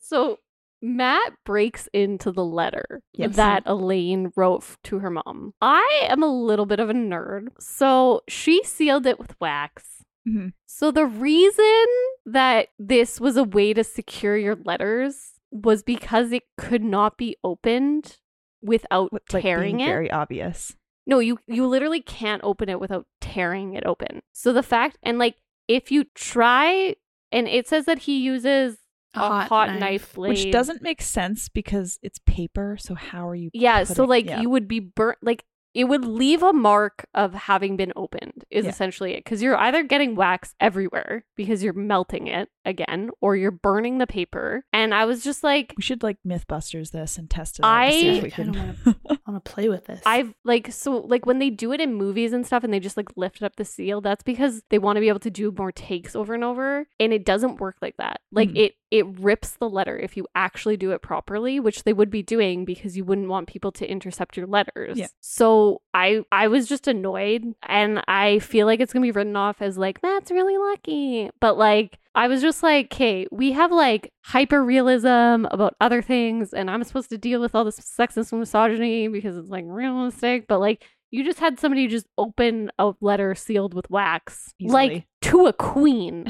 C: so Matt breaks into the letter
B: Yes.
C: that Elaine wrote f- to her mom. I am a little bit of a nerd, so she sealed it with wax.
B: Mhm.
C: So the reason that this was a way to secure your letters was because it could not be opened without
B: With, like,
C: tearing
B: being
C: it.
B: Very obvious.
C: No, you you literally can't open it without tearing it open. So the fact and like if you try and it says that he uses a hot, knife. blade.
B: Which doesn't make sense because it's paper. So how are you?
C: Yeah, so
B: putting-
C: like
B: yeah.
C: you would be burnt like it would leave a mark of having been opened is
B: Yeah.
C: essentially it cuz you're either getting wax everywhere because you're melting it again or you're burning the paper. And I was just like
B: We should like MythBusters this and test it. out to see
C: I-
B: if we
A: I kinda
B: can.
A: I want to play with this.
C: I've like so like when they do it in movies and stuff and they just like lift up the seal, that's because they want to be able to do more takes over and over and it doesn't work like that. Like
B: Mhm.
C: it it rips the letter if you actually do it properly, which they would be doing because you wouldn't want people to intercept your letters.
B: Yeah.
C: So I I was just annoyed and I feel like it's going to be written off as like that's really lucky. But like I was just like, okay, we have like hyper realism about other things, and I'm supposed to deal with all this sexism and misogyny because it's like realistic. But like, you just had somebody just open a letter sealed with wax, like
B: Easily.
C: to a queen,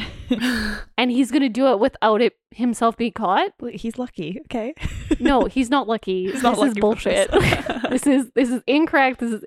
C: and he's gonna do it without it himself being caught.
B: Well, He's lucky. Okay.
C: No, he's not lucky.
B: He's not
C: this is
B: lucky for this.
C: bullshit. this is this is incorrect. This is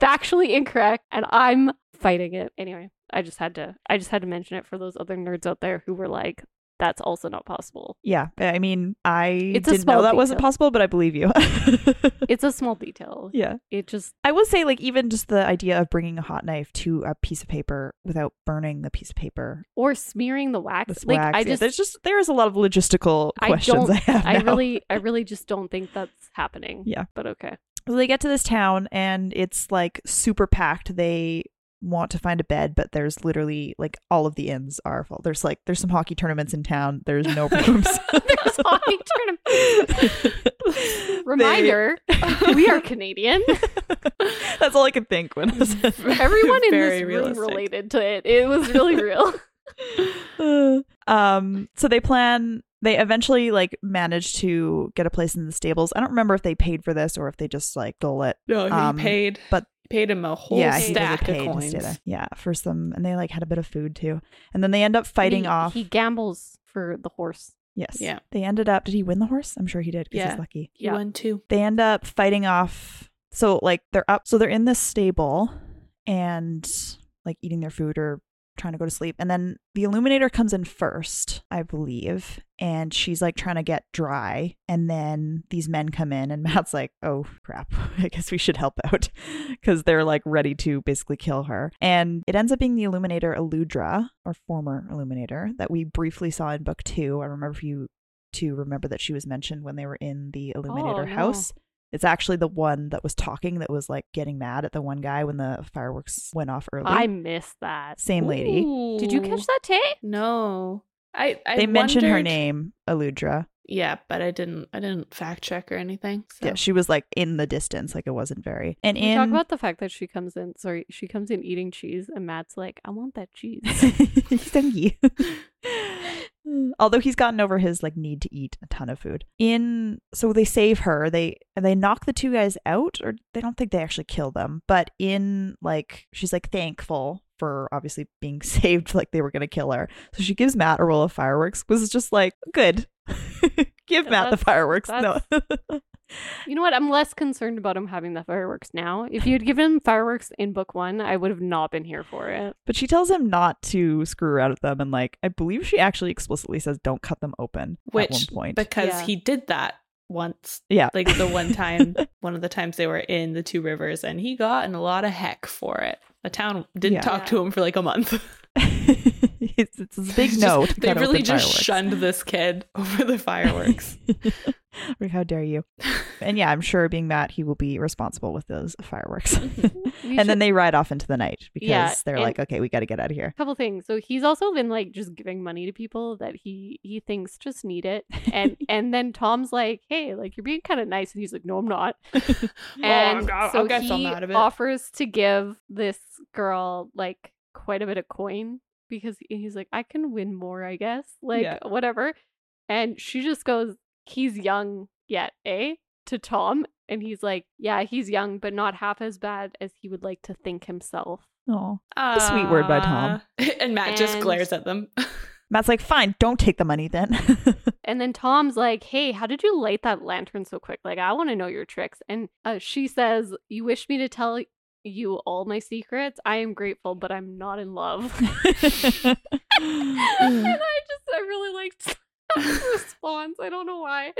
C: factually incorrect, and I'm fighting it anyway. I just had to I just had to mention it for those other nerds out there who were like, "That's also not possible."
B: Yeah. I mean, I
C: It's a
B: didn't
C: small
B: know that wasn't
C: detail.
B: possible, but I believe you.
C: It's a small detail.
B: yeah.
C: It just
B: I would say, like, even just the idea of bringing a hot knife to a piece of paper without burning the piece of paper.
C: or smearing the wax.
B: That's
C: like
B: wax.
C: I
B: Yeah,
C: just
B: there's just there is a lot of logistical
C: I
B: questions
C: don't-
B: I, have.
C: I
B: now.
C: really I really just don't think that's happening.
B: Yeah.
C: But okay.
B: So they get to this town and it's like super packed. They want to find a bed, but there's literally like all of the inns are full. There's like there's some hockey tournaments in town. There's no rooms.
C: There's hockey tournament.
B: They-
C: Reminder, we are Canadian.
B: That's all I could think when I was
A: Mm.
C: Everyone in
B: Very
C: this room
B: realistic.
C: related to it. It was really real.
B: um so they plan they eventually like manage to get a place in the stables. I don't remember if they paid for this or if they just like stole it.
A: no, he
B: um,
A: paid,
B: but-
A: he paid him a whole
B: yeah,
C: he
A: stack
B: he really
A: of
B: paid instead
A: coins.
B: of- yeah, for some and they like had a bit of food too. And then they end up fighting
C: he,
B: off
C: He gambles for the horse.
B: Yes.
A: Yeah.
B: They ended up. Did he win the horse? I'm sure he did because
A: Yeah.
B: he's lucky.
A: He
C: Yeah.
A: won two.
B: They end up fighting off. So like they're up. So they're in this stable, and like eating their food or trying to go to sleep. And then the illuminator comes in first, I believe, and she's like trying to get dry. And then these men come in, and Matt's like, "Oh crap, I guess we should help out," because they're like ready to basically kill her. And it ends up being the illuminator Eludra, or former illuminator, that we briefly saw in book two. I remember if you to remember that she was mentioned when they were in the Illuminator
C: Oh, no.
B: house. It's actually the one that was talking that was like getting mad at the one guy when the fireworks went off early.
C: I missed that.
B: Same lady.
C: Did you catch that, Tay?
A: No, I. I
B: They mentioned her
A: wondered-
B: name, Aludra.
A: Yeah, but I didn't. I didn't fact check or anything. So.
B: Yeah, she was like in the distance, like it wasn't very. And
C: We
B: in
C: talk about the fact that she comes in. Sorry, she comes in eating cheese, and Matt's like, "I want that cheese."
B: he's hungry. Although he's gotten over his like need to eat a ton of food. In so they save her. They they knock the two guys out, or they don't think they actually kill them. But in like she's like thankful for obviously being saved, like they were gonna kill her. So she gives Matt a roll of fireworks. Was just like good. Give
C: Yeah,
B: Matt the
C: that's-
B: fireworks. No.
C: You know what? I'm less concerned about him having the fireworks now. If you had given him fireworks in book one, I would have not been here for it.
B: But she tells him not to screw around with them, and like I believe she actually explicitly says, "Don't cut them open." at one
A: Which
B: point,
A: because
C: Yeah.
A: he did that once,
B: yeah,
A: like the one time, one of the times they were in the Two Rivers, and he got in a lot of heck for it. The town didn't
B: Yeah.
A: talk to him for like a month.
B: it's, it's a big
A: Just-
B: no. to
A: they
B: cut open
A: really just
B: fireworks.
A: shunned this kid over the fireworks.
B: Like, How dare you? And yeah, I'm sure being Matt, he will be responsible with those fireworks.
C: We
B: and then
C: should-
B: they ride off into the night because
C: Yeah,
B: they're
C: and-
B: like, okay, we got to get out of here.
C: couple things. So he's also been like just giving money to people that he he thinks just need it. And and then Tom's like, "Hey, like you're being kind of nice." And he's like, "No, I'm not." And so he offers to give this girl like quite a bit of coin because he- he's like, I can win more, I guess, like
A: Yeah.
C: whatever. And she just goes, he's young yet, eh? To Tom. And he's like, yeah, he's young, but not half as bad as he would like to think himself.
B: Oh. A sweet word by Tom.
A: Uh, and Matt just
C: And-
A: glares at them.
B: Matt's like, fine, don't take the money then.
C: And then Tom's like, hey, how did you light that lantern so quick? Like, I want to know your tricks. And uh, she says, you wish me to tell you all my secrets? I am grateful, but I'm not in love. and I just, I really liked that response. I don't know why.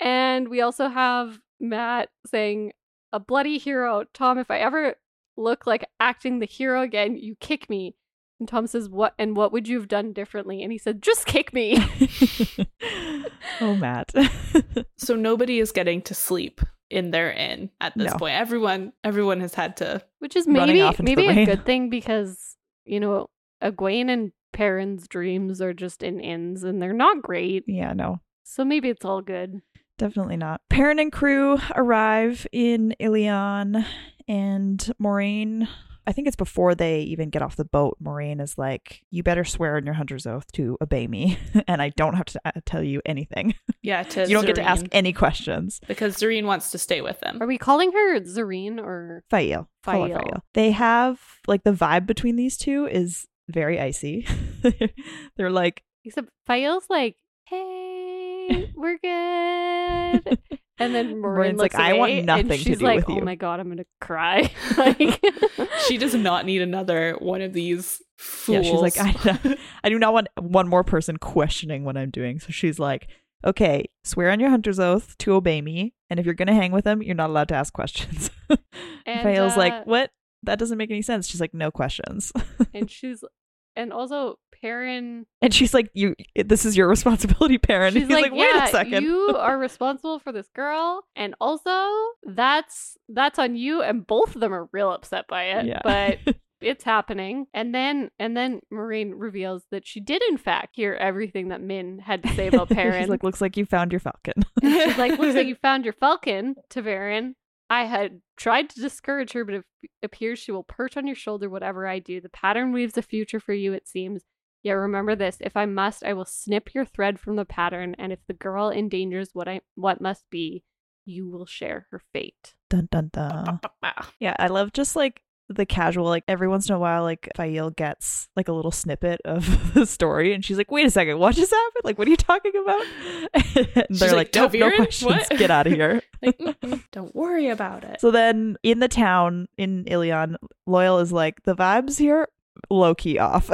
C: And we also have Matt saying, a bloody hero. Tom, if I ever look like acting the hero again, you kick me. And Tom says, what? And what would you have done differently? And he said, just kick me.
B: oh, Matt.
A: so nobody is getting to sleep in their inn at this
B: No.
A: point. Everyone everyone has had to
C: Which is
B: running
C: maybe
B: off into the
C: maybe a
B: rain.
C: good thing because you know Egwene and Perrin's dreams are just in inns and they're not great,
B: yeah, no,
C: so maybe it's all good.
B: definitely not. Perrin and crew arrive in Ilion, and Moraine. I think it's before they even get off the boat. Moraine is like, "You better swear on your hunter's oath to obey me, and I don't have to uh, tell you anything.
A: yeah, to
B: you don't get to ask
A: Zareen.
B: any questions."
A: because Zareen wants to stay with
B: Mm.
A: them.
C: Are we calling her Zareen or
B: Fael. Call her
C: Fael.
B: Fael. They have like the vibe between these two is very icy. They're like
C: except Fael's like, hey, we're good. And then Maureen
B: Maureen's like,
C: looks
B: "I want
C: away, and
B: nothing to
C: she's
B: do
C: like,
B: with
C: "Oh
B: you."
C: my god, I'm gonna cry." like,
A: she does not need another one of these
B: Yeah,
A: fools.
B: she's like, I, I do not want one more person questioning what I'm doing. So she's like, okay, swear on your hunter's oath to obey me. And if you're going to hang with him, you're not allowed to ask questions.
C: And,
B: Fael's
C: uh,
B: like, what? That doesn't make any sense. She's like, no questions.
C: and she's, and also Perrin
B: And she's like, you, this is your responsibility, Perrin.
C: She's
B: He's
C: like,
B: like, wait
C: yeah,
B: a second.
C: you are responsible for this girl, and also that's that's on you. And both of them are real upset by it,
B: Yeah.
C: but it's happening. And then and then Maureen reveals that she did in fact hear everything that Min had to say about Perrin.
B: She's like, looks like you found your falcon.
C: She's like, looks like you found your falcon, Taverin. I had tried to discourage her, but it appears she will perch on your shoulder whatever I do. The pattern weaves a future for you, it seems. Yet remember this: if I must, I will snip your thread from the pattern, and if the girl endangers what I what must be, you will share her fate.
B: Dun dun dun. Yeah, I love just like the casual, like every once in a while, like Fael gets like a little snippet of the story, and she's like, "Wait a second, what just happened? Like, what are you talking about?" and
A: She's
B: they're
A: like,
B: like, "Nope, no
A: "Taviran?
B: questions,
A: What?"
B: get out of here."
A: Like, "Mm-mm, don't worry about it.
B: so then, in the town in Ilion, Loyal is like, "The vibes here, low key off."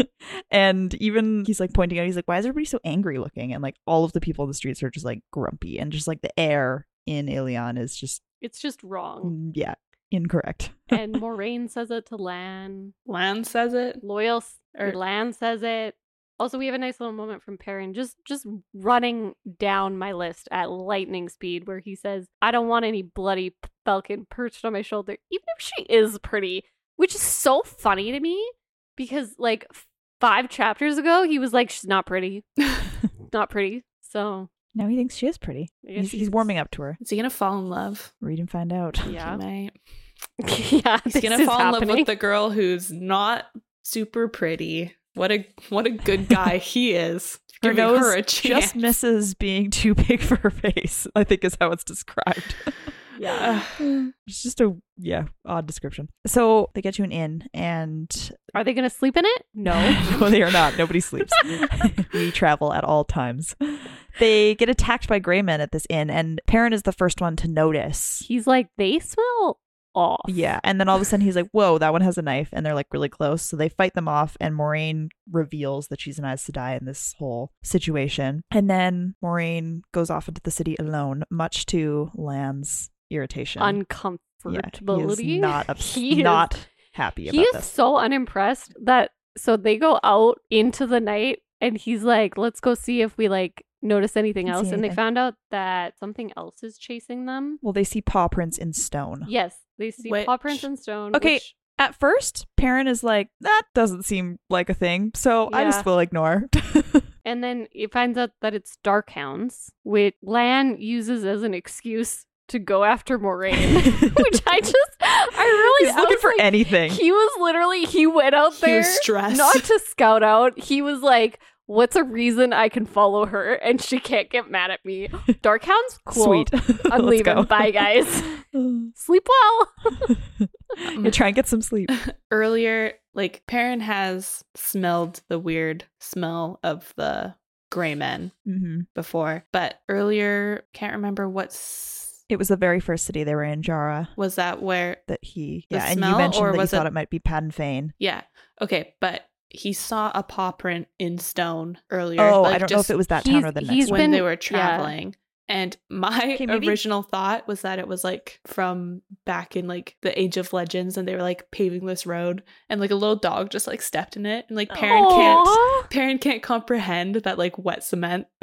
B: And even he's like pointing out, he's like, why is everybody so angry looking? And like all of the people in the streets are just like grumpy. And just like the air in Ilion is just, mm,
C: It's just wrong.
B: yeah, incorrect.
C: and Moraine says it to Lan.
A: Lan says it.
C: Loyal s-
A: Or-
C: Lan says it. Also, we have a nice little moment from Perrin just just running down my list at lightning speed, where he says, "I don't want any bloody p- falcon perched on my shoulder, even if she is pretty," which is so funny to me because like f- five chapters ago he was like, "She's not pretty, not pretty." So
B: Now he thinks she is pretty.
C: I
B: He's,
C: guess
B: he's warming up to her.
A: Is he gonna fall in love?
B: Read and find out.
A: He
C: Yeah,
A: might.
C: yeah.
A: He's
C: this
A: gonna
C: is
A: fall in love
C: happening.
A: with the girl who's not super pretty. What a what a good guy he is.
B: Her
A: Giving
B: nose
A: her a chance.
B: Just misses being too big for her face, I think is how it's described.
A: yeah.
B: It's just a, yeah, odd description. So they get you an inn, and
C: Are they gonna sleep in it? No.
B: no, they are not. Nobody sleeps. we travel at all times. They get attacked by gray men at this inn, and Perrin is the first one to notice.
C: He's like, they smell off.
B: Yeah. And then all of a sudden he's like, whoa, that one has a knife. And they're like really close. So they fight them off. And Moraine reveals that she's an Aes Sedai in this whole situation. And then Moraine goes off into the city alone, much to Lan's irritation. Yeah,
C: uncomfortability.
B: he is not ups-
C: He is-
B: not happy
C: he
B: about
C: is
B: this.
C: so unimpressed that so they go out into the night and he's like, "Let's go see if we like notice anything
B: Can see
C: else." And they
B: anything.
C: found out that something else is chasing them.
B: Well, they see paw prints in stone.
C: Yes, they see paw
A: Which-
C: prints and stone.
B: Okay.
C: which-
B: At first, Perrin is like, that doesn't seem like a thing. So I
C: Yeah.
B: just will ignore.
C: and then it finds out that it's dark hounds, which Lan uses as an excuse to go after Moraine. which I just, I really
B: He's
C: I
B: looking
C: was
B: for
C: like,
B: anything.
C: He was literally he went out
A: He
C: there
A: was stressed.
C: not to scout out. He was like, what's a reason I can follow her and she can't get mad at me? Darkhound's cool.
B: Sweet.
C: I'm
B: Let's
C: leaving.
B: go.
C: Bye, guys.
B: you
C: Sleep well.
B: try and get some sleep.
A: Earlier, like Perrin has smelled the weird smell of the gray men
C: Mm-hmm.
B: hmm
A: before, but earlier, can't remember what's
B: It was the very first city they were in, Jara,
A: was that where
B: that he.
A: The
B: Yeah, and you
A: smell,
B: mentioned
A: or
B: that you
A: was it-
B: thought it might be Padden Fane.
A: yeah. Okay, but he saw a paw print in stone earlier.
B: Oh, I
A: like,
B: don't know if
A: just
B: it was that
C: he's-
B: town or the
C: he's
B: next
A: when
B: one.
C: been-
A: they were
C: yeah.
A: traveling. And my
B: Okay, maybe-
A: original thought was that it was like from back in like the Age of Legends and they were like paving this road and like a little dog just like stepped in it and like Perrin can't
C: Aw.
A: Parent can't comprehend that like wet cement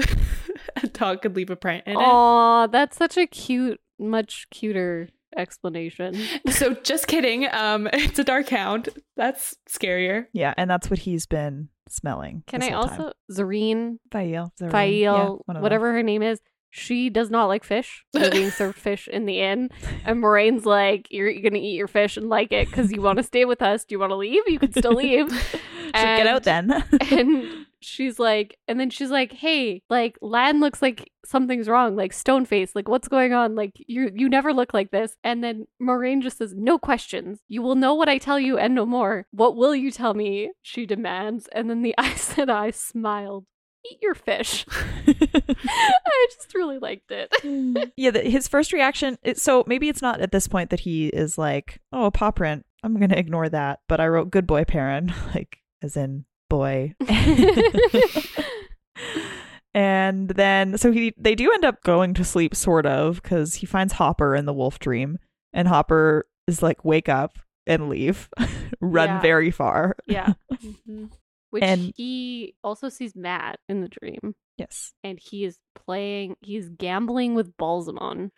A: a dog could leave a print in
C: Aw, that's such a cute, much cuter explanation.
A: it. So just kidding. Um, it's a dark hound. That's scarier.
B: Yeah, and that's what he's been smelling.
C: Can
B: this
C: I
B: whole time.
C: also Zareen,
B: Fael, Zareen,
C: Fael,
B: yeah, one of
C: whatever her name is, she does not like fish. They're being served fish in the inn, and Moraine's like, "You're gonna eat your fish and like it because you want to stay with us. Do you want to leave? You can still leave."
B: them. She's like, get out then.
C: and she's like, and then she's like, "Hey, like Lan looks like something's wrong, like stone face, like what's going on? Like you you never look like this." And then Moraine just says, "No questions. You will know what I tell you and no more. What will you tell me?" She demands, and then the I said I smiled. Eat your fish. I just really liked it.
B: yeah, the, his first reaction. It, so maybe it's not at this point that he is like, "Oh, a paw print. I'm gonna ignore that." But I wrote "good boy, Perrin," like as in boy. and then so he they do end up going to sleep, sort of, because he finds Hopper in the wolf dream, and Hopper is like, "Wake up and leave, run
C: Yeah.
B: very far."
C: yeah,
A: Mm-hmm.
C: which
B: And-
C: he also sees Matt in the dream.
B: Yes.
C: and he is playing he's gambling with Balsamon.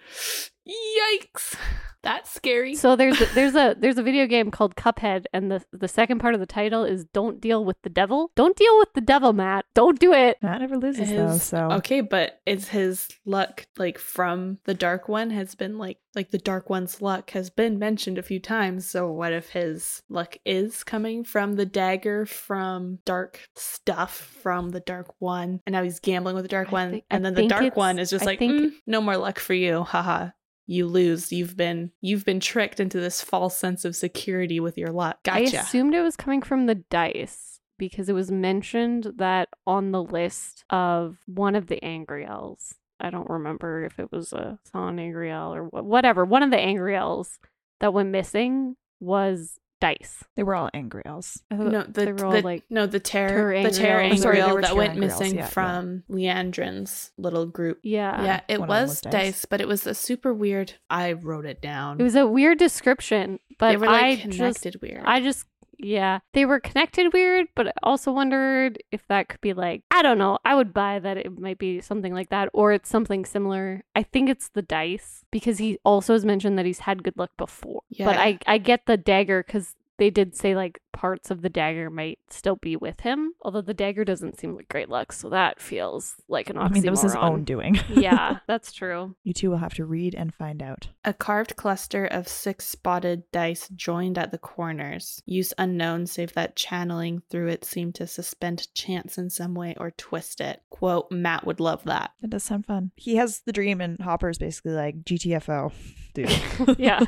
A: Yikes. That's scary.
C: So there's a, there's a there's a video game called Cuphead and the the second part of the title is don't deal with the devil. Don't deal with the devil, Matt. Don't do it.
B: Matt never loses though,
A: Is-
B: so
A: okay, but is his luck like from the dark one has been like like the dark one's luck has been mentioned a few times. So what if his luck is coming from the dagger from dark stuff from the dark one, and now he's gambling with the dark
C: I
A: one,
C: think- I
A: and then the
C: think
A: dark
C: it's-
A: one is just
C: I
A: like
C: think-
A: "Mm, no more luck for you, haha. You lose. You've been you've been tricked into this false sense of security with your luck. Gotcha.
C: I assumed it was coming from the dice because it was mentioned that on the list of one of the Angriels. I don't remember if it was a San Angriel or wh- whatever. One of the Angriels that went missing was dice.
B: they were all angry else.
A: No, the,
C: Uh, they were all,
A: the
C: like,
A: no the
C: terror
A: terror the terror
C: angrials. I'm
B: sorry, they were
A: angriel that
B: terror
A: went
B: angriels,
A: missing
B: yeah, yeah.
A: from Leandrin's little group.
C: Yeah.
A: yeah, it
B: one of them
A: was,
B: was
A: dice.
B: dice.
A: but it was a super weird. I wrote it down.
C: It was a weird description, but
A: they were like
C: I just
A: connected weird.
C: I just yeah, they were connected weird, but I also wondered if that could be like I don't know. I would buy that it might be something like that, or it's something similar. I think it's the dice because he also has mentioned that he's had good luck before. But
A: Yeah.
C: I I get the dagger because they did say like parts of the dagger might still be with him, although the dagger doesn't seem like great luck, so that feels like an oxymoron.
B: I mean, that was his own doing.
C: yeah, that's true.
B: You two will have to read and find out.
A: a carved cluster of six spotted dice joined at the corners. Use unknown, save that channeling through it seemed to suspend chance in some way or twist it. Quote: Matt would love that.
B: That does sound fun. He has the dream, and Hopper's basically like GTFO, dude.
C: Yeah.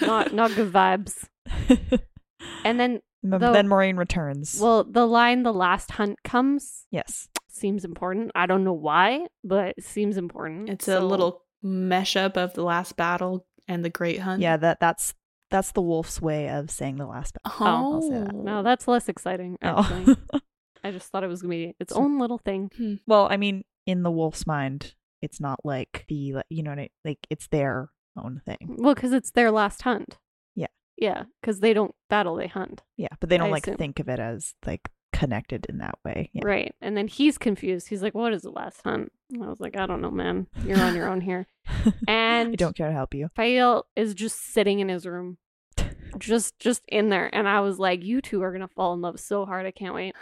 C: Not not good vibes. And then
B: M-
C: Though-
B: then Moraine returns.
C: Well, the line "the last hunt comes"
B: yes,
C: seems important. I don't know why, but it seems important.
A: It's a
C: So-
A: little mesh up of the last battle and the Great Hunt.
B: yeah. That that's that's the wolf's way of saying the last. Ba-
A: Oh,
B: I'll say that.
C: No, that's less exciting. Actually,
B: oh.
C: I just thought it was gonna be its
B: So-
C: own little thing.
B: well, I mean, in the wolf's mind, it's not like the like, you know what I, like it's their own thing.
C: Well, because it's their last hunt.
B: Yeah.
C: Yeah, because they don't battle; they hunt.
B: Yeah, but they don't
C: I
B: like
C: assume.
B: think of it as like connected in that way. Yeah.
C: Right. And then he's confused. He's like, "What is the last hunt?" And I was like, "I don't know, man. You're on your own here." And
B: I don't care to help you.
C: Fael is just sitting in his room. Just just in there. And I was like, you two are gonna fall in love so hard, I can't wait.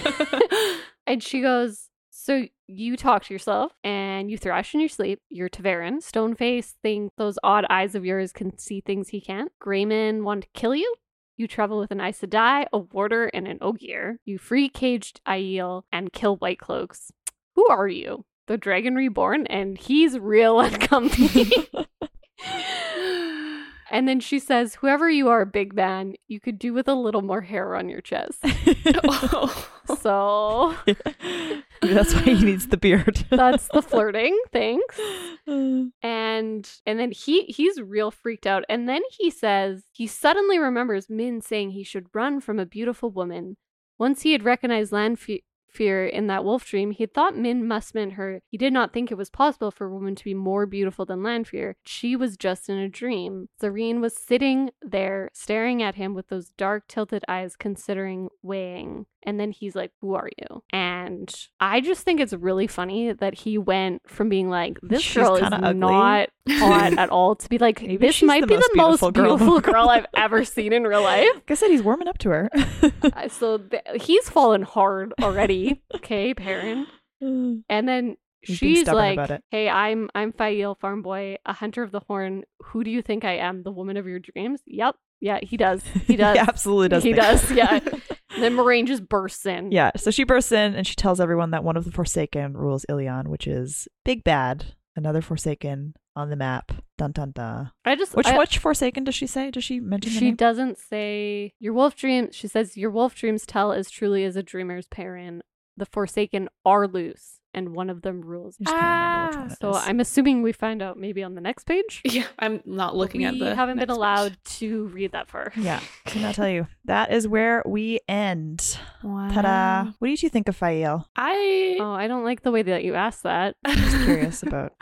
C: and she goes, So you talk to yourself and you thrash in your sleep. You're Taverin. Stoneface thing those odd eyes of yours can see things he can't. Grayman wanted to kill you. You travel with an Aes Sedai, a warder, and an Ogier. You free caged Aiel and kill White Cloaks. Who are you? The Dragon Reborn, and he's real uncomfy. and then she says, Whoever you are, big man, you could do with a little more hair on your chest. so
B: That's why he needs the beard.
C: that's the flirting. Thanks. and and then he he's real freaked out and then he says he suddenly remembers min saying he should run from a beautiful woman once he had recognized land fe- fear in that wolf dream he thought min must meant her he did not think it was possible for a woman to be more beautiful than land fear she was just in a dream serene was sitting there staring at him with those dark tilted eyes considering weighing and then he's like who are you and i just think it's really funny that he went from being like this
B: She's
C: girl is
B: kinda ugly.
C: not hot at all to be like
B: Maybe
C: this
B: she's
C: might
B: the
C: be
B: most
C: the most
B: beautiful girl
C: beautiful,
B: in the
C: girl
B: world."
C: I've ever seen in real life.
B: Like I said, he's warming up to her.
C: Uh, so th- he's fallen hard already, okay, Perrin. And then
B: He's being
C: she's
B: stubborn
C: like,
B: about it.
C: "Hey, I'm I'm Fael farm boy, a hunter of the horn. Who do you think I am? The woman of your dreams?" Yep. Yeah, he does. He does.
B: absolutely does.
C: He
B: think
C: does,
B: that.
C: yeah. Then Moraine just bursts in.
B: yeah. So she bursts in and she tells everyone that one of the Forsaken rules Ilion, which is Big Bad, another Forsaken on the map. Dun dun dun.
C: I just
B: Which
C: I-
B: which Forsaken does she say? Does she mention the
C: She
B: name?
C: doesn't say your wolf dream. She says your wolf dreams tell as truly as a dreamer's parent. The forsaken are loose, and one of them rules.
B: I just can't remember which one it
C: Ah, So
B: is.
C: I'm assuming we find out maybe on the next page.
A: Yeah, I'm not looking
C: we
A: at the.
C: haven't been
A: next
C: allowed
A: page.
C: to read that far.
B: Yeah, cannot tell you. That is where we end.
A: Wow.
B: Ta-da!
C: Um,
B: What did you think of Fael?
A: I.
C: Oh, I don't like the way that you asked that.
A: I'm
B: just curious about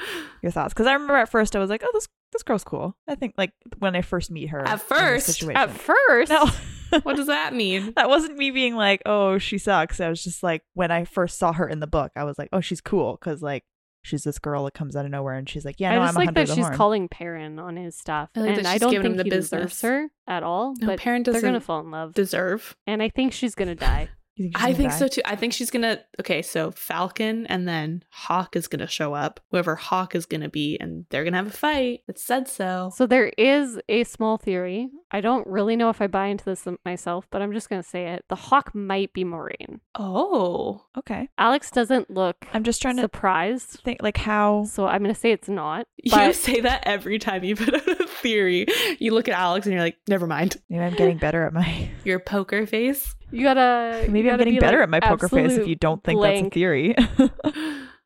B: Your thoughts? Because I remember at first I was like, "Oh, this this girl's cool." I think like when I first meet her
A: At
B: in this
A: first?
B: situation.
C: At first,
B: no,
A: What does that mean?
B: that wasn't me being like, "Oh, she sucks." I was just like, when I first saw her in the book, I was like, "Oh, she's cool," because like she's this girl that comes out of nowhere and she's like, "Yeah,
C: I
B: no,
C: just
B: I'm a
C: like
B: hunter
C: that
B: of the
C: she's
B: horn."
C: calling Perrin on his stuff,
A: I like that
C: and I
A: she's
C: don't
A: giving
C: think
A: him
C: he
A: the
C: deserves
A: business.
C: her at all.
A: No,
C: but
A: Perrin
C: they're gonna
A: doesn't
C: fall in love,
A: Deserve.
C: and I think she's gonna die.
B: You think she's
A: I
B: gonna
A: think
B: die?
A: so too. I think she's gonna. Okay, so Falcon and then Hawk is gonna show up. Whoever Hawk is gonna be, and they're gonna have a fight. It said so.
C: So there is a small theory. I don't really know if I buy into this myself, but I'm just going to say it. The hawk might be Moraine.
A: oh,
B: Okay,
C: Alex doesn't look
B: I'm just trying to
C: surprised.
B: think like how.
C: So I'm going to say it's not.
A: you
C: But
A: say that every time you put out a theory. You look at Alex and you're like, never mind.
B: Maybe I'm getting better at my.
A: Your poker face.
C: you got to
B: Maybe I'm getting better at my poker face. If you don't think that's a
C: blank.
B: theory.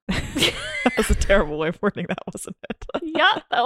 B: that was a terrible way of wording that, wasn't it?
C: Yeah, that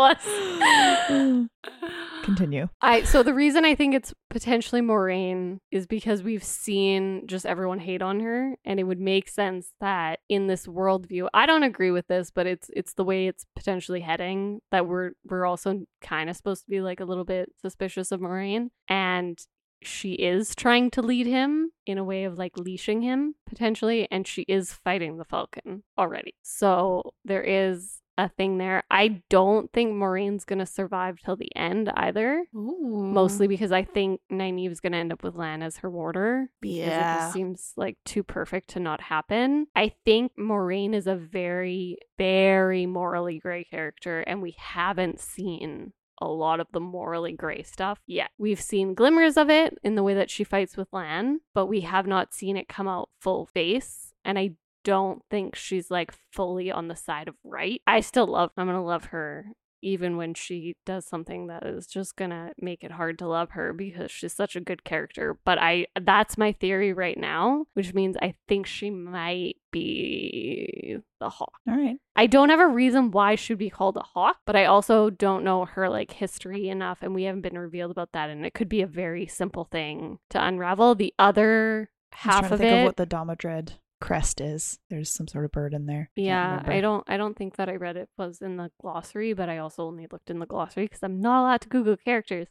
C: was.
B: Continue.
C: I so the reason I think it's potentially Moraine is because we've seen just everyone hate on her, and it would make sense that in this worldview, I don't agree with this, but it's it's the way it's potentially heading that we're we're also kind of supposed to be like a little bit suspicious of Moraine, and she is trying to lead him in a way of like leashing him potentially, and she is fighting the Falcon already. So there is a thing there. I don't think Moraine's gonna survive till the end either.
A: Ooh.
C: Mostly because I think Nynaeve's gonna end up with Lan as her warder. because It
A: Yeah.
C: just seems like too perfect to not happen. I think Moraine is a very, very morally gray character, and we haven't seen a lot of the morally gray stuff yet. We've seen glimmers of it in the way that she fights with Lan, but we have not seen it come out full face. And I don't think she's like fully on the side of right. I still love I'm gonna love her even when she does something that is just gonna make it hard to love her because she's such a good character. But I that's my theory right now, which means I think she might be the hawk.
B: All right.
C: I don't have a reason why she'd be called a hawk, but I also don't know her like history enough and we haven't been revealed about that and it could be a very simple thing to unravel. The other
B: I'm
C: half
B: trying to
C: of
B: think
C: it
B: of what the Domodred crest is. There's some sort of bird in there. Can't
C: Yeah, I
B: remember.
C: don't I don't think that I read it was in the glossary, but I also only looked in the glossary cuz I'm not allowed to google characters.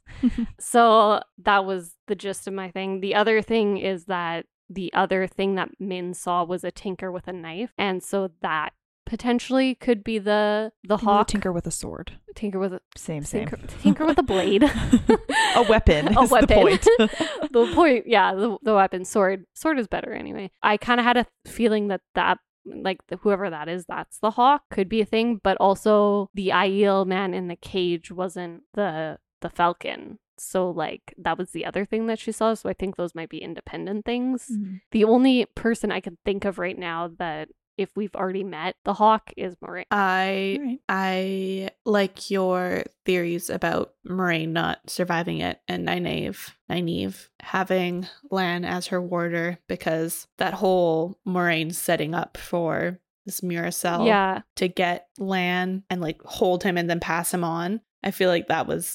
C: so that was the gist of my thing. The other thing is that the other thing that Min saw was a tinker with a knife, and so that potentially could be the
B: Maybe
C: the
B: the
C: hawk
B: tinker with a sword.
C: tinker with a
B: Same, same.
C: tinker, tinker with a blade.
B: a weapon.
C: A
B: is
C: weapon.
B: The point.
C: the point yeah the, the weapon sword sword is better anyway i kind of had a feeling that that like the, whoever that is that's the hawk could be a E thing but also the aiel man in the cage wasn't the the falcon So, like, that was the other thing that she saw. So, I think those might be independent things.
B: Mm. Mm-hmm.
C: The only person I can think of right now that if we've already met the hawk is Moraine.
A: I
B: All right.
A: I like your theories about Moraine not surviving it and Nynaeve, Nynaeve having Lan as her warder because that whole Moraine setting up for this
B: Oh.
A: Muracell
C: Yeah.
A: to get Lan and like hold him and then pass him on. I feel like that was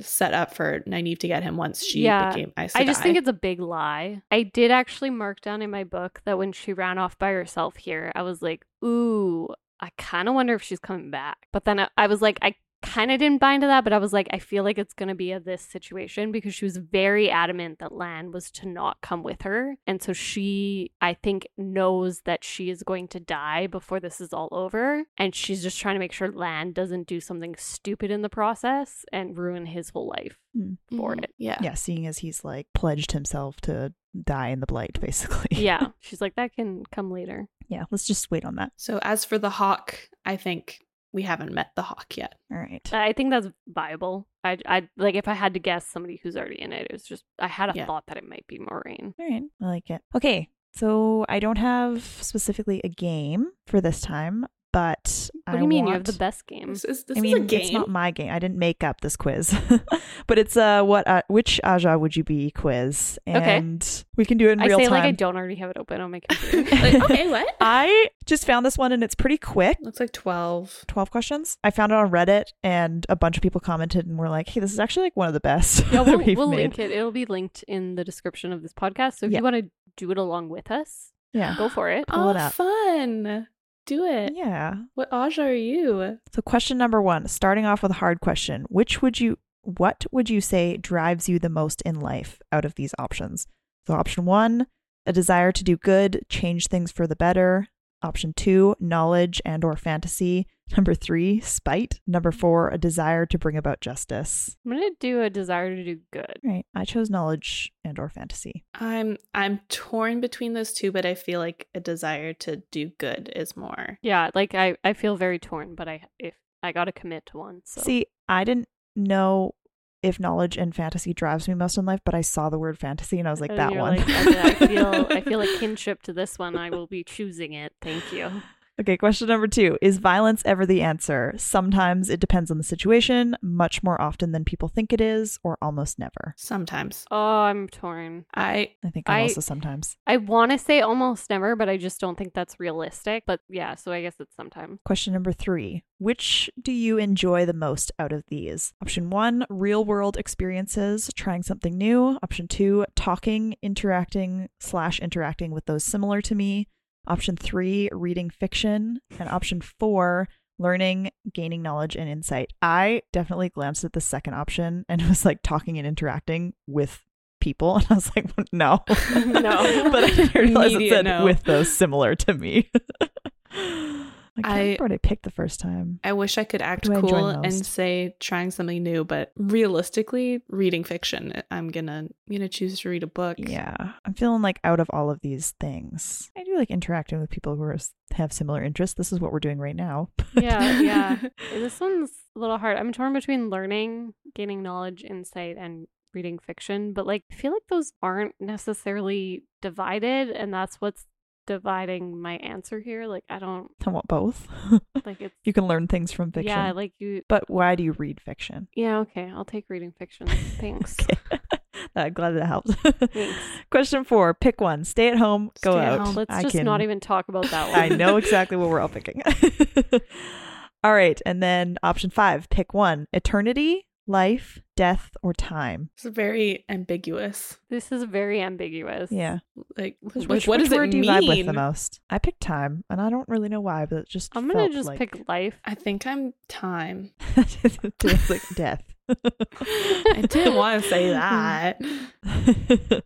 A: set up for Nynaeve to get him once she
C: Yeah.
A: became Aes
C: I just
A: Sedai.
C: think it's a big lie. I did actually mark down in my book that when she ran off by herself here, I was like, ooh, I kind of wonder if she's coming back. But then I, I was like, I kind of didn't buy into that, but I was like, I feel like it's going to be a this situation because she was very adamant that Lan was to not come with her. And so she, I think, knows that she is going to die before this is all over. And she's just trying to make sure Lan doesn't do something stupid in the process and ruin his whole life
B: Hmm.
C: for
A: Mhm.
C: it.
A: Yeah.
B: Yeah, seeing as he's like pledged himself to die in the blight, basically.
C: yeah. She's like, that can come later.
B: yeah, let's just wait on that.
A: So as for the hawk, I think we haven't met the hawk yet.
B: All right.
C: I think that's viable. I, I like if I had to guess somebody who's already in it. It was just I had a
A: Yeah.
C: thought that it might be Maureen.
B: All right. I like it. Okay. So I don't have specifically a game for this time, but
C: What
B: I
C: do you mean
B: want...
C: you have the best game?
A: This is, this
B: I mean,
A: is a game.
B: it's not my game. I didn't make up this quiz, but it's uh, what uh, which Aja would you be quiz,
C: Okay.
B: and we can do it in
C: I
B: real
C: say
B: time.
C: like I don't already have it open on my computer.
A: like, okay, what?
B: I just found this one and it's pretty quick.
A: Looks like 12.
B: 12 questions. I found it on Reddit and a bunch of people commented and were like, hey, this is actually like one of the best
C: yeah,
B: that
C: we'll,
B: we've
C: we'll
B: made.
C: link it. It'll be linked in the description of this podcast. So if
B: Yeah.
C: you want to do it along with us,
B: Yeah.
C: go for it.
B: Pull
A: oh,
B: it up.
A: fun. Do it.
B: Yeah.
A: What Aja are you?
B: So question number one, starting off with a hard question. Which would you what would you say drives you the most in life out of these options? So option one, a desire to do good, change things for the better. Option two, knowledge and or fantasy. Number three, spite. Number four, a desire to bring about justice.
C: I'm gonna do a desire to do good.
B: Right. I chose knowledge and or fantasy.
A: I'm I'm torn between those two, but I feel like a desire to do good is more.
C: Yeah, like I, I feel very torn, but I if I gotta commit to one. So
B: See, I didn't know if knowledge and fantasy drives me most in life, but I saw the word fantasy and I was like,
C: And
B: that
C: Oh, you're
B: one.
C: like, I, I feel I feel a kinship to this one. I will be choosing it. Thank you.
B: Okay, question number two Is violence ever the answer? Sometimes it depends on the situation, much more often than people think it is, or almost never.
A: Sometimes.
C: Oh, I'm torn.
A: I
B: I think I'm
C: I-
B: also sometimes.
C: I want to say almost never, but I just don't think that's realistic. But yeah, so I guess it's sometimes.
B: Question number three Which do you enjoy the most out of these? Option one real world experiences, trying something new. Option two talking, interacting, slash interacting with those similar to me. Option three reading fiction. And option four learning, gaining knowledge and insight. I definitely glanced at the second option and was like talking and interacting with people. And I was like, no.
C: No.
B: but I didn't realize it
A: Immediate
B: said
A: no.
B: with those similar to me. I can't
A: I-
B: remember what I picked the first time.
A: I wish I could act
B: do I enjoy
A: cool and
B: most?
A: say trying something new, but realistically, reading fiction. I'm gonna I'm gonna choose to read a book.
B: Yeah, I'm feeling like out of all of these things, I do like interacting with people who are, have similar interests. This is what we're doing right now.
C: Yeah, yeah. Eh, This one's a little hard. I'm torn between learning, gaining knowledge, insight, and reading fiction. But like, I feel like those aren't necessarily divided, and that's what's dividing my answer here. Like, I don't
B: I want both.
C: like it's.
B: you can learn things from fiction.
C: Yeah, like you.
B: but why do you read fiction?
C: Yeah, okay. I'll take reading fiction. Thanks.
B: Okay. Uh, glad that helped.
C: Thanks.
B: Question four: Pick one. Stay at home. go
A: Stay at
B: out.
A: home.
C: Let's
B: Oh, I
C: just
B: can-
C: not even talk about that one.
B: I know exactly what we're all picking. all right, and then option five: Pick one. Eternity, life, death, or time.
A: It's very ambiguous.
C: This is very ambiguous.
B: Yeah.
A: Like,
B: Which,
A: like,
B: which-
A: what
B: which
A: does it
B: word do you
A: mean?
B: vibe with the most? I picked time, and I don't really know why, but it just
C: I'm gonna
B: felt
C: just
B: like...
C: pick life.
A: I think I'm time.
B: it feels like death.
A: I didn't want to say that.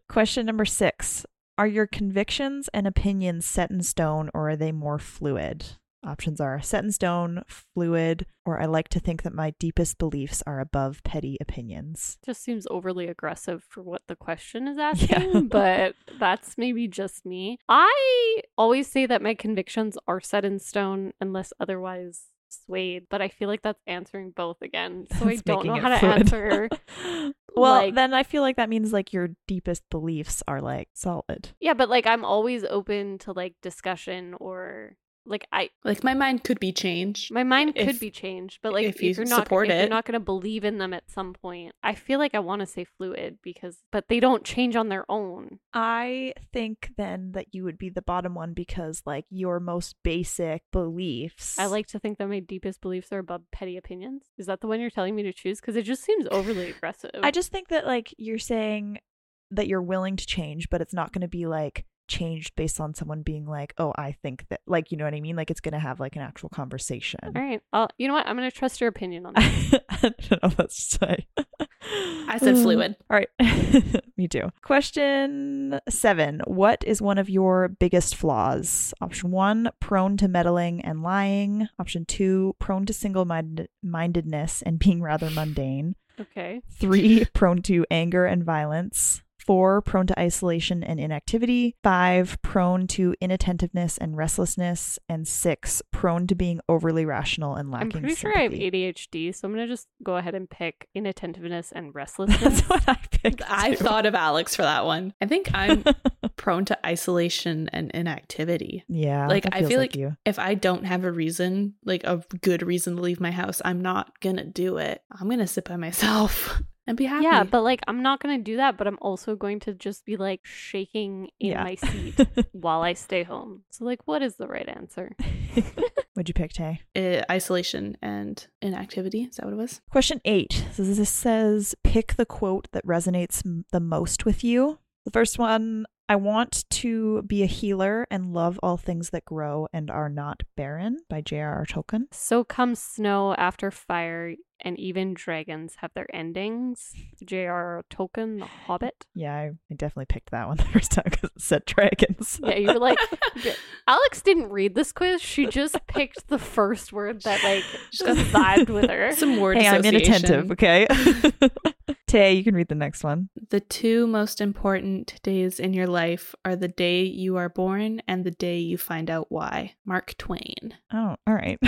B: Question number six: Are your convictions and opinions set in stone, or are they more fluid? Options are set in stone, fluid, or I like to think that my deepest beliefs are above petty opinions.
C: Just seems overly aggressive for what the question is
B: Yeah.
C: asking, but that's maybe just me. I always say that my convictions are set in stone unless otherwise swayed, but I feel like that's answering both again. So I
B: It's
C: don't know
B: making
C: how to
B: it fluid.
C: answer.
B: well,
C: like-
B: then I feel like that means like your deepest beliefs are like solid.
C: Yeah, but like I'm always open to like discussion or like I
A: Like my mind could be changed.
C: my mind could
A: If-
C: be changed, but like
A: if
C: if,
A: you
C: you are not
A: support
C: if
A: it.
C: you're not going to believe in them at some point. I feel like I want to say fluid because but they don't change on their own.
B: I think then that you would be the bottom one because like your most basic beliefs.
C: I like to think that my deepest beliefs are above petty opinions. Is that the one you're telling me to choose? Because it just seems overly aggressive.
A: Oh.
B: I just think that like you're saying that you're willing to change, but it's not going to be like changed based on someone being like, "Oh, I think that," like you know what I mean? Like it's going to have like an actual conversation.
C: all right. I'll, you know what? I'm going to trust your opinion on that.
B: I don't know what to say.
A: I
B: Mm,
A: said fluid.
B: All right, me too. Question seven: What is one of your biggest flaws? Option one: prone to meddling and lying. Option two: prone to single-mindedness and being rather mundane.
C: Okay.
B: Three, prone to anger and violence. Four, prone to isolation and inactivity. Five, prone to inattentiveness and restlessness. And six, prone to being overly rational and
C: I'm
B: lacking
C: pretty sure I have
B: sympathy.
C: ADHD, so I'm going to just go ahead and pick inattentiveness and
B: That's
C: restlessness.
B: what I picked.
A: I
B: too.
A: thought of Alex for that one. I think I'm prone to isolation and inactivity.
B: yeah.
A: Like,
B: that
A: I
B: feels
A: feel
B: like,
A: like-
B: you.
A: If I don't have a reason, like a good reason to leave my house, I'm not going to do it. I'm going to sit by myself and be happy.
C: Yeah, but like I'm not going to do that, but I'm also going to just be like shaking in
B: yeah.
C: my seat while I stay home. So like what is the right answer?
B: What'd you pick, Tay?
A: Uh, isolation and inactivity. Is that what it was?
B: Question eight. So this says pick the quote that resonates m- the most with you. The first one I want to be a healer and love all things that grow and are not barren by J.R.R. Tolkien.
C: So comes snow after fire and even dragons have their endings. J.R.R. Tolkien, The Hobbit.
B: Yeah, I, I definitely picked that one the first time because it said dragons.
C: Yeah, you were like Alex didn't read this quiz. She just picked the first word that like
A: She
C: just
A: got-
C: vibed with her.
A: Some word
B: hey, I'm
A: association.
B: inattentive, okay? Tay, you can read the next one.
A: The two most important days in your life are the day you are born and the day you find out why. Mark Twain.
B: Oh, all right.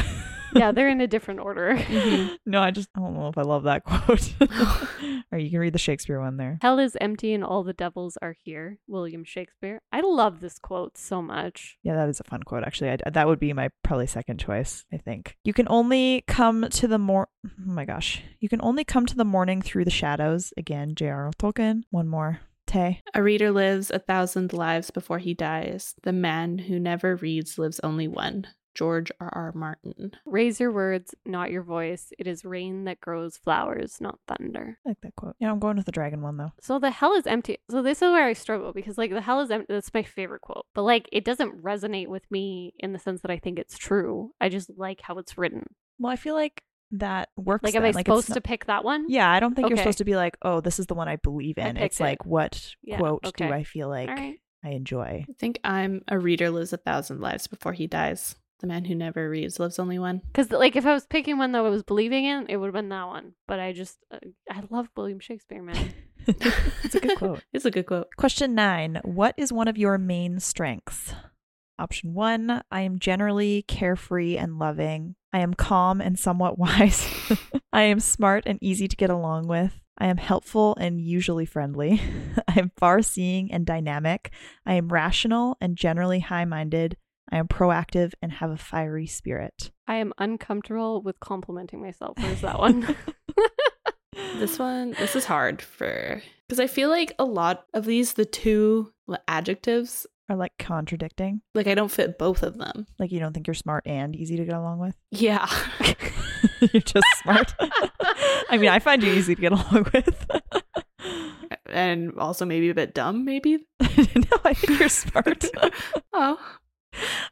C: Yeah, they're in a different order.
A: Mm-hmm.
B: no, I just I don't know if I love that quote. all right, you can read the Shakespeare one there.
C: Hell is empty and all the devils are here. William Shakespeare. I love this quote so much.
B: Yeah, that is a fun quote. Actually, I, that would be my probably second choice. I think you can only come to the more. Oh my gosh, you can only come to the morning through the shadows. Again, J.R.R. Tolkien. One more. Tay.
A: A reader lives a thousand lives before he dies. The man who never reads lives only one. George R. R. Martin.
C: Raise your words, not your voice. It is rain that grows flowers, not thunder.
B: I like that quote. Yeah, I'm going with the dragon one though.
C: So the hell is empty. So this is where I struggle because like the hell is empty. That's my favorite quote, but like it doesn't resonate with me in the sense that I think it's true. I just like how it's written.
B: Well, I feel like that works.
C: Like, am
B: then.
C: I
B: it's
C: supposed
B: not-
C: to pick that one?
B: Yeah, I don't think you're
C: Okay.
B: supposed to be like, oh, this is the one I believe
C: I
B: in.
C: picked
B: it's like,
C: it.
B: what
C: Yeah,
B: quote
C: okay.
B: do I feel like
C: All right.
B: I enjoy?
A: I think I'm a reader lives a thousand lives before he dies. The man who never reads lives only one.
C: Because like if I was picking one that I was believing in, it would have been that one. But I just uh, I love William Shakespeare, man.
A: it's
B: a good quote.
A: it's a good quote.
B: Question nine What is one of your main strengths? Option one I am generally carefree and loving. I am calm and somewhat wise. I am smart and easy to get along with. I am helpful and usually friendly. I am far seeing and dynamic. I am rational and generally high minded. I am proactive and have a fiery spirit.
C: I am uncomfortable with complimenting myself. Where's that one?
A: This one, this is hard for because I feel like a lot of these, the two adjectives,
B: Are like contradicting.
A: like I don't fit both of them.
B: Like you don't think you're smart and easy to get along with?
A: Yeah.
B: you're just smart. I mean, I find you easy to get along with.
A: and also maybe a bit dumb, maybe.
B: no, I think you're smart.
A: oh.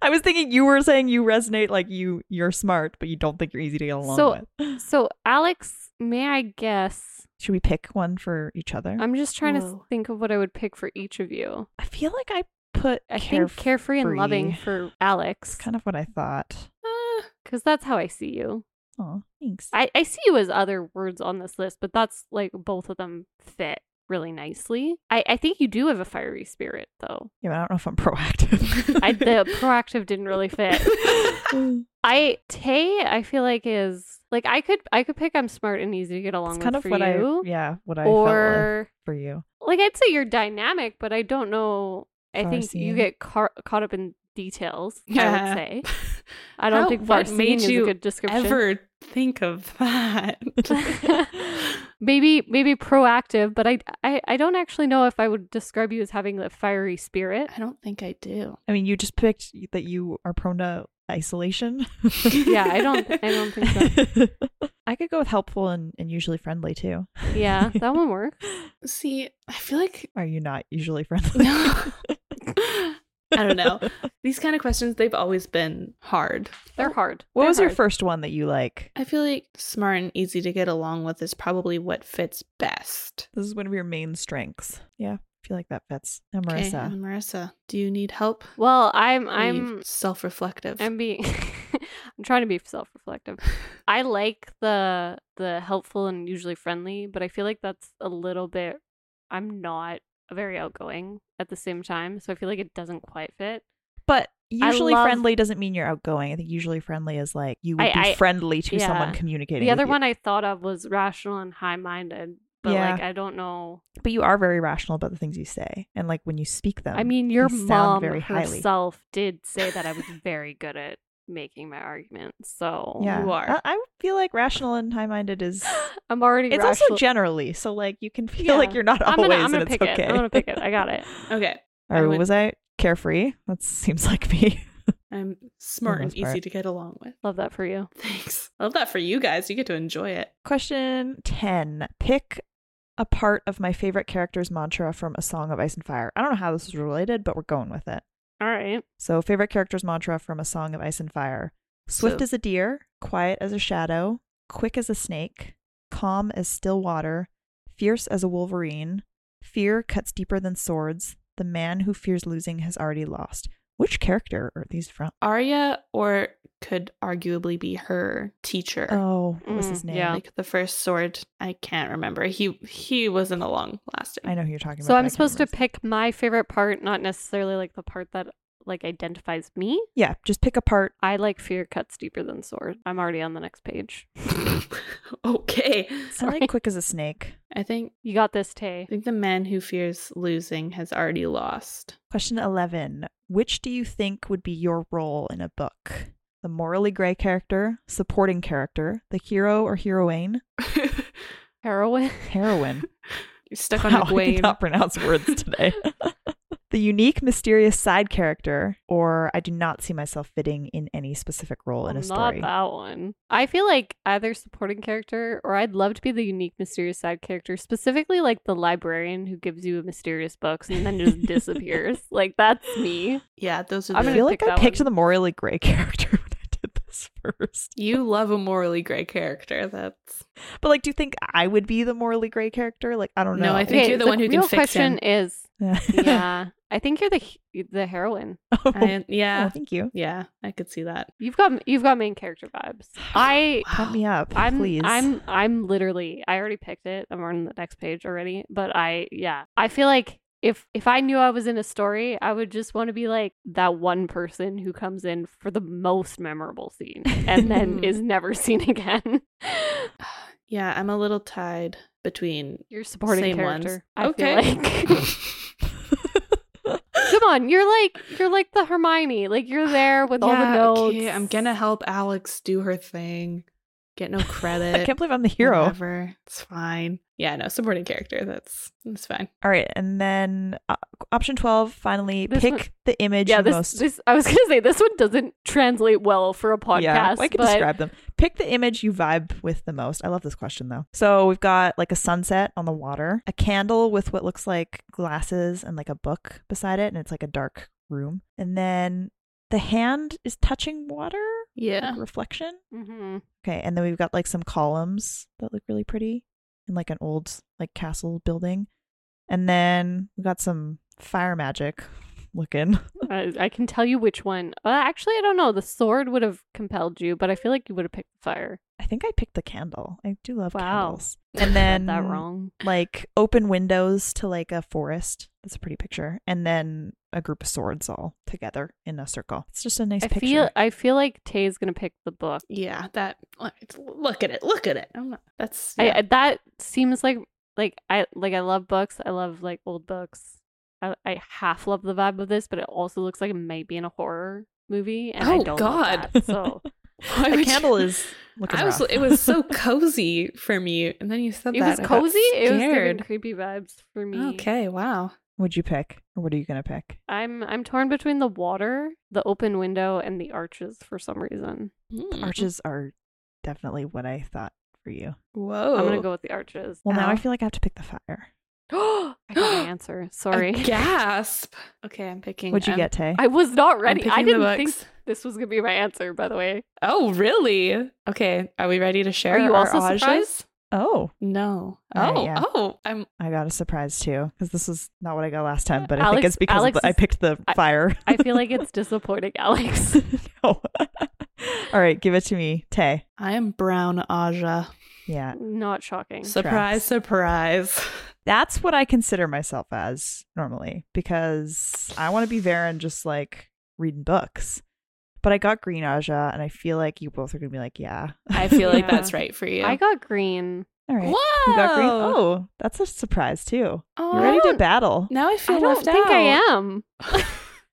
B: I was thinking you were saying you resonate like you you're smart, but you don't think you're easy to get along
C: So-
B: with.
C: so Alex, may I guess?
B: Should we pick one for each other?
C: I'm just trying to
A: Whoa.
C: s- think of what I would pick for each of you.
B: I feel like I put
C: I think carefree and loving
B: carefree.
C: for Alex,
B: It's kind of what I thought.
A: Uh,
C: because that's how I see you.
B: Oh, thanks.
C: I, I see you as other words on this list, but that's like both of them fit really nicely. I, I think you do have a fiery spirit, though.
B: yeah, but I don't know if I'm proactive.
C: I, the proactive didn't really fit. I Tay, I feel like is like I could I could pick I'm smart and easy to get along
B: It's
C: with
B: kind of
C: for
B: what
C: you.
B: I yeah what I felt like
C: or
B: for you.
C: like I'd say you're dynamic, but I don't know. I think you
B: Farseeing.
C: get car- caught up in details. I
A: Yeah.
C: would say I don't
A: How-
C: think
A: what
C: farseeing
A: made
C: is
A: you
C: a good description.
A: Ever think of that?
C: maybe maybe proactive, but I, I I don't actually know if I would describe you as having the fiery spirit.
A: I don't think I do.
B: I mean, you just picked that you are prone to isolation.
C: Yeah, I don't I don't think so.
B: I could go with helpful and, and usually friendly too.
C: Yeah, that one works.
A: See, I feel like
B: Are you not usually friendly?
A: no. I don't know. These kind of questions they've always been hard.
C: They're hard.
B: What
C: They're
B: was your
C: hard.
B: first one that you like?
A: I feel like smart and easy to get along with is probably what fits best.
B: This is one of your main strengths. Yeah, I feel like that fits. And
A: Okay,
B: Marissa.
C: Um,
A: and Marissa, do you need help?
C: Well, I'm
A: Or are you
C: I'm
A: self-reflective.
C: I'm being I'm trying to be self-reflective. I like the the helpful and usually friendly, but I feel like that's a little bit I'm not very outgoing at the same time, so I feel like it doesn't quite fit.
B: But
C: I
B: usually
C: love-
B: friendly doesn't mean you're outgoing. I think usually friendly is like you would
C: I-
B: be
C: I-
B: friendly to
C: yeah.
B: someone communicating.
C: The
B: with
C: other
B: you.
C: one I thought of was rational and high-minded, but
B: Yeah.
C: like I don't know.
B: but you are very rational about the things you say and like when you speak them.
C: I mean, your
B: sound
C: mom
B: very highly.
C: herself did say that I was very good at making my arguments, so
B: yeah,
A: you are.
B: I, I feel like rational and high-minded is.
C: I'm already.
B: It's
C: rational.
B: also generally so like you can feel
C: Yeah.
B: like you're not
C: I'm
B: always
C: gonna, I'm gonna
B: and it's
C: pick
B: okay.
C: it. I'm gonna pick it. I got it.
A: okay. I
B: Or
A: would-
B: was I carefree? That seems like me.
A: I'm smart and
B: most part.
A: easy to get along with.
C: Love that for you.
A: Thanks. Love that for you guys. You get to enjoy it.
B: Question 10. Pick a part of my favorite character's mantra from A Song of Ice and Fire. I don't know how this is related, but we're going with it.
C: All right.
B: So, favorite character's mantra from A Song of Ice and Fire Swift
A: So-
B: as a deer, quiet as a shadow, quick as a snake, calm as still water, fierce as a wolverine. Fear cuts deeper than swords. The man who fears losing has already lost. Which character are these from?
A: Arya, or could arguably be her teacher.
B: Oh, what was
C: Mm,
B: his name?
C: yeah.
A: Like the first sword, I can't remember. He he wasn't along lasting.
B: I know who you're talking about. but
C: So
B: I
C: I'm
B: can't
C: supposed to
B: remember his-
C: pick my favorite part, not necessarily like the part that like identifies me.
B: Yeah, just pick a part
C: I like fear cuts deeper than sword. I'm already on the next page.
A: okay.
B: I
C: Sorry.
B: like quick as a snake.
A: I think
C: You got this, Tay.
A: I think the man who fears losing has already lost.
B: Question 11. Which do you think would be your role in a book? The morally gray character, supporting character, the hero or heroine,
A: You're
C: Heroin.
B: heroine.
A: stuck on
B: Wow,
A: a
B: I
A: Egwene.
B: cannot pronounce words today. the unique, mysterious side character, or I do not see myself fitting in any specific role in a story.
C: Not that one. I feel like either supporting character or I'd love to be the unique, mysterious side character, specifically like the librarian who gives you a mysterious book and then just disappears. Like that's me.
A: Yeah, those are
C: I'm
B: I
A: the.
C: gonna
B: feel like
C: pick
B: I
C: that
B: picked
C: one.
B: the morally gray character when I did this first.
A: you love a morally gray character. That's
B: But like, do you think I would be the morally gray character? Like, I don't
A: No,
B: know. Oh,
A: I think you're the one who can
C: real
A: fix
C: question
A: him.
C: is,
B: Yeah.
C: yeah, I think you're the he- the heroine.
B: Oh,
A: I,
B: oh,
C: uh,
A: yeah,
B: thank you.
A: yeah. I could see that.
C: You've got you've got main character vibes. I
B: Pump me up,
C: I'm
B: please.
C: I'm I'm literally I already picked it. I'm on the next page already. But I yeah. I feel like if if I knew I was in a story, I would just want to be like that one person who comes in for the most memorable scene and then
A: Mhm.
C: is never seen again.
A: Yeah, I'm a little tied between.
C: You're supporting
A: Same
C: character.
A: ones.
C: I feel like Come on, you're like you're like the Hermione. Like you're there with all the notes.
A: okay, I'm gonna help Alex do her thing. Get no credit.
B: I can't believe I'm the hero.
A: Whatever. It's fine. Yeah, no supporting character. That's that's fine.
B: All right, and then uh, option twelve. Finally,
C: This
B: pick
C: one-
B: the image
C: yeah,
B: you
C: this,
B: most.
C: this I was gonna say this one doesn't translate well for a podcast.
B: yeah, I could
C: but
B: describe them. Pick the image you vibe with the most. I love this question though. So we've got like a sunset on the water, a candle with what looks like glasses, and like a book beside it, and it's like a dark room. And then the hand is touching water,
A: Yeah.
B: like reflection.
C: Mhm.
B: Okay, and then we've got like some columns that look really pretty and like an old like castle building. And then we got some fire magic looking.
C: I, I can tell you which one. Uh, actually, I don't know. The sword would have compelled you, but I feel like you would have picked the fire.
B: I think I picked the candle. I do love
C: Wow.
B: candles. And
C: I
B: then
C: got that wrong.
B: like open windows to like a forest That's a pretty picture. And then a group of swords all together in a circle. It's just a nice
C: I
B: picture.
C: feel I feel like Tay's gonna pick the book.
A: Yeah, that look at it. Look at it. I'm not that's
C: I, I- that seems like like I like I love books. I love like old books. I, I half love the vibe of this, but it also looks like it might be in a horror movie. And I
A: Oh,
C: don't love
A: God.
C: that, so
A: Why
B: the
A: would
B: candle
A: you-
B: is looking
A: I was
B: rough.
A: it was so cozy for me. And then you said
C: it was
A: that. I got
C: cozy. It was giving
A: scared.
C: creepy vibes for me.
A: Okay, wow.
B: Would you pick, or what are you gonna pick?
C: I'm I'm torn between the water, the open window, and the arches for some reason.
A: Mm.
B: Arches are definitely what I thought for you.
A: Whoa.
C: I'm gonna go with the arches.
B: Well, now I
A: Ow.
B: feel like I have to pick the fire.
C: I got my answer.
A: A
C: Sorry.
A: gasp. Okay, I'm picking
B: What'd you
A: I'm-
B: get, Tay?
C: I was not
A: I'm
C: ready. I
A: picking the
C: didn't think
A: books.
C: this was gonna be my answer, by the way.
A: Oh, really? Okay. Are we ready to share?
C: Are you
A: our
C: also
A: odges?
C: surprised?
B: oh,
A: No.
B: All right,
A: oh,
B: yeah.
A: oh. I'm
B: I got a surprise too because this was not what I got last time, but I think
C: Alex-
B: it's because of
C: Alex
B: the, I
C: is-
B: picked the
C: I-
B: fire.
C: I feel like it's disappointing, Alex.
B: no. All right, give it to me, Tay.
A: I am brown Aja.
B: Yeah,
C: Not shocking.
A: Surprise, surprise.
B: that's what I consider myself as normally because I want to be Varen just like reading books. But I got green Aja, and I feel like you both are gonna be like, yeah.
A: I feel like
C: Yeah.
A: that's right for you.
C: I got green.
B: All right.
A: Whoa!
B: You got green. Oh, that's a surprise too.
A: Oh,
B: You're ready
A: I
B: to
A: don't-
B: battle.
A: Now I feel
C: I don't
A: left
C: think
A: out.
C: I am.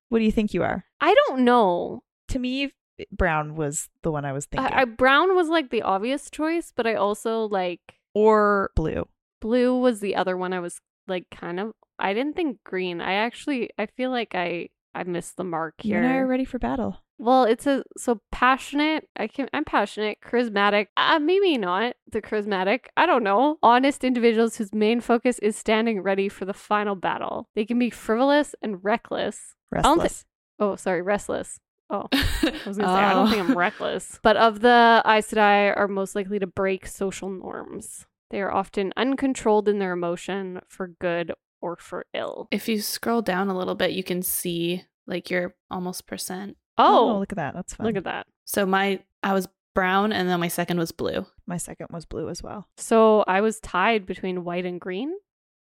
B: What do you think you are?
C: I don't know.
B: To me, Brown was the one I was thinking,
C: I, I, Brown was like the obvious choice, but I also like
B: or blue.
C: blue was the other one I was like kind of. I didn't think green. I actually I feel like I I missed the mark
B: You and I are
C: here.
B: ready for battle.
C: Well, it's a so passionate. I can I'm passionate, charismatic. Uh, maybe not the charismatic. I don't know. Honest individuals whose main focus is standing ready for the final battle. They can be frivolous and reckless. don't thi-
B: Restless.
C: Oh, sorry, restless. Oh. I was gonna
A: oh.
C: say I don't think I'm reckless. But of the Aes Sedai are most likely to break social norms. They are often uncontrolled in their emotion for good or for ill.
A: If you scroll down a little bit, you can see like your almost percent.
C: Oh, look,
B: look at that. That's fun.
C: at that.
A: So my I was brown and then my second was blue.
B: My second was blue as well.
C: So I was tied between white and green,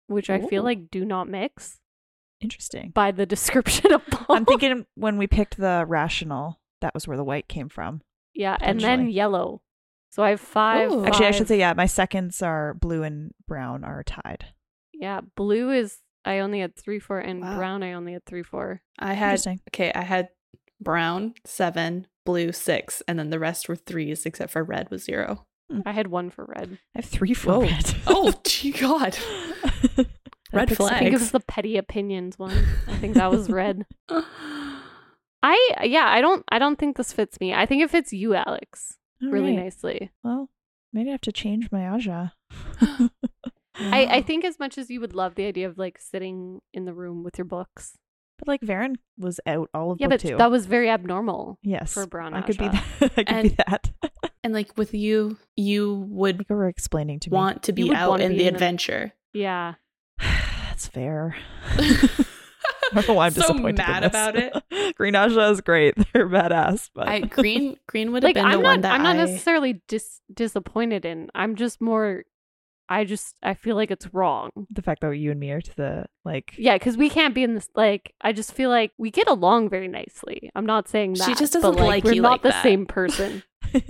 C: which I feel
A: Ooh.
C: like do not mix
B: Interesting.
C: by the description of both.
B: I'm thinking when we picked the rational, that was where the white came from.
C: yeah, and then
B: Potentially.
C: yellow. So I have five.
A: Ooh.
B: Actually, I should
C: five.
B: say, yeah, my seconds are blue and brown are tied.
C: Yeah, blue is I only had three four, and
A: Wow.
C: brown I only had three four.
A: I had
B: Interesting.
A: okay, I had brown seven, blue six, and then the rest were threes except for red was zero.
C: I had one for red.
B: I have three for
A: Whoa.
B: red.
A: Oh gee god. Red
B: That picks-
C: I think it
A: flags.
C: was the petty opinions one. I think that was red. I yeah, I don't I don't think this fits me. I think it fits you, Alex,
B: All
C: really
B: right.
C: nicely.
B: Well, maybe I have to change my Aja.
C: I,
B: Oh.
C: I think as much as you would love the idea of like sitting in the room with your books.
B: But like Varen was out all of
C: Yeah,
B: book
C: but
B: two.
C: that was very abnormal.
B: yes,
C: for brown
B: I could be
C: Aja.
B: that. I could be
A: And-
B: that. I
A: And like with you, you would
B: think you were explaining to me.
A: want to be
C: would
A: out
C: wanna
A: in
C: be
A: the
C: in a-
A: adventure.
C: Yeah.
B: That's fair. I don't know why I'm
A: so
B: disappointed. in
A: mad
B: this.
A: about it.
B: Green Aja is great. They're badass, but
A: I green green would have
C: Like
A: been the
C: I'm
A: one
C: not
A: that
C: I'm not
A: I-
C: necessarily dis- disappointed in. I'm just more I just I feel like it's wrong.
B: the fact that you and me are to the like.
C: Yeah, because we can't be in this. Like, I just feel like we get along very nicely. I'm not saying
A: She
C: that
A: just
C: but,
A: doesn't like
C: we're
A: you
C: not
A: like
C: the
A: that.
C: same person.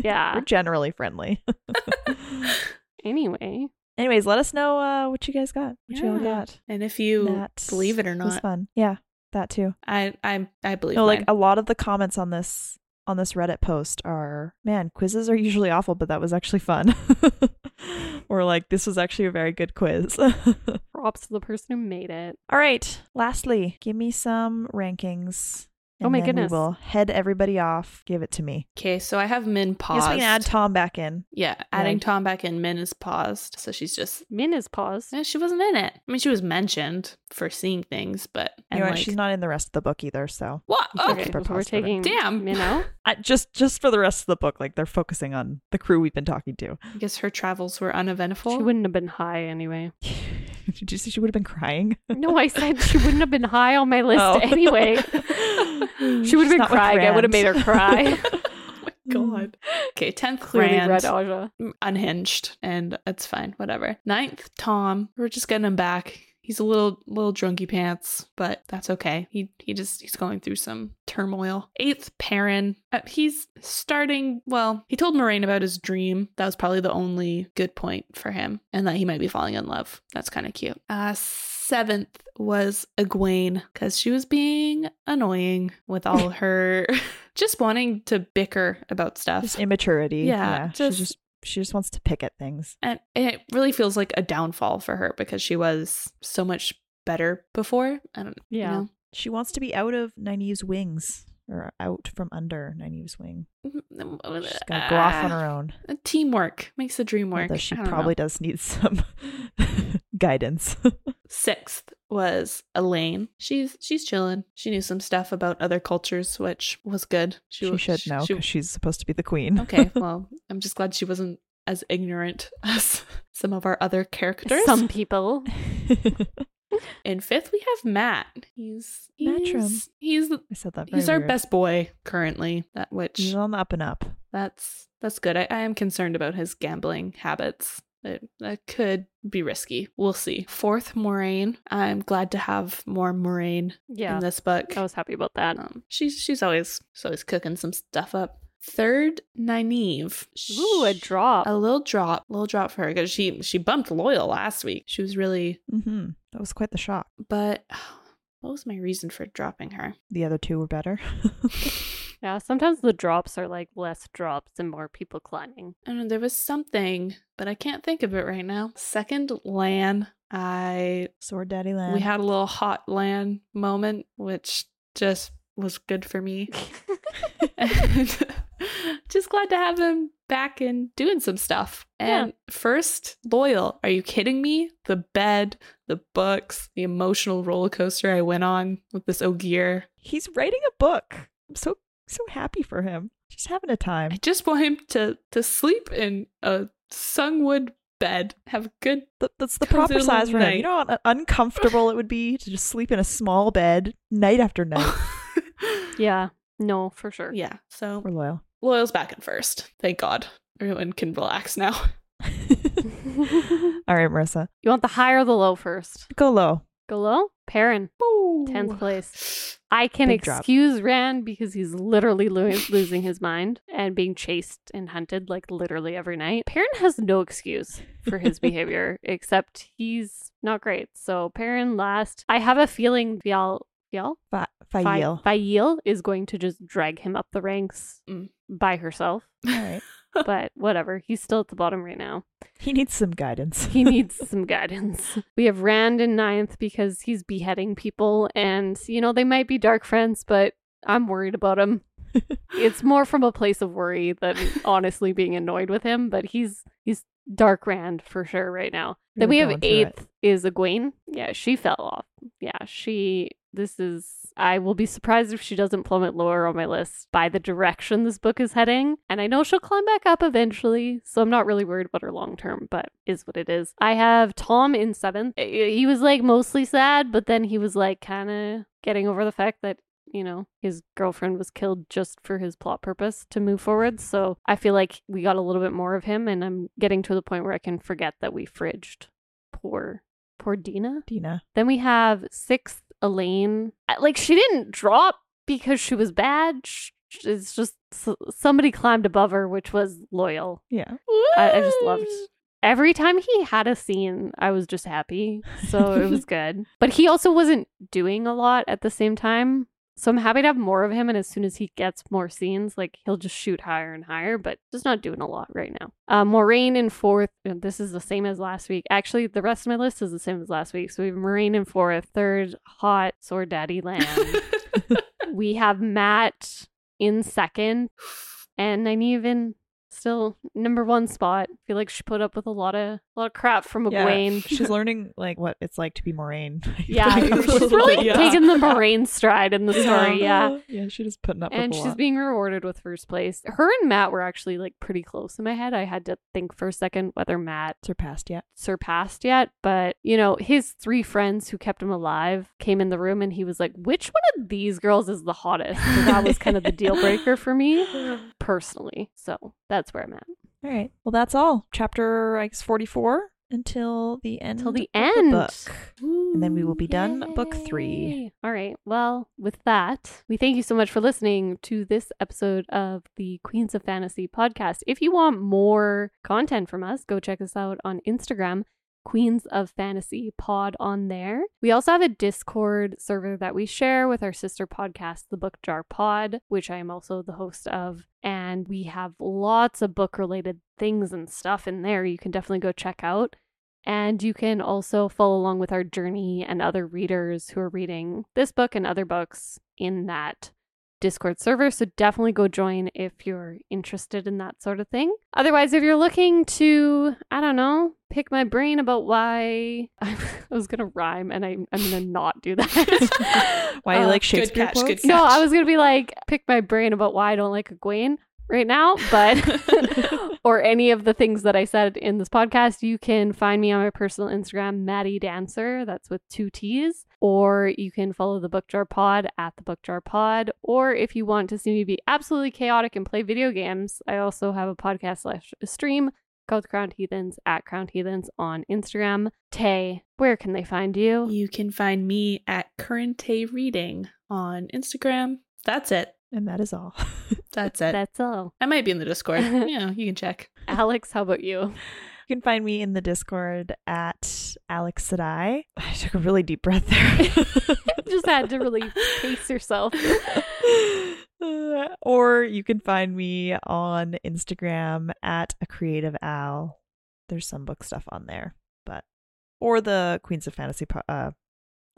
C: Yeah.
B: we're generally friendly.
C: anyway,
B: Anyways, let us know uh, what you guys got. What you all
A: Yeah.
B: got?
A: And if you
B: That
A: believe it or
B: was
A: not,
B: fun. Yeah, that too.
A: I I I believe.
B: No, like
A: mine.
B: a lot of the comments on this on this Reddit post are, man, quizzes are usually awful, but that was actually fun. or like this was actually a very good quiz. All
C: props to the person who made it.
B: right. Lastly, give me some rankings.
C: Oh
B: and
C: my
B: then
C: goodness.
B: We will head everybody off. Give it to me.
A: okay, so I have Min paused.
B: Yes, we can add Tom back in.
A: yeah, adding
B: Yeah.
A: Tom back in. Min is paused, so she's just.
C: Min is paused.
A: eh, She wasn't in it. I mean, she was mentioned for seeing things, but and
B: You're right,
A: like,
B: she's not in the rest of the book either. So
A: What?
B: You can
A: Okay.
B: keep her
C: so we're
B: paused for a bit.
C: taking
A: Damn.
C: Min out.
B: I, just just for the rest of the book, like they're focusing on the crew we've been talking to.
A: I guess her travels were
C: She
A: uneventful.
C: wouldn't have been high anyway.
B: Did you see she would have been crying?
C: No, I said she wouldn't have been high on my list
B: Oh.
C: anyway. She would
B: She's
C: have been
B: not with
C: crying. I would have made her
B: Rand.
C: cry.
A: oh my god. Mm. Okay, tenth
C: Clearly,
A: Rand,
C: Red Aja.
A: unhinged, and that's fine. Whatever. Ninth Tom. We're just getting him back. He's a little little drunky pants, but that's okay. He he just he's going through some turmoil. Eighth Perrin, uh, he's starting. Well, he told Moraine about his dream. That was probably the only good point for him, and that he might be falling in love. That's kind of cute. Uh, seventh was Egwene because she was being annoying with all her just wanting to bicker about stuff.
B: Just immaturity.
A: Yeah,
B: She's
A: just-
B: just she just wants to pick at things.
A: And it really feels like a downfall for her because she was so much better before. I don't you
C: Yeah.
A: know.
B: She wants to be out of Nynaeve's wings. Or out from under Nynaeve's wing. She's gonna go off on her own.
A: mm, Teamwork makes the dream work.
B: Although she
A: Uh, I don't know.
B: probably does need some guidance.
A: Sixth was Elaine. She's she's chilling. She knew some stuff about other cultures, which was good.
B: She,
A: wa-
B: should know
A: she-
B: because she's supposed to be the queen.
A: okay, well, I'm just glad she wasn't as ignorant as some of our other characters.
C: Some people.
A: In fifth, we have Matt. He's
B: Matrim.
A: he's he's,
B: I said that. Very
A: he's our
B: weird.
A: best boy currently. That which
B: He's on the up and up.
A: that's that's good. I, I am concerned about his gambling habits. It, that could be risky. We'll see. Fourth, Moraine. I'm glad to have more Moraine
C: Yeah.
A: in this book.
C: I was happy about that.
A: Um, she's she's always she's always cooking some stuff up. Third, Nynaeve.
C: Ooh, a drop.
A: A little drop, little drop for her because she she bumped loyal last week. She was really,
B: hmm That was quite the shock.
A: but what was my reason for dropping her?
B: The other two were better.
C: Yeah, sometimes the drops are like less drops and more people climbing.
A: I don't know, there was something, but I can't think of it right now. Second, Lan. I
B: Sword Daddy Land.
A: we had a little hot Lan moment, which just was good for me. And just glad to have him back and doing some stuff. And first, loyal. Are you kidding me? The bed, the books, the emotional roller coaster I went on with this Ogier.
B: He's writing a book. I'm so so happy for him. Just having a time.
A: I just want him to to sleep in a sungwood bed, have good.
B: Th- that's the
A: Comes in
B: proper
A: a
B: size for
A: little
B: him. You know how un- uncomfortable it would be to just sleep in a small bed night after night.
C: Yeah. No, for sure.
A: yeah. So
B: We're loyal.
A: loyal's back in first. Thank God. Everyone can relax now.
C: you
B: All right, Marissa,
C: want the high or the low first?
B: go low.
C: Go low? Perrin,
A: Ooh.
C: 10th place. I can
B: Big drop.
C: excuse Rand because he's literally lo- losing his mind and being chased and hunted like literally every night. Perrin has no excuse for his behavior except he's not great. So Perrin last. I have a feeling Vial Vial
B: Fa-
C: Fa-
B: Fael.
C: Fael is going to just drag him up the ranks
A: Mm.
C: by herself.
B: All right.
C: But whatever, he's still at the bottom right now.
B: He needs some guidance.
C: He needs some guidance. We have Rand in ninth because he's beheading people, and you know they might be dark friends, but I'm worried about him. it's more from a place of worry than honestly being annoyed with him. But he's he's dark Rand for sure right now. Then
B: We're
C: we
B: going
C: have
B: through it.
C: eighth is Egwene. Yeah, she fell off. Yeah, she. This is. I will be surprised if she doesn't plummet lower on my list by the direction this book is heading. And I know she'll climb back up eventually, so I'm not really worried about her long term, but is what it is. I have Tom in seventh. I- He was like mostly sad, but then he was like kind of getting over the fact that you know, his girlfriend was killed just for his plot purpose to move forward. So I feel like we got a little bit more of him, and I'm getting to the point where I can forget that we fridged poor, poor Dina.
B: Dina.
C: Then we have sixth Elaine. Uh, Like she didn't drop because she was bad. Sh- It's just s- somebody climbed above her, which was loyal.
B: Yeah.
C: I- I just loved- Every time he had a scene, I was just happy. So it was good. But he also wasn't doing a lot at the same time. So I'm happy to have more of him. And as soon as he gets more scenes, like he'll just shoot higher and higher, but just not doing a lot right now. Uh, Moraine in fourth. and uh, This is the same as last week. Actually, the rest of my list is the same as last week. So we have Moraine in fourth, third, hot, sore daddy land. we have Matt in second, and Nynaeve in still number one spot. I feel like she put up with a lot of a lot of crap from
B: Yeah.
C: Egwene.
B: She's learning like what it's like to be Moraine.
C: Yeah,
B: Like,
A: she's
B: a little
A: really
B: bit.
A: Yeah.
C: taking the Moraine stride in the story. Yeah.
B: Yeah, she's just putting up
C: And
B: with a
C: she's
B: lot.
C: being rewarded with first place. Her and Matt were actually like pretty close in my head. I had to think for a second whether Matt
B: surpassed yet.
C: surpassed yet, but you know, his three friends who kept him alive came in the room and he was like, Which one of these girls is the hottest? So that was kind of the deal breaker for me personally. So that's where I'm at.
B: All right. Well, that's all. Chapter I guess 44 until the end
C: Till the
B: of
C: end.
B: book. And then we will be done book three.
C: Yay. All right. Well, with that, we thank you so much for listening to this episode of the Queens of Fantasy podcast. If you want more content from us, go check us out on Instagram. Queens of Fantasy pod on there. We also have a Discord server that we share with our sister podcast, The Book Jar Pod, which I am also the host of. And we have lots of book related things and stuff in there you can definitely go check out. And you can also follow along with our journey and other readers who are reading this book and other books in that Discord server. So definitely go join if you're interested in that sort of thing. Otherwise, if you're looking to, I don't know, pick my brain about why I was going to rhyme and I, I'm going to not do that.
B: Why you
C: Uh,
B: like Shakespeare
A: catch, good
B: quotes?
C: no, I was gonna be like, pick my brain about why I don't like Egwene right now, but or any of the things that I said in this podcast, you can find me on my personal Instagram, Maddie Dancer. That's with two T's. Or you can follow the Book Jar Pod at the Book Jar Pod. Or if you want to see me be absolutely chaotic and play video games, I also have a podcast slash stream called Crowned Heathens at Crowned Heathens on Instagram. Tay, where can they find you?
A: Um, You can find me at Current Tay Reading on Instagram. That's it.
B: And that is all.
A: That's it.
C: That's all.
A: I might be in the Discord. yeah, you can check.
C: Alex, how about you?
B: You can find me in the Discord at Alex Sedai. I took a really deep breath there.
C: just had to really pace yourself.
B: Uh, or you can find me on Instagram at a creative owl. There's some book stuff on there, but or the Queens of Fantasy po- uh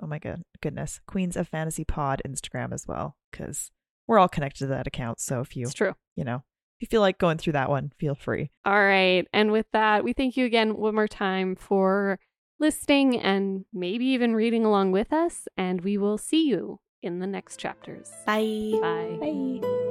B: oh my god goodness Queens of Fantasy Pod Instagram as well because we're all connected to that account. So if you
C: It's true.
B: you know if you feel like going through that one, feel free.
C: All right. And with that, we thank you again one more time for listening and maybe even reading along with us. And we will see you in the next chapters.
A: Bye.
C: Bye.
B: Bye.